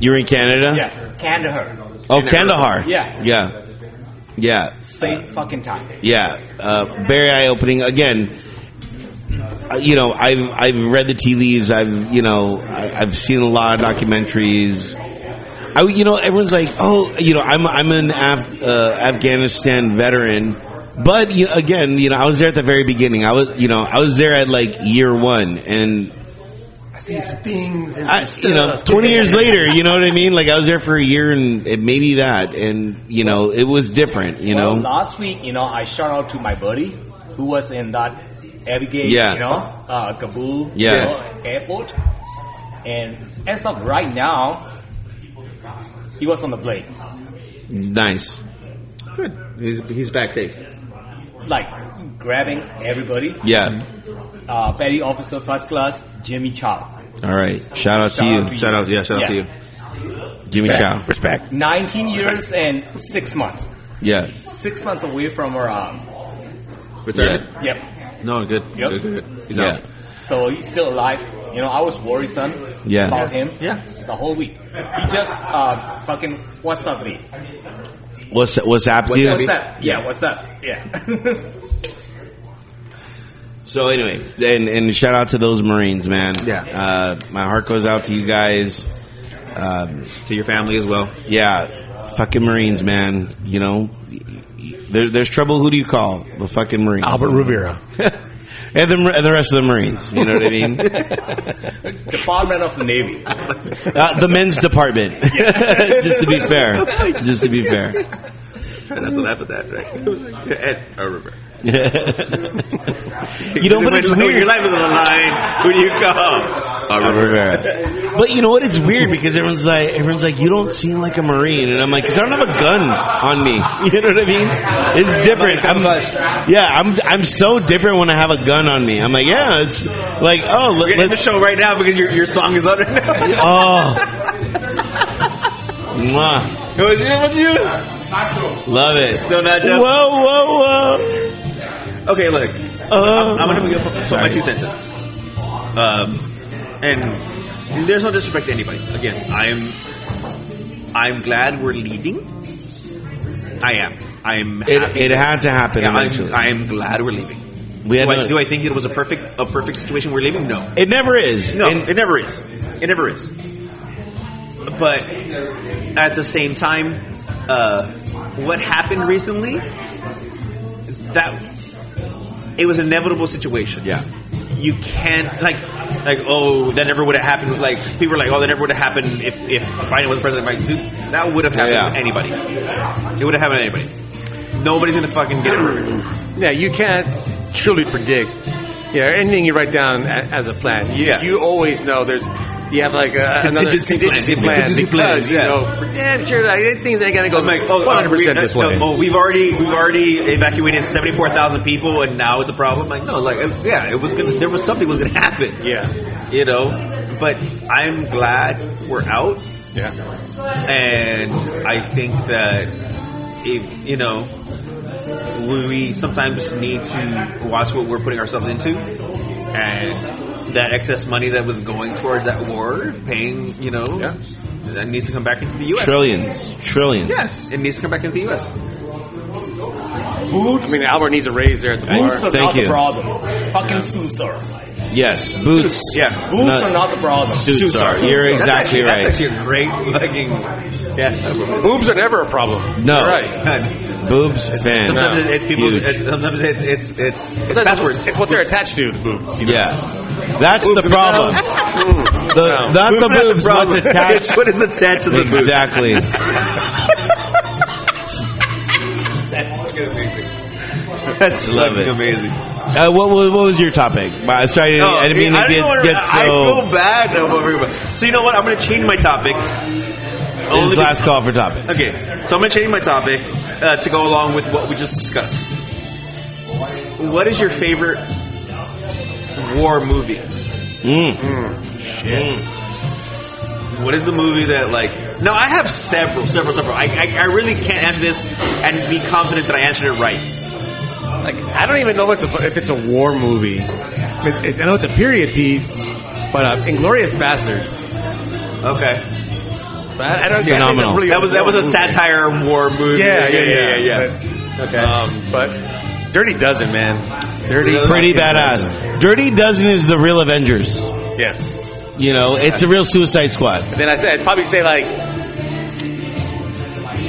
Speaker 3: You're in Canada?
Speaker 7: Yeah, Kandahar.
Speaker 3: Oh, Kandahar.
Speaker 7: Yeah.
Speaker 3: Yeah. Yeah.
Speaker 7: Same fucking time.
Speaker 3: Yeah, uh, very eye opening. Again, uh, you know, I've I've read the tea leaves. I've you know, I, I've seen a lot of documentaries. I, you know, everyone's like, oh, you know, I'm I'm an Af- uh, Afghanistan veteran, but you know, again, you know, I was there at the very beginning. I was, you know, I was there at like year one, and
Speaker 1: I see some things and
Speaker 3: I, you know, 20 years later, you know what I mean? Like I was there for a year and, and maybe that, and you know, it was different. You
Speaker 7: Well,
Speaker 3: know,
Speaker 7: last week, you know, I shout out to my buddy who was in that Abigail,
Speaker 3: Yeah.
Speaker 7: you know, uh, Kabul
Speaker 3: Yeah.
Speaker 7: you know, airport. And as of right now, he was on the plane.
Speaker 3: nice.
Speaker 2: Good. He's, he's back safe.
Speaker 7: Like, grabbing everybody.
Speaker 3: Yeah.
Speaker 7: Uh, petty officer first class, Jimmy Chow.
Speaker 3: All right. Shout out to you.
Speaker 2: Shout out, yeah, shout out to you.
Speaker 3: Jimmy Chow. Respect.
Speaker 7: 19 years and 6 months.
Speaker 3: Yeah.
Speaker 7: 6 months away from her um,
Speaker 2: Retired?
Speaker 7: Yep.
Speaker 2: No, good.
Speaker 7: Yep.
Speaker 2: Good, good, good. He's
Speaker 3: Yeah.
Speaker 2: out.
Speaker 7: So he's still alive. You know, I was worrisome
Speaker 3: Yeah.
Speaker 7: about him
Speaker 2: Yeah.
Speaker 7: the whole week. He just uh, fucking, what's up, me?
Speaker 3: What's what's happening?
Speaker 7: What's up? Yeah, what's up? Yeah.
Speaker 3: So anyway, and and shout out to those Marines, man.
Speaker 2: Yeah.
Speaker 3: Uh, my heart goes out to you guys. Um,
Speaker 2: To your family as well.
Speaker 3: yeah. Fucking Marines, man. You know, there, there's trouble. Who do you call? The fucking Marines.
Speaker 4: Albert Rivera.
Speaker 3: and the and the rest of the Marines. You know what I mean?
Speaker 7: Department of the Navy.
Speaker 3: uh, the men's department. just to be fair. Just to be fair.
Speaker 2: Try not to laugh at that, right? Ed, I remember.
Speaker 3: You know, but it's
Speaker 2: When
Speaker 3: weird.
Speaker 2: Your life is on the line. Who do you call?
Speaker 3: Albert Rivera. But you know what? It's weird because everyone's like, everyone's like, you don't seem like a Marine, and I'm like, 'Cause I don't have a gun on me. You know what I mean? It's different. I'm, yeah, I'm, I'm so different when I have a gun on me. I'm like, yeah, it's like, oh,
Speaker 2: We're
Speaker 3: let,
Speaker 2: gonna end the
Speaker 3: let's,
Speaker 2: show right now because your, your song is on right now.
Speaker 3: oh, Mwah.
Speaker 2: What's your- what's your-
Speaker 3: love it.
Speaker 2: Still
Speaker 3: Whoa,
Speaker 2: nacho?
Speaker 3: whoa, whoa.
Speaker 2: Okay, look.
Speaker 3: Uh,
Speaker 2: I'm gonna go put my two cents in. Um, and there's no disrespect to anybody. Again, I'm I'm glad we're leaving. I am. I'm. happy.
Speaker 3: it, it had to happen
Speaker 2: Yeah,
Speaker 3: eventually.
Speaker 2: I'm, I am glad we're leaving.
Speaker 3: We had
Speaker 2: do, I,
Speaker 3: no-
Speaker 2: do I think it was a perfect a perfect situation we're leaving? No,
Speaker 3: it never is.
Speaker 2: no,
Speaker 3: And-
Speaker 2: it never is. It never is. But at the same time, uh, what happened recently? That it was an inevitable situation.
Speaker 3: yeah.
Speaker 2: you can't like like oh that never would have happened. Like people were like oh that never would have happened if if Biden was president. Like dude, that would have happened
Speaker 3: Yeah.
Speaker 2: to anybody. It would have happened to anybody. Nobody's gonna fucking get it perfect.
Speaker 1: Yeah, you can't truly predict. Yeah, anything you write down a, as a plan. You,
Speaker 2: Yeah.
Speaker 1: you always know there's. You have like a
Speaker 2: Contingency
Speaker 1: another contingency
Speaker 2: plan.
Speaker 1: plan
Speaker 2: Contingency
Speaker 1: because
Speaker 2: plans,
Speaker 1: you
Speaker 2: yeah.
Speaker 1: know for damn sure like, things ain't gonna go
Speaker 2: I'm like, oh,
Speaker 1: 100 percent
Speaker 2: we-
Speaker 1: this way.
Speaker 2: no, oh, we've already we've already evacuated seventy four thousand people, and now it's a problem. Like, no, like, uh, yeah, it was gonna. There was something was gonna happen.
Speaker 1: Yeah.
Speaker 2: you know. But I'm glad we're out,
Speaker 1: Yeah,
Speaker 2: and I think that if you know, we sometimes need to watch what we're putting ourselves into, and that excess money that was going towards that war, paying, you know,
Speaker 1: Yeah.
Speaker 2: that needs to come back into the U.S.
Speaker 3: Trillions. Trillions.
Speaker 2: Yeah, it needs to come back into the U.S. oh,
Speaker 1: I mean Albert needs a raise there at the bar.
Speaker 7: Boots are
Speaker 3: Thank
Speaker 7: not
Speaker 3: you.
Speaker 7: the problem. Fucking suits are.
Speaker 3: Yes. Boots.
Speaker 2: Yeah,
Speaker 7: Boots
Speaker 3: No.
Speaker 7: are not the problem.
Speaker 3: Suits are. You're
Speaker 2: That's
Speaker 3: exactly
Speaker 2: actually-
Speaker 3: right.
Speaker 2: That's actually a great fucking. Yeah.
Speaker 1: Boobs are never a problem.
Speaker 3: No.
Speaker 1: You're right.
Speaker 3: Boobs. Fan.
Speaker 2: Sometimes
Speaker 1: No.
Speaker 2: it's people's.
Speaker 3: Huge.
Speaker 2: It's, sometimes it's it's it's, it's
Speaker 1: That's
Speaker 2: passwords.
Speaker 1: what, it's what they're attached to. The boobs. You know?
Speaker 3: Yeah. That's the problem. The, Not the
Speaker 2: That's
Speaker 3: boobs, but
Speaker 2: problem.
Speaker 3: the attached.
Speaker 2: It's what is attached to the boob.
Speaker 3: Exactly.
Speaker 2: That's
Speaker 3: Love it.
Speaker 2: fucking amazing.
Speaker 3: Uh, what, wa- what was your topic? I'm sorry,
Speaker 2: No,
Speaker 3: I didn't mean
Speaker 2: I
Speaker 3: to
Speaker 2: don't know
Speaker 3: get,
Speaker 2: what-
Speaker 3: get
Speaker 2: I
Speaker 3: so.
Speaker 2: feel bad over everybody. So you know what? I'm going to change my topic.
Speaker 3: This
Speaker 2: Only
Speaker 3: is last call for topic.
Speaker 2: Okay, so I'm going to change my topic uh, to go along with what we just discussed. What is your favorite war movie? Mm, Shit. What is the movie that, like. No, I have several, several, several. I, I, I really can't answer this and be confident that I answered it right.
Speaker 1: Like I don't even know if it's a, if it's a war movie. It, it, I know it's a period piece, but uh, Inglorious Bastards.
Speaker 2: Okay.
Speaker 1: But I, I don't. I
Speaker 2: Phenomenal.
Speaker 1: think it's a really
Speaker 2: that was that was a
Speaker 1: war movie.
Speaker 2: satire war movie.
Speaker 1: Yeah, yeah, yeah,
Speaker 2: yeah,
Speaker 1: okay. Um, but Dirty Dozen, man. Dirty,
Speaker 3: Pretty
Speaker 1: fucking
Speaker 3: badass. Dirty Dozen is the real Avengers.
Speaker 1: Dozen. Yes.
Speaker 3: You know, it's a real Suicide Squad.
Speaker 1: Then I said, I'd probably say like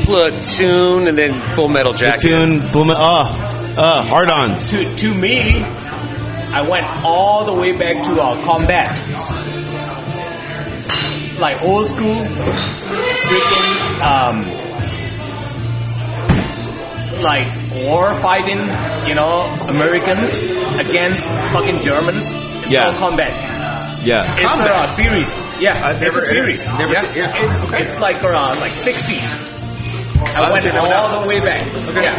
Speaker 1: Platoon, and then Full Metal Jacket.
Speaker 3: Platoon, Full Me- oh, uh, hard ons.
Speaker 7: To, to me, I went all the way back to uh, combat. Like old school, freaking, um, like war fighting, you know, Americans against fucking Germans. It's
Speaker 2: Yeah.
Speaker 7: called combat.
Speaker 2: yeah.
Speaker 7: It's a uh, series. Yeah,
Speaker 2: I've
Speaker 7: it's
Speaker 2: never-
Speaker 7: a series.
Speaker 2: never
Speaker 7: yeah.
Speaker 2: seen- yeah.
Speaker 7: It's, it's like around like 60s. I went all the way back. Yeah.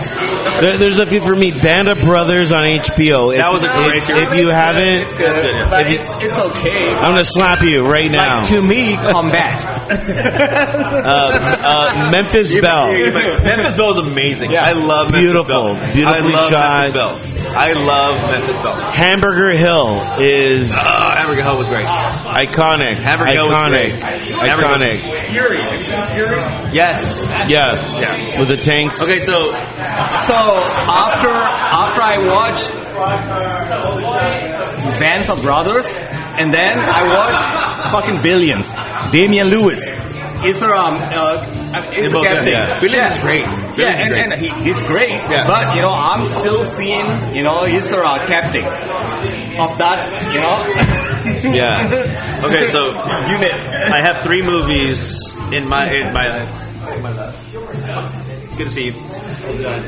Speaker 3: There, there's a few for me. Band of Brothers on HBO. If,
Speaker 2: That was a great
Speaker 3: if,
Speaker 2: series.
Speaker 3: if you haven't,
Speaker 7: it's good.
Speaker 2: That's good, yeah.
Speaker 7: But
Speaker 3: If you-
Speaker 7: it's, it's okay.
Speaker 3: I'm gonna slap you right now.
Speaker 7: Like to me, combat.
Speaker 3: uh, Memphis Belle.
Speaker 2: Memphis Bell is amazing.
Speaker 7: Yeah.
Speaker 2: I love Memphis
Speaker 3: Beautiful.
Speaker 2: Belle.
Speaker 3: Beautifully
Speaker 2: I love
Speaker 3: shot.
Speaker 2: Memphis Bell. I love Memphis Bell.
Speaker 3: Hamburger Hill is
Speaker 2: Oh, Hamburger Hill was great.
Speaker 3: iconic.
Speaker 2: Hamburger Hill was
Speaker 3: iconic.
Speaker 2: great. Hamburger-
Speaker 3: Iconic.
Speaker 2: Yes.
Speaker 3: Yeah.
Speaker 2: Yeah.
Speaker 3: With the tanks.
Speaker 2: Okay, so
Speaker 7: So after after I watched Bands of Brothers, and then I watched fucking Billions. Damian Lewis. It's a um, uh, it's
Speaker 2: both good,
Speaker 7: a captain.
Speaker 2: yeah. Billions is great. Billions
Speaker 7: yeah,
Speaker 2: is
Speaker 7: and,
Speaker 2: great.
Speaker 7: and he, he's great.
Speaker 2: Yeah.
Speaker 7: But you know, I'm still seeing you know he's a uh, captain of that you know
Speaker 2: Yeah. Okay, so
Speaker 7: unit.
Speaker 2: I have three movies in my in my. Good to see you.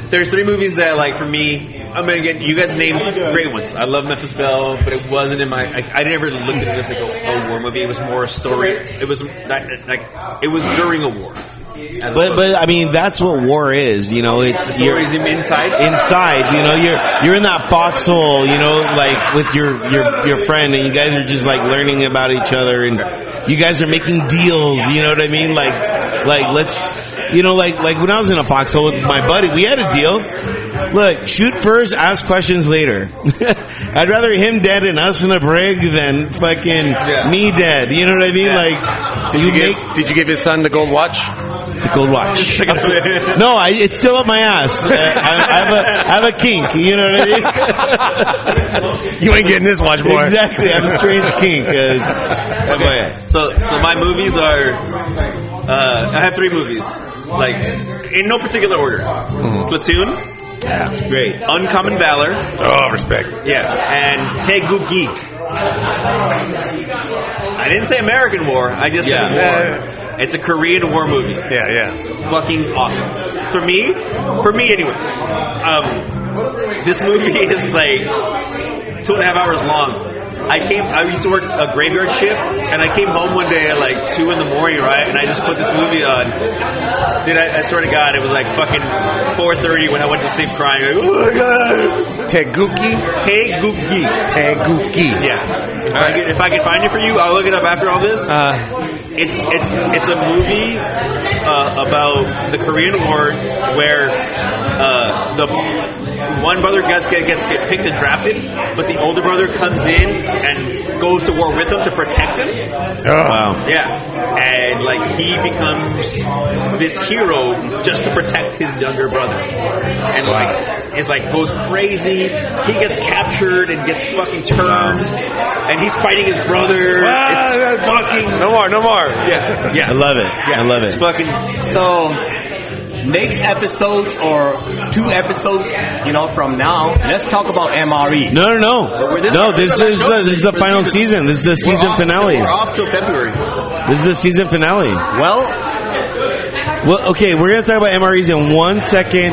Speaker 2: There's three movies that like for me. I'm gonna get you guys named great ones. I love Memphis Belle, but it wasn't in my. I, I never looked at it as like a, a war movie. It was more a story. It was not, like it was during a war. As
Speaker 3: But
Speaker 2: opposed-
Speaker 3: but I mean that's what war is. You know, it's
Speaker 2: the
Speaker 3: you're-
Speaker 2: stories inside.
Speaker 3: inside. You know, you're you're in that foxhole. You know, like with your your your friend, and you guys are just like learning about each other, and you guys are making deals. You know what I mean? Like like let's you know like like when I was in a foxhole with my buddy, we had a deal. Look, shoot first, ask questions later. I'd rather him dead and us in a brig than fucking me dead. You know what I mean? Like
Speaker 1: Did you, give, did you give his son the gold watch?
Speaker 3: the gold watch. no, I, it's still up my ass. Uh, I, I, have a, I have a kink. You know what I mean?
Speaker 1: You ain't getting this watch, boy.
Speaker 3: exactly. I have a strange kink. Uh, oh, boy.
Speaker 2: So, so my movies are. Uh, I have three movies, like in no particular order.
Speaker 1: Hmm.
Speaker 2: Platoon, great. Uncommon Valor,
Speaker 1: Oh, respect.
Speaker 2: yeah, and Tegu Geek. I didn't say American War. I just
Speaker 3: Yeah.
Speaker 2: said war. It's a Korean war movie.
Speaker 1: Yeah, yeah.
Speaker 2: Fucking awesome. For me, for me anyway. Um, this movie is like two and a half hours long. I came. I used to work a graveyard shift, and I came home one day at like two in the morning, right? And I just put this movie on. Dude, I, I swear to God, it was like fucking four thirty when I went to sleep crying. Like, oh my god,
Speaker 1: Teguki.
Speaker 2: Taeguki.
Speaker 1: Teguki.
Speaker 2: Yeah. If I, could, if I could find it for you, I'll look it up after all this. Uh, it's it's it's a movie uh, about the Korean War where uh, the one brother gets get- gets get picked and drafted, but the older brother comes in and goes to war with them to protect them.
Speaker 1: Oh,
Speaker 3: Wow.
Speaker 2: Yeah, and like he becomes this hero just to protect his younger brother, and like is like goes crazy. He gets captured and gets fucking turned, and he's fighting his brother.
Speaker 7: Ah,
Speaker 2: It's fucking
Speaker 1: No more, no more.
Speaker 2: yeah, yeah.
Speaker 3: I love it. I love
Speaker 2: It's
Speaker 3: it.
Speaker 2: fucking
Speaker 7: So next episodes or two episodes, you know, from now, let's talk about E. MRE.
Speaker 3: No, no, no.
Speaker 2: we're- this-
Speaker 3: No, this is the, this is the final season. This is the
Speaker 2: We're
Speaker 3: season
Speaker 2: off-
Speaker 3: finale.
Speaker 2: We're off till February.
Speaker 3: This is the season finale.
Speaker 7: Well,
Speaker 3: Well, okay, we're gonna talk about MREs in one second,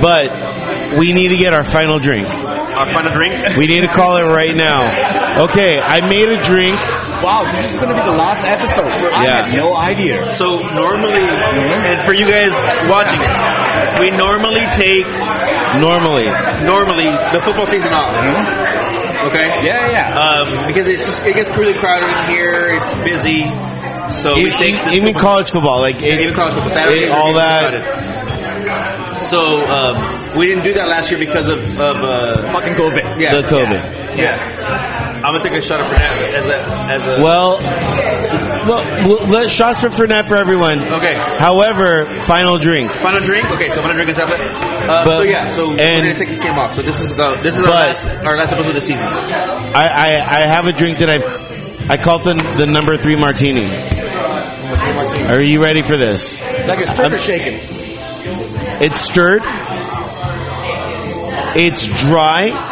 Speaker 3: but we need to get our final drink.
Speaker 2: Our final drink.
Speaker 3: We need to call it right now. Okay, I made a drink.
Speaker 7: wow, this is gonna be the last episode. I
Speaker 3: Yeah.
Speaker 7: had no idea.
Speaker 2: So normally, and for you guys watching, we normally take
Speaker 3: Normally,
Speaker 2: normally the football season off. Okay.
Speaker 7: Yeah, yeah.
Speaker 2: Um, because it's just it gets really crowded in here. It's busy, so we
Speaker 3: even,
Speaker 2: take this
Speaker 3: even
Speaker 2: football-
Speaker 3: college football, like it,
Speaker 2: Even college football, Saturday,
Speaker 3: it- all
Speaker 2: everything's
Speaker 3: that.
Speaker 2: crowded. So um, we didn't do that last year because of, of uh, fucking COVID. Yeah,
Speaker 3: The COVID.
Speaker 2: Yeah. I'm gonna take a shot of Fernet as a as a.
Speaker 3: Well, well, well, let shots for Fernet for everyone.
Speaker 2: Okay.
Speaker 3: However, final drink.
Speaker 2: Final drink. Okay, so final drink on top of it. Uh,
Speaker 3: But-
Speaker 2: so yeah, so
Speaker 3: and-
Speaker 2: we're gonna take the team off. So this is the this is
Speaker 3: But-
Speaker 2: our last our last episode of the season.
Speaker 3: I, I, I have a drink that I I called the the number three martini. Are you ready for this?
Speaker 1: Like a stirrer shaking.
Speaker 3: It's stirred. It's dry.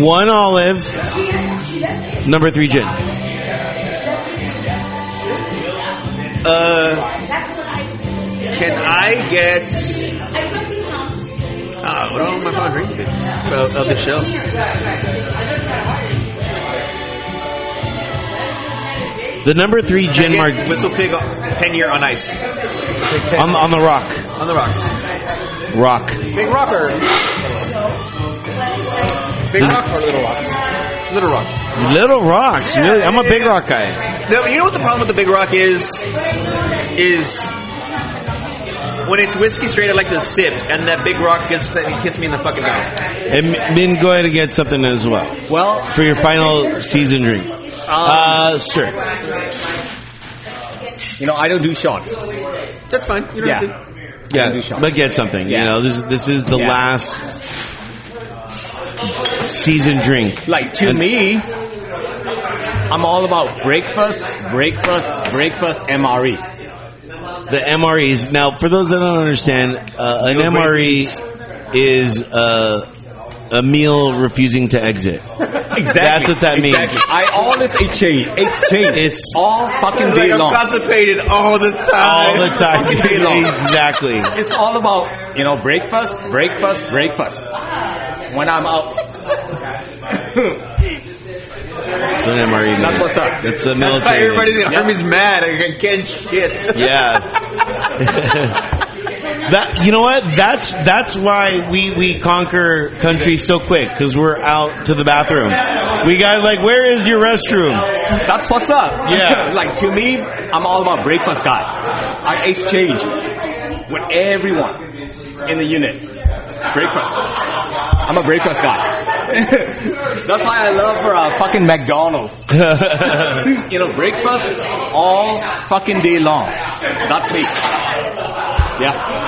Speaker 3: One olive. Number three gin.
Speaker 2: Can I get? Uh, what do I want my final drink to be of, of the show?
Speaker 3: The number three gin mar-
Speaker 2: Get Whistle Pig ten year on ice
Speaker 3: on on the rock.
Speaker 2: on the rocks.
Speaker 3: Rock.
Speaker 1: Big rocker. Big rock or little rock?
Speaker 2: Little rocks.
Speaker 3: Little rocks. Really, I'm a big rock guy.
Speaker 2: No, you know what the problem with the Big Rock is? Is when it's whiskey straight, I like to sip, and that Big Rock just said, kiss me in the fucking mouth.
Speaker 3: And then go ahead and get something as well.
Speaker 2: Well,
Speaker 3: for your final season drink?
Speaker 7: Um,
Speaker 3: uh, sure.
Speaker 7: You know, I don't do shots.
Speaker 2: that's fine. You don't
Speaker 7: Yeah.
Speaker 2: have to.
Speaker 3: Yeah,
Speaker 7: do shots.
Speaker 3: but get something. You
Speaker 7: Yeah.
Speaker 3: know, this this is the
Speaker 7: Yeah.
Speaker 3: last season drink.
Speaker 7: Like to me, I'm all about breakfast, breakfast, breakfast, E. MRE.
Speaker 3: The MREs. Now, for those that don't understand, uh, an
Speaker 7: Those
Speaker 3: MRE is uh, a meal refusing to exit.
Speaker 7: Exactly.
Speaker 3: That's what that means.
Speaker 7: Exactly. I always exchange, exchange.
Speaker 3: It's-
Speaker 7: all fucking day long.
Speaker 2: constipated all the
Speaker 3: All the time.
Speaker 7: Fucking day long.
Speaker 3: exactly.
Speaker 7: It's all about you know breakfast, breakfast, breakfast. When I'm out,
Speaker 3: It's an MRE.
Speaker 7: That's
Speaker 3: meal.
Speaker 7: what's up.
Speaker 3: It's a
Speaker 2: That's why
Speaker 3: military.
Speaker 2: everybody in
Speaker 3: meal.
Speaker 2: the army's mad. I can't shit.
Speaker 3: Yeah. that you know what? That's that's why we we conquer countries so quick because we're out to the bathroom. We got like, where is your restroom?
Speaker 7: that's what's up.
Speaker 3: Yeah.
Speaker 7: like to me, I'm all about breakfast guy. I exchange with everyone in the unit. Breakfast. I'm a breakfast guy. that's why I love for uh, fucking McDonald's. you know, breakfast all fucking day long. That's me. Yeah.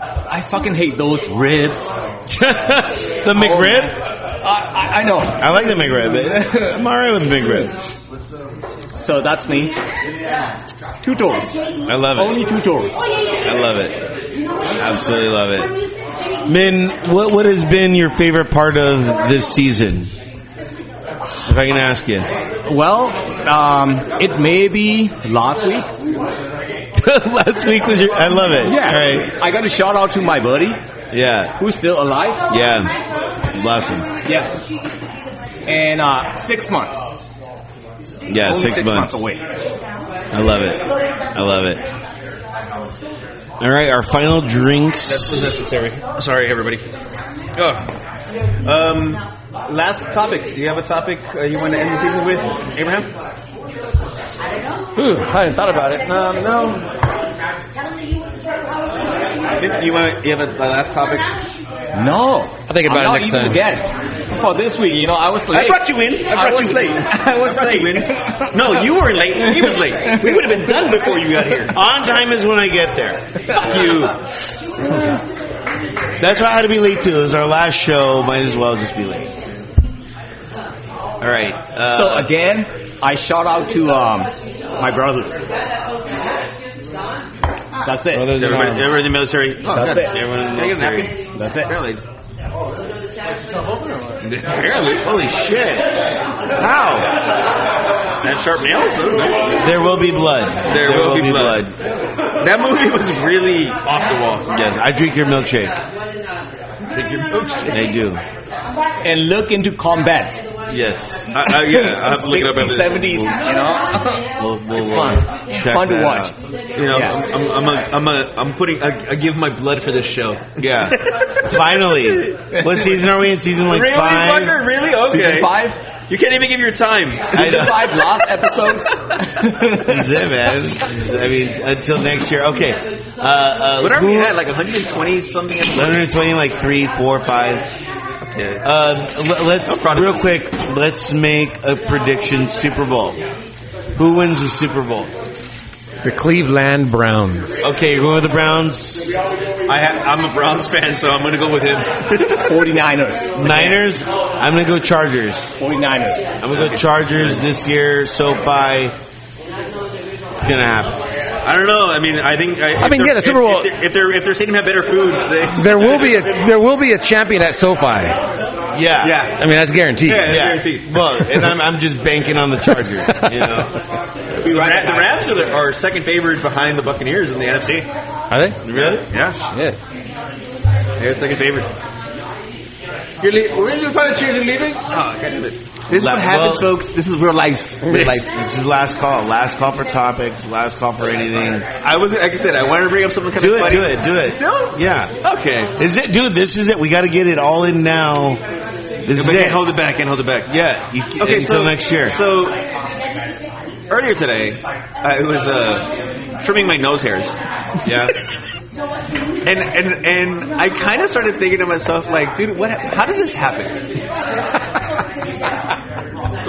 Speaker 7: I fucking hate those ribs. Oh,
Speaker 3: the McRib.
Speaker 7: I, I, I know.
Speaker 3: I like the McRib. I'm all right with the McRib.
Speaker 7: So that's me. Two tours.
Speaker 3: I love
Speaker 7: Only
Speaker 3: it.
Speaker 7: two tours.
Speaker 3: I love it. Absolutely love it. Min, what what has been your favorite part of this season? If I can ask you,
Speaker 7: Well, um, it may be last week.
Speaker 3: last week was your. I love it.
Speaker 7: Yeah.
Speaker 3: All right.
Speaker 7: I got a shout out to my buddy
Speaker 3: Yeah.
Speaker 7: who's still alive.
Speaker 3: Yeah. Bless him.
Speaker 7: Yeah. And uh, six months.
Speaker 3: Yeah,
Speaker 7: Only
Speaker 3: six, months.
Speaker 7: away.
Speaker 3: I love it. I love it. All right, our final drinks.
Speaker 2: was necessary. Sorry, everybody. Go. Um, last topic. Do you have a topic uh, you want to end the season with, Abraham?
Speaker 1: Ooh, I hadn't thought about it. Um, no.
Speaker 2: Vin, You want? You have a, a last topic?
Speaker 7: No.
Speaker 1: I'll think about
Speaker 7: I'm
Speaker 1: it
Speaker 7: not
Speaker 1: next
Speaker 7: even
Speaker 1: time.
Speaker 7: the guest for this week. You know, I was late.
Speaker 2: brought you in. I brought
Speaker 7: was
Speaker 2: you in.
Speaker 7: late. I was late.
Speaker 2: No, you were late. He was late. We would have been done before you got here.
Speaker 3: On time is when I get there.
Speaker 2: Fuck you.
Speaker 3: That's why I had to be late too. It was our last show. Might as well just be late. All right. Uh,
Speaker 7: So again, I shout out to um, my brothers. That's it.
Speaker 2: Everybody, everyone in the military.
Speaker 7: That's it.
Speaker 2: Everyone in the
Speaker 7: Can I get a
Speaker 2: military.
Speaker 7: napkin? That's it.
Speaker 2: Apparently. it's- Apparently. Holy shit. How? That sharp nails?
Speaker 3: there will be blood.
Speaker 2: There, will, be, blood. That movie was really off the wall.
Speaker 3: Yes, I drink your milkshake. They do.
Speaker 7: And look into combat.
Speaker 3: Yes.
Speaker 2: I, I, Oh, yeah, I have to look it up
Speaker 7: 60s,
Speaker 2: after this.
Speaker 7: 70s, you know.
Speaker 3: We'll, we'll,
Speaker 7: It's
Speaker 3: we'll
Speaker 7: fun.
Speaker 3: check
Speaker 7: Fun to
Speaker 3: that
Speaker 7: watch.
Speaker 3: out.
Speaker 2: You know,
Speaker 7: Yeah.
Speaker 2: I'm, I'm, I'm, a, I'm, a, I'm putting, I, I give my blood for this show.
Speaker 3: Yeah. Finally. What season are we in? Season like
Speaker 7: Really,
Speaker 3: five?
Speaker 7: Wonder? Really? Okay. Season five.
Speaker 2: You can't even give your time.
Speaker 7: Season five, last episodes.
Speaker 2: That's it, man. I mean, until next year. Okay. Uh, uh,
Speaker 3: Whatever
Speaker 2: who-
Speaker 3: we had, like
Speaker 2: 120 something episodes.
Speaker 3: 120, like three, four, five.
Speaker 2: Okay.
Speaker 3: Um, le- let's
Speaker 2: proud of
Speaker 3: real
Speaker 2: us.
Speaker 3: quick. Let's make a prediction. Super Bowl. Who wins the Super Bowl?
Speaker 4: The Cleveland Browns.
Speaker 3: Okay, you're going with the Browns.
Speaker 2: I ha- I'm a Browns fan, so I'm going to go with him.
Speaker 7: 49ers.
Speaker 3: Niners. I'm gonna go Chargers.
Speaker 7: 49ers.
Speaker 3: I'm gonna go Chargers this year. SoFi. It's gonna happen.
Speaker 2: I don't know. I mean, I think. I, if
Speaker 4: mean,
Speaker 2: they're-
Speaker 4: yeah, the Super
Speaker 2: if-
Speaker 4: Bowl-
Speaker 2: If, they're, if they're if their stadium had better food, they,
Speaker 4: There will be a there will be a champion at SoFi. I
Speaker 3: Yeah.
Speaker 2: yeah.
Speaker 4: mean, that's guaranteed.
Speaker 2: Yeah.
Speaker 3: Yeah.
Speaker 2: Guaranteed.
Speaker 3: Well, and I'm, I'm just banking on the Chargers. You know.
Speaker 2: The, Ra- the Rams are, the, are second favored behind the Buccaneers in the NFC.
Speaker 4: Are they?
Speaker 2: Really? Yeah,
Speaker 4: Yeah.
Speaker 2: they're second favored.
Speaker 7: You're li- we're going to find a cheers and leaving?
Speaker 2: Oh, I can't do it.
Speaker 7: This is
Speaker 3: La-
Speaker 7: what happens,
Speaker 3: well-
Speaker 7: folks. This is real life. Real
Speaker 3: Like
Speaker 7: life.
Speaker 3: this is last call. Last call for topics. Last call for anything.
Speaker 2: I was like I said, I wanted to bring up something kind
Speaker 3: Do
Speaker 2: of
Speaker 3: it.
Speaker 2: funny.
Speaker 3: Do it. Do it.
Speaker 2: Still?
Speaker 3: Yeah.
Speaker 2: Okay.
Speaker 3: Is it, dude? This is it. We got to get it all in now. This is
Speaker 2: I can't hold
Speaker 3: it.
Speaker 2: it back. Can't hold it back.
Speaker 3: Yeah. You, okay.
Speaker 2: Okay,
Speaker 3: Until
Speaker 2: so
Speaker 3: next year.
Speaker 2: So earlier today, I was uh, trimming my nose hairs,
Speaker 3: yeah.
Speaker 2: and and and I kind of started thinking to myself, like, dude, what? How did this happen?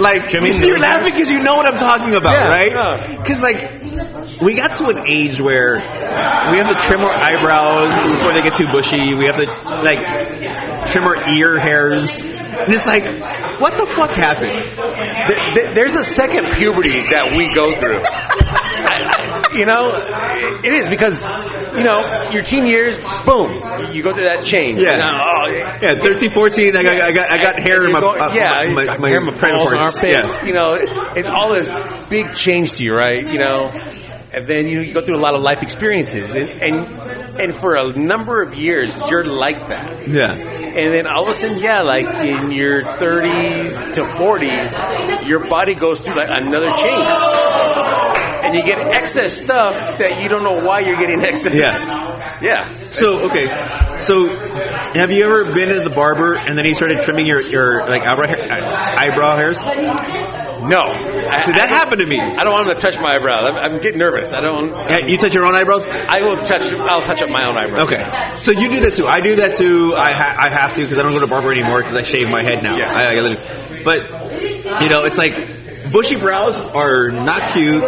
Speaker 2: like, you see, you're laughing because you know what I'm talking about,
Speaker 4: Yeah,
Speaker 2: right? Because like, we got to an age where we have to trim our eyebrows before they get too bushy. We have to like trim our ear hairs. And it's like, what the fuck happened?
Speaker 1: Th- th- there's a second puberty that we go through.
Speaker 4: You know, it is because you know your teen years.
Speaker 1: Boom. You go through that change.
Speaker 2: Yeah.
Speaker 1: And, uh, oh, yeah.
Speaker 2: Yeah, 13, 14, I got, I got, I got hair in my, uh,
Speaker 1: You're going- yeah,
Speaker 2: my, my, my,
Speaker 4: hair in my
Speaker 2: private
Speaker 4: balls,
Speaker 2: parts.
Speaker 4: armpits,
Speaker 2: Yeah.
Speaker 1: you know, it- it's all this big change to you, right? You know, and then you, you go through a lot of life experiences, and and and for a number of years, you're like that.
Speaker 2: Yeah.
Speaker 1: And then all of a sudden, yeah, like in your 30s to 40s, your body goes through like another change. And you get excess stuff that you don't know why you're getting excess.
Speaker 2: Yeah.
Speaker 1: Yeah.
Speaker 2: So, okay. So, have you ever been to the barber and then he started trimming your, your like, eyebrow, hair, uh, eyebrow hairs?
Speaker 1: No. I,
Speaker 2: See, that
Speaker 1: I-
Speaker 2: happened to me.
Speaker 1: I don't want him to touch my eyebrow. I'm, I'm getting nervous. I don't.
Speaker 2: Yeah, you touch your own eyebrows?
Speaker 1: I will touch. I'll touch up my own eyebrow.
Speaker 2: Okay. So you do that too. I do that too. I, ha- I have to because I don't go to barber anymore because I shave my head now.
Speaker 1: Yeah.
Speaker 2: I, I literally- but, you know, it's like bushy brows are not cute.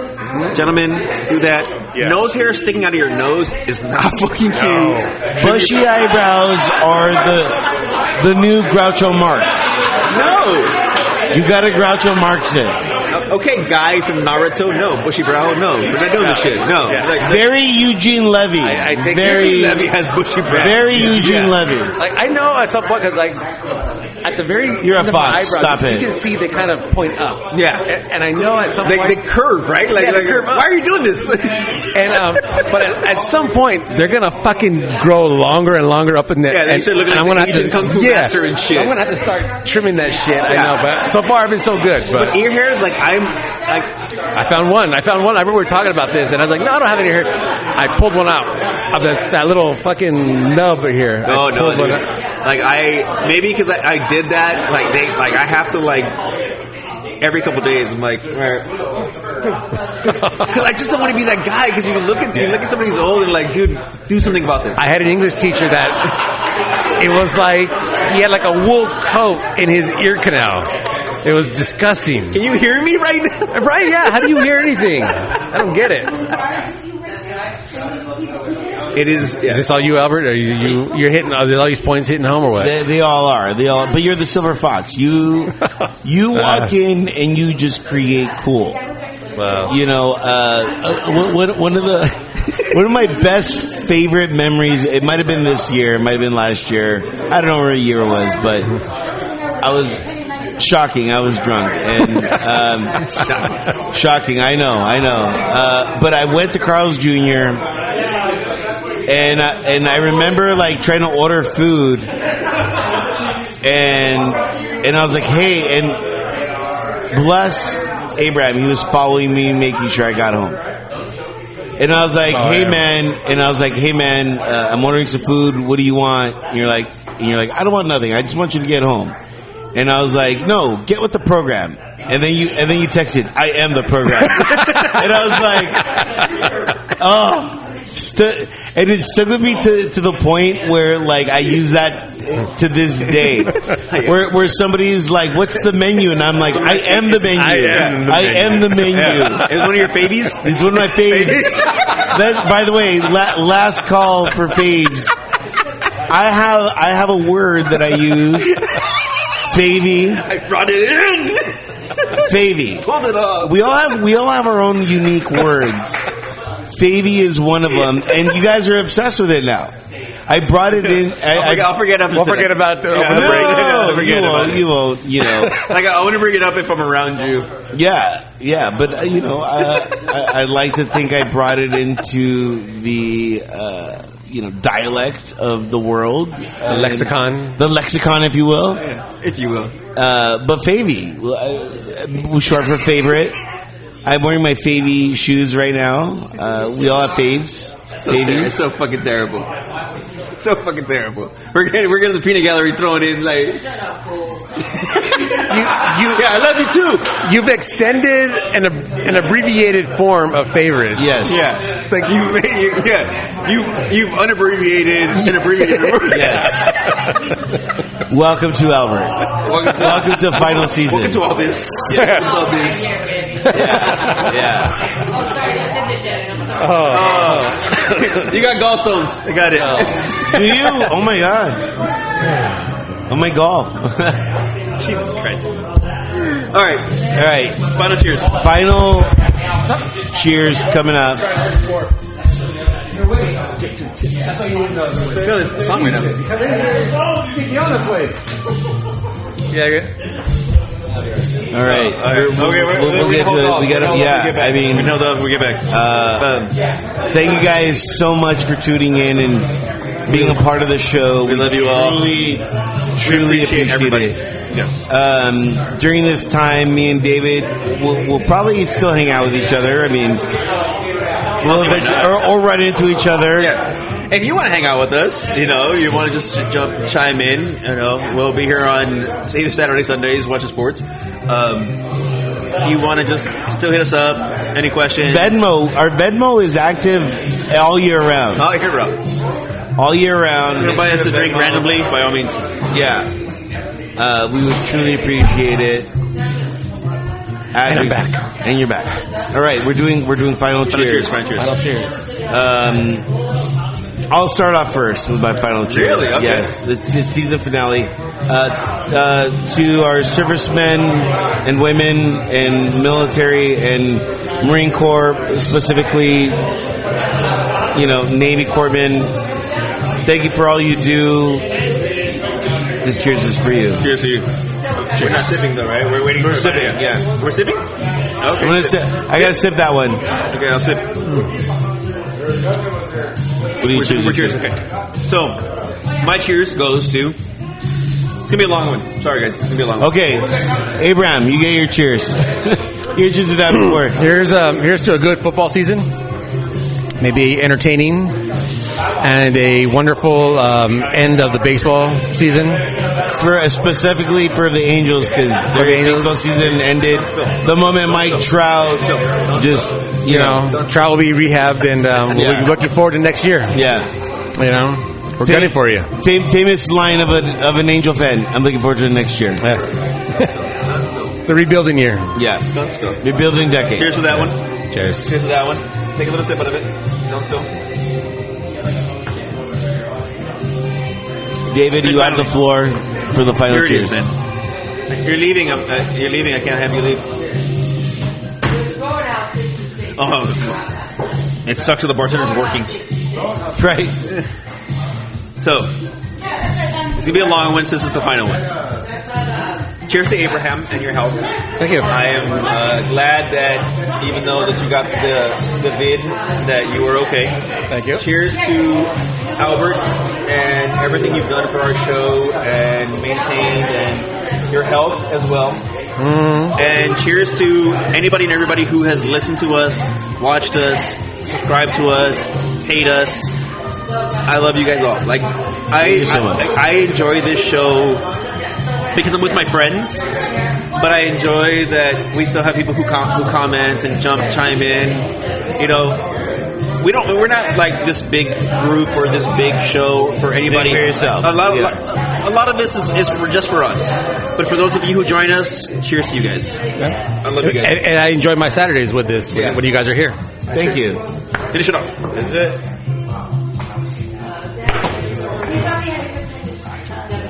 Speaker 2: Gentlemen, do that.
Speaker 1: Yeah.
Speaker 2: Nose hair sticking out of your nose is not fucking cute.
Speaker 3: Bushy eyebrows are the the new Groucho Marx.
Speaker 2: No.
Speaker 3: You got to Groucho Marx it.
Speaker 2: Uh, Okay, guy from Naruto. No, bushy brow. No, we're not doing this shit. No, like
Speaker 3: Very Eugene Levy.
Speaker 1: I- I take
Speaker 3: very
Speaker 1: Eugene
Speaker 2: Levy has bushy brows.
Speaker 3: Very Eugene
Speaker 2: Yeah.
Speaker 3: Levy.
Speaker 1: Like I know at some point because like at the very
Speaker 3: You're a
Speaker 1: end of my
Speaker 3: fox.
Speaker 1: eyebrow,
Speaker 3: Stop
Speaker 1: you
Speaker 3: it.
Speaker 1: can see they kind of point up.
Speaker 2: Yeah.
Speaker 1: and, and I know at some
Speaker 2: They,
Speaker 1: point
Speaker 2: they curve, right? Like,
Speaker 1: Yeah, they
Speaker 2: like,
Speaker 1: curve up.
Speaker 2: why are you doing this? yeah,
Speaker 4: And um, but at, at some point they're gonna fucking grow longer and longer up in there.
Speaker 2: Yeah, they
Speaker 4: and,
Speaker 2: should look like
Speaker 4: and
Speaker 2: the Asian Kung Fu master and shit.
Speaker 4: I'm gonna have to start trimming that shit.
Speaker 2: Yeah.
Speaker 4: I know, but so far I've been so good. But
Speaker 2: ear hairs, like I'm, like
Speaker 4: I found one. I found one. I remember we were talking about this, and I was like, "No, I don't have any here." I pulled one out of this, that little fucking nub here. I
Speaker 2: oh no,
Speaker 4: pulled
Speaker 2: dude.
Speaker 4: one out.
Speaker 2: like I maybe because I, I did that, like they, like I have to like every couple days. I'm like, because I just don't want to be that guy. Because you look at you look at somebody who's old and like, dude, do something about this.
Speaker 4: I had an English teacher that it was like he had like a wool coat in his ear canal. It was disgusting.
Speaker 2: Can you hear me right now?
Speaker 4: Right? Yeah. How do you hear anything? I don't get it.
Speaker 2: It is.
Speaker 4: Is this all you, Albert? Are you, you you're hitting are all these points hitting home or what?
Speaker 3: They, they all are. They all. But you're the silver fox. You you walk in and you just create cool.
Speaker 4: Wow.
Speaker 3: You know, uh, uh, one- one, one of the one of my best favorite memories. It might have been this year. It might have been last year. I don't know where year it was, but I was shocking. I was drunk and um, shocking. I know. I know. Uh, but I went to Carl's Jr. And I, and I remember like trying to order food and and I was like, hey, and bless Abraham, he was following me, making sure I got home. And I was like, hey man, and I was like, hey man, uh, I'm ordering some food. What do you want? And you're like, and you're like, I don't want nothing. I just want you to get home. And I was like, "No, get with the program." And then you and then you texted, "I am the program." and I was like, "Oh." Stu- and it stuck with me to, to the point where like I use that to this day, where where somebody's like, "What's the menu?" And I'm like, "I am the menu. I
Speaker 2: am the
Speaker 3: am the menu."
Speaker 2: It's one of your favies.
Speaker 3: It's one of my faves. That, by the way, la- last call for faves. I have I have a word that I use. Favy,
Speaker 2: I brought it in.
Speaker 3: favy.
Speaker 2: Hold it up.
Speaker 3: We all have we all have our own unique words. Favy is one of them, and you guys are obsessed with it now. I brought it in.
Speaker 2: I'll
Speaker 3: I,
Speaker 2: forget, I'll
Speaker 3: I,
Speaker 2: forget after
Speaker 1: We'll
Speaker 2: today.
Speaker 1: forget about the,
Speaker 2: Yeah.
Speaker 1: over the break.
Speaker 3: no,
Speaker 2: I'll forget
Speaker 3: you
Speaker 2: about
Speaker 3: won't.
Speaker 2: it.
Speaker 3: You won't. You know.
Speaker 2: Like I want to bring it up if I'm around you.
Speaker 3: Yeah, yeah, but uh, you know, uh, I, I like to think I brought it into the uh, you know dialect of the world, the
Speaker 4: lexicon.
Speaker 3: the lexicon, if you will.
Speaker 2: If you will.
Speaker 3: Uh, but Favy, well, I- uh, short for favorite. I'm wearing my Favy shoes right now. Uh, we all have faves.
Speaker 2: So ter- it's
Speaker 3: Favies.
Speaker 2: so fucking terrible. It's so fucking terrible. We're getting, we're getting the peanut gallery throwing in like.
Speaker 1: You, you,
Speaker 2: Yeah, I love you too.
Speaker 1: You've extended an, ab- an abbreviated form of favorite.
Speaker 3: Yes.
Speaker 2: Yeah, it's like you, you yeah, you you've unabbreviated an abbreviated word.
Speaker 3: Yes. Welcome to Albert.
Speaker 2: Welcome to,
Speaker 3: Welcome to final season.
Speaker 2: welcome to all this. all this.
Speaker 3: yeah.
Speaker 2: Oh.
Speaker 3: Oh.
Speaker 2: You got gallstones. I got it.
Speaker 3: Do you? Oh my god. Oh my god.
Speaker 2: Jesus Christ. All right,
Speaker 3: All right.
Speaker 2: final cheers.
Speaker 3: Final cheers coming up.
Speaker 2: Feel this song right now.
Speaker 3: All right. We'll,
Speaker 2: Okay,
Speaker 3: we'll- we'll get to it. We got to, yeah. I mean,
Speaker 2: no, we get back. Um,
Speaker 3: uh, thank you guys so much for tuning in and being a part of the show. We,
Speaker 2: love you all.
Speaker 3: Truly, truly appreciate, it.
Speaker 2: Yes.
Speaker 3: Um, during this time, me and David will will probably still hang out with each other. I mean, we'll eventually, or, or run into each other.
Speaker 2: Yeah. Uh, If you want to hang out with us, you know, you want to just ch- jump, chime in, you know, we'll be here on either Saturday, Sundays, watching sports. Um, you want to just still hit us up? Any questions?
Speaker 3: Venmo, our Venmo is active all year round.
Speaker 2: Oh, here, bro. You
Speaker 3: All year round.
Speaker 2: want to buy us a drink randomly? By all means.
Speaker 3: Yeah. Uh, we would truly appreciate it. and I'm back. And you're back. All right, we're doing we're doing final,
Speaker 2: Final
Speaker 3: cheers.
Speaker 2: cheers, final cheers. Final
Speaker 3: Um, I'll start off first with my final cheers.
Speaker 2: Really? Okay.
Speaker 3: Yes, it's, it's season finale. Uh, uh, to our servicemen and women and military and Marine Corps specifically, you know, Navy Corpsmen. Thank you for all you do. This cheers is for you.
Speaker 2: Cheers to you. We're not sipping though, right? We're waiting
Speaker 3: We're
Speaker 2: for
Speaker 3: sipping,
Speaker 2: everybody.
Speaker 3: yeah.
Speaker 2: We're sipping? Okay.
Speaker 3: I'm gonna sip. I gotta sip that one. What
Speaker 2: Okay, I'll sip.
Speaker 3: do you
Speaker 2: We're,
Speaker 3: choose?
Speaker 2: we're cheers. Okay. So, my cheers goes to. It's gonna be a long one. Sorry, guys. It's gonna be a long one.
Speaker 3: Okay, Abraham, you get your cheers. your cheers is that before.
Speaker 4: Here's um, here's to a good football season, maybe entertaining, and a wonderful um, end of the baseball season.
Speaker 3: for uh, specifically for the Angels because their baseball season ended the moment Mike Trout just you
Speaker 4: You
Speaker 3: know
Speaker 4: know, trial will be rehabbed, and um, we'll
Speaker 3: Yeah.
Speaker 4: be looking forward to next year.
Speaker 3: yeah
Speaker 4: You know, we're gunning for you.
Speaker 3: Fam- famous line of a, of an Angel fan. I'm looking forward to the next year.
Speaker 4: Yeah. the rebuilding year.
Speaker 3: Yeah,
Speaker 2: Don't spill.
Speaker 3: rebuilding decade.
Speaker 2: Cheers to that one.
Speaker 4: Cheers.
Speaker 2: Cheers to that one. Take a little sip out of it. Don't spill.
Speaker 3: David, you have the floor for the final
Speaker 2: Here it
Speaker 3: cheers.
Speaker 2: is, man. You're leaving. I'm, uh, you're leaving. I can't have you leave. Oh, it sucks that the bartender's working.
Speaker 3: Right?
Speaker 2: So, it's gonna be a long one since it's the final one. Cheers to Abraham and your health.
Speaker 4: Thank you.
Speaker 2: I am uh, glad that even though that you got the the vid, that you were okay.
Speaker 4: Thank you.
Speaker 2: Cheers to Albert and everything you've done for our show and maintained and your health as well.
Speaker 3: Mm-hmm.
Speaker 2: And cheers to anybody and everybody who has listened to us, watched us, subscribed to us, paid us. I love you guys all. Like I,
Speaker 3: you so much.
Speaker 2: I, I enjoy this show because I'm with my friends. But I enjoy that we still have people who, com- who comment and jump chime in. You know, we don't. We're not like this big group or this big show for anybody.
Speaker 3: for yourself.
Speaker 2: A lot, a lot of this is, is for just for us. But for those of you who join us, cheers to you guys. I love you guys.
Speaker 4: And, and I enjoy my Saturdays with this when-
Speaker 2: Yeah.
Speaker 4: when you guys are here.
Speaker 3: Thank you.
Speaker 2: Finish it off.
Speaker 3: Is it?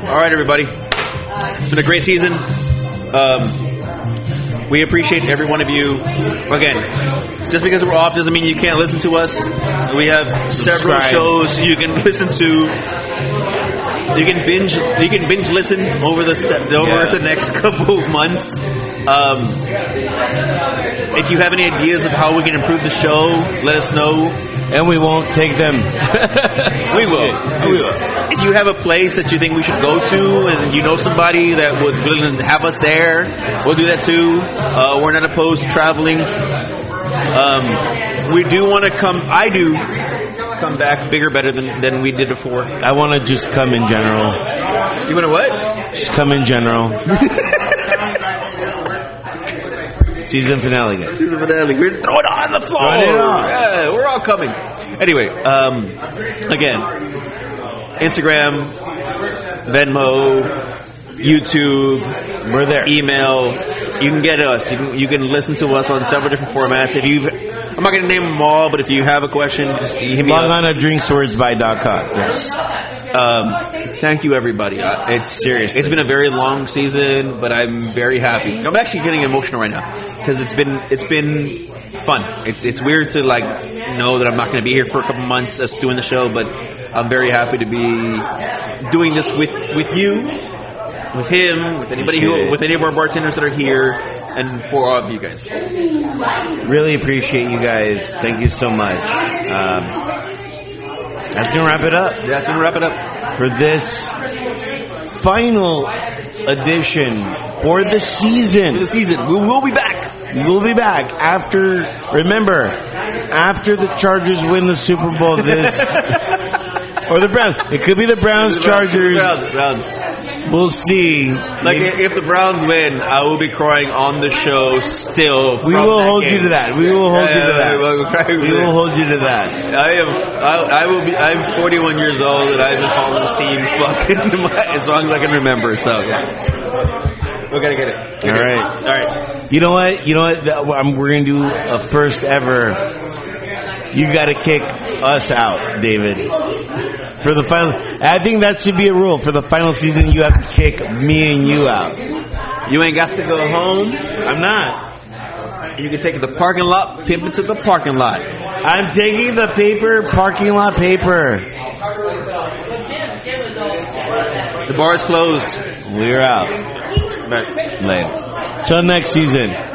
Speaker 2: All right, everybody. It's been a great season. Um, we appreciate every one of you. Again, just because we're off doesn't mean you can't listen to us. We have several
Speaker 3: Subscribe.
Speaker 2: shows you can listen to. You can binge. You can binge listen over the se- over the next couple of months. Um, if you have any ideas of how we can improve the show, let us know.
Speaker 3: And we won't take them.
Speaker 2: We will. We will. If you have a place that you think we should go to and you know somebody that would willing to have us there, we'll do that too. Uh, we're not opposed to traveling. Um, we do want to come, I do come back bigger, better than, than we did before. You
Speaker 3: I want to just come in general.
Speaker 2: want to what?
Speaker 3: Just come in general. Season finale. guys.
Speaker 2: We're throwing it on the floor.
Speaker 3: Throwing it on.
Speaker 2: Yeah, we're all coming. Anyway, um, again, Instagram, Venmo, YouTube,
Speaker 3: We're there.
Speaker 2: email. You can get us. You can, you can listen to us on several different formats. If you, have I'm not going to name them all, but if you have a question, just hit me
Speaker 3: Log
Speaker 2: up.
Speaker 3: on to drinkswordsby.com. Yes.
Speaker 2: Um, thank you, everybody. Uh, it's serious. It's been a very long season, but I'm very happy. I'm actually getting emotional right now because it's been it's been fun. It's it's weird to like know that I'm not going to be here for a couple months, us doing the show, but I'm very happy to be doing this with with you with him, with anybody
Speaker 3: Appreciate
Speaker 2: who,
Speaker 3: it.
Speaker 2: with any of our bartenders that are here, and for all of you guys.
Speaker 3: Really appreciate you guys. Thank you so much. Um, that's going to wrap it up.
Speaker 2: Yeah, that's gonna wrap it up.
Speaker 3: for this final edition for the season.
Speaker 2: For the season, we will be back.
Speaker 3: We'll be back after. Remember, after the Chargers win the Super Bowl, this or the Browns. It could be the Browns Chargers.
Speaker 2: Browns, Browns.
Speaker 3: We'll see.
Speaker 2: Like if the Browns win, I will be crying on the show. Still,
Speaker 3: we
Speaker 2: from
Speaker 3: will
Speaker 2: that
Speaker 3: hold you
Speaker 2: game.
Speaker 3: to that. We will hold you
Speaker 2: Yeah,
Speaker 3: to that.
Speaker 2: we'll cry with
Speaker 3: We
Speaker 2: it.
Speaker 3: will hold you to that.
Speaker 2: I am. I, I will be. I'm 41 years old, and I've been following this team fucking as long as I can remember. So, we gotta get it.
Speaker 3: All right.
Speaker 2: all right.
Speaker 3: You know what? You know what? That- I'm- We're gonna do a first ever. You got to kick us out, David. For the final, I think that should be a rule. For the final season, you have to kick me and you out.
Speaker 2: You ain't got to go home.
Speaker 3: I'm not.
Speaker 2: You can take it to the parking lot, pimp it to the parking lot.
Speaker 3: I'm taking the paper parking lot paper.
Speaker 2: The bar is closed.
Speaker 3: We're out. Later. Till next season.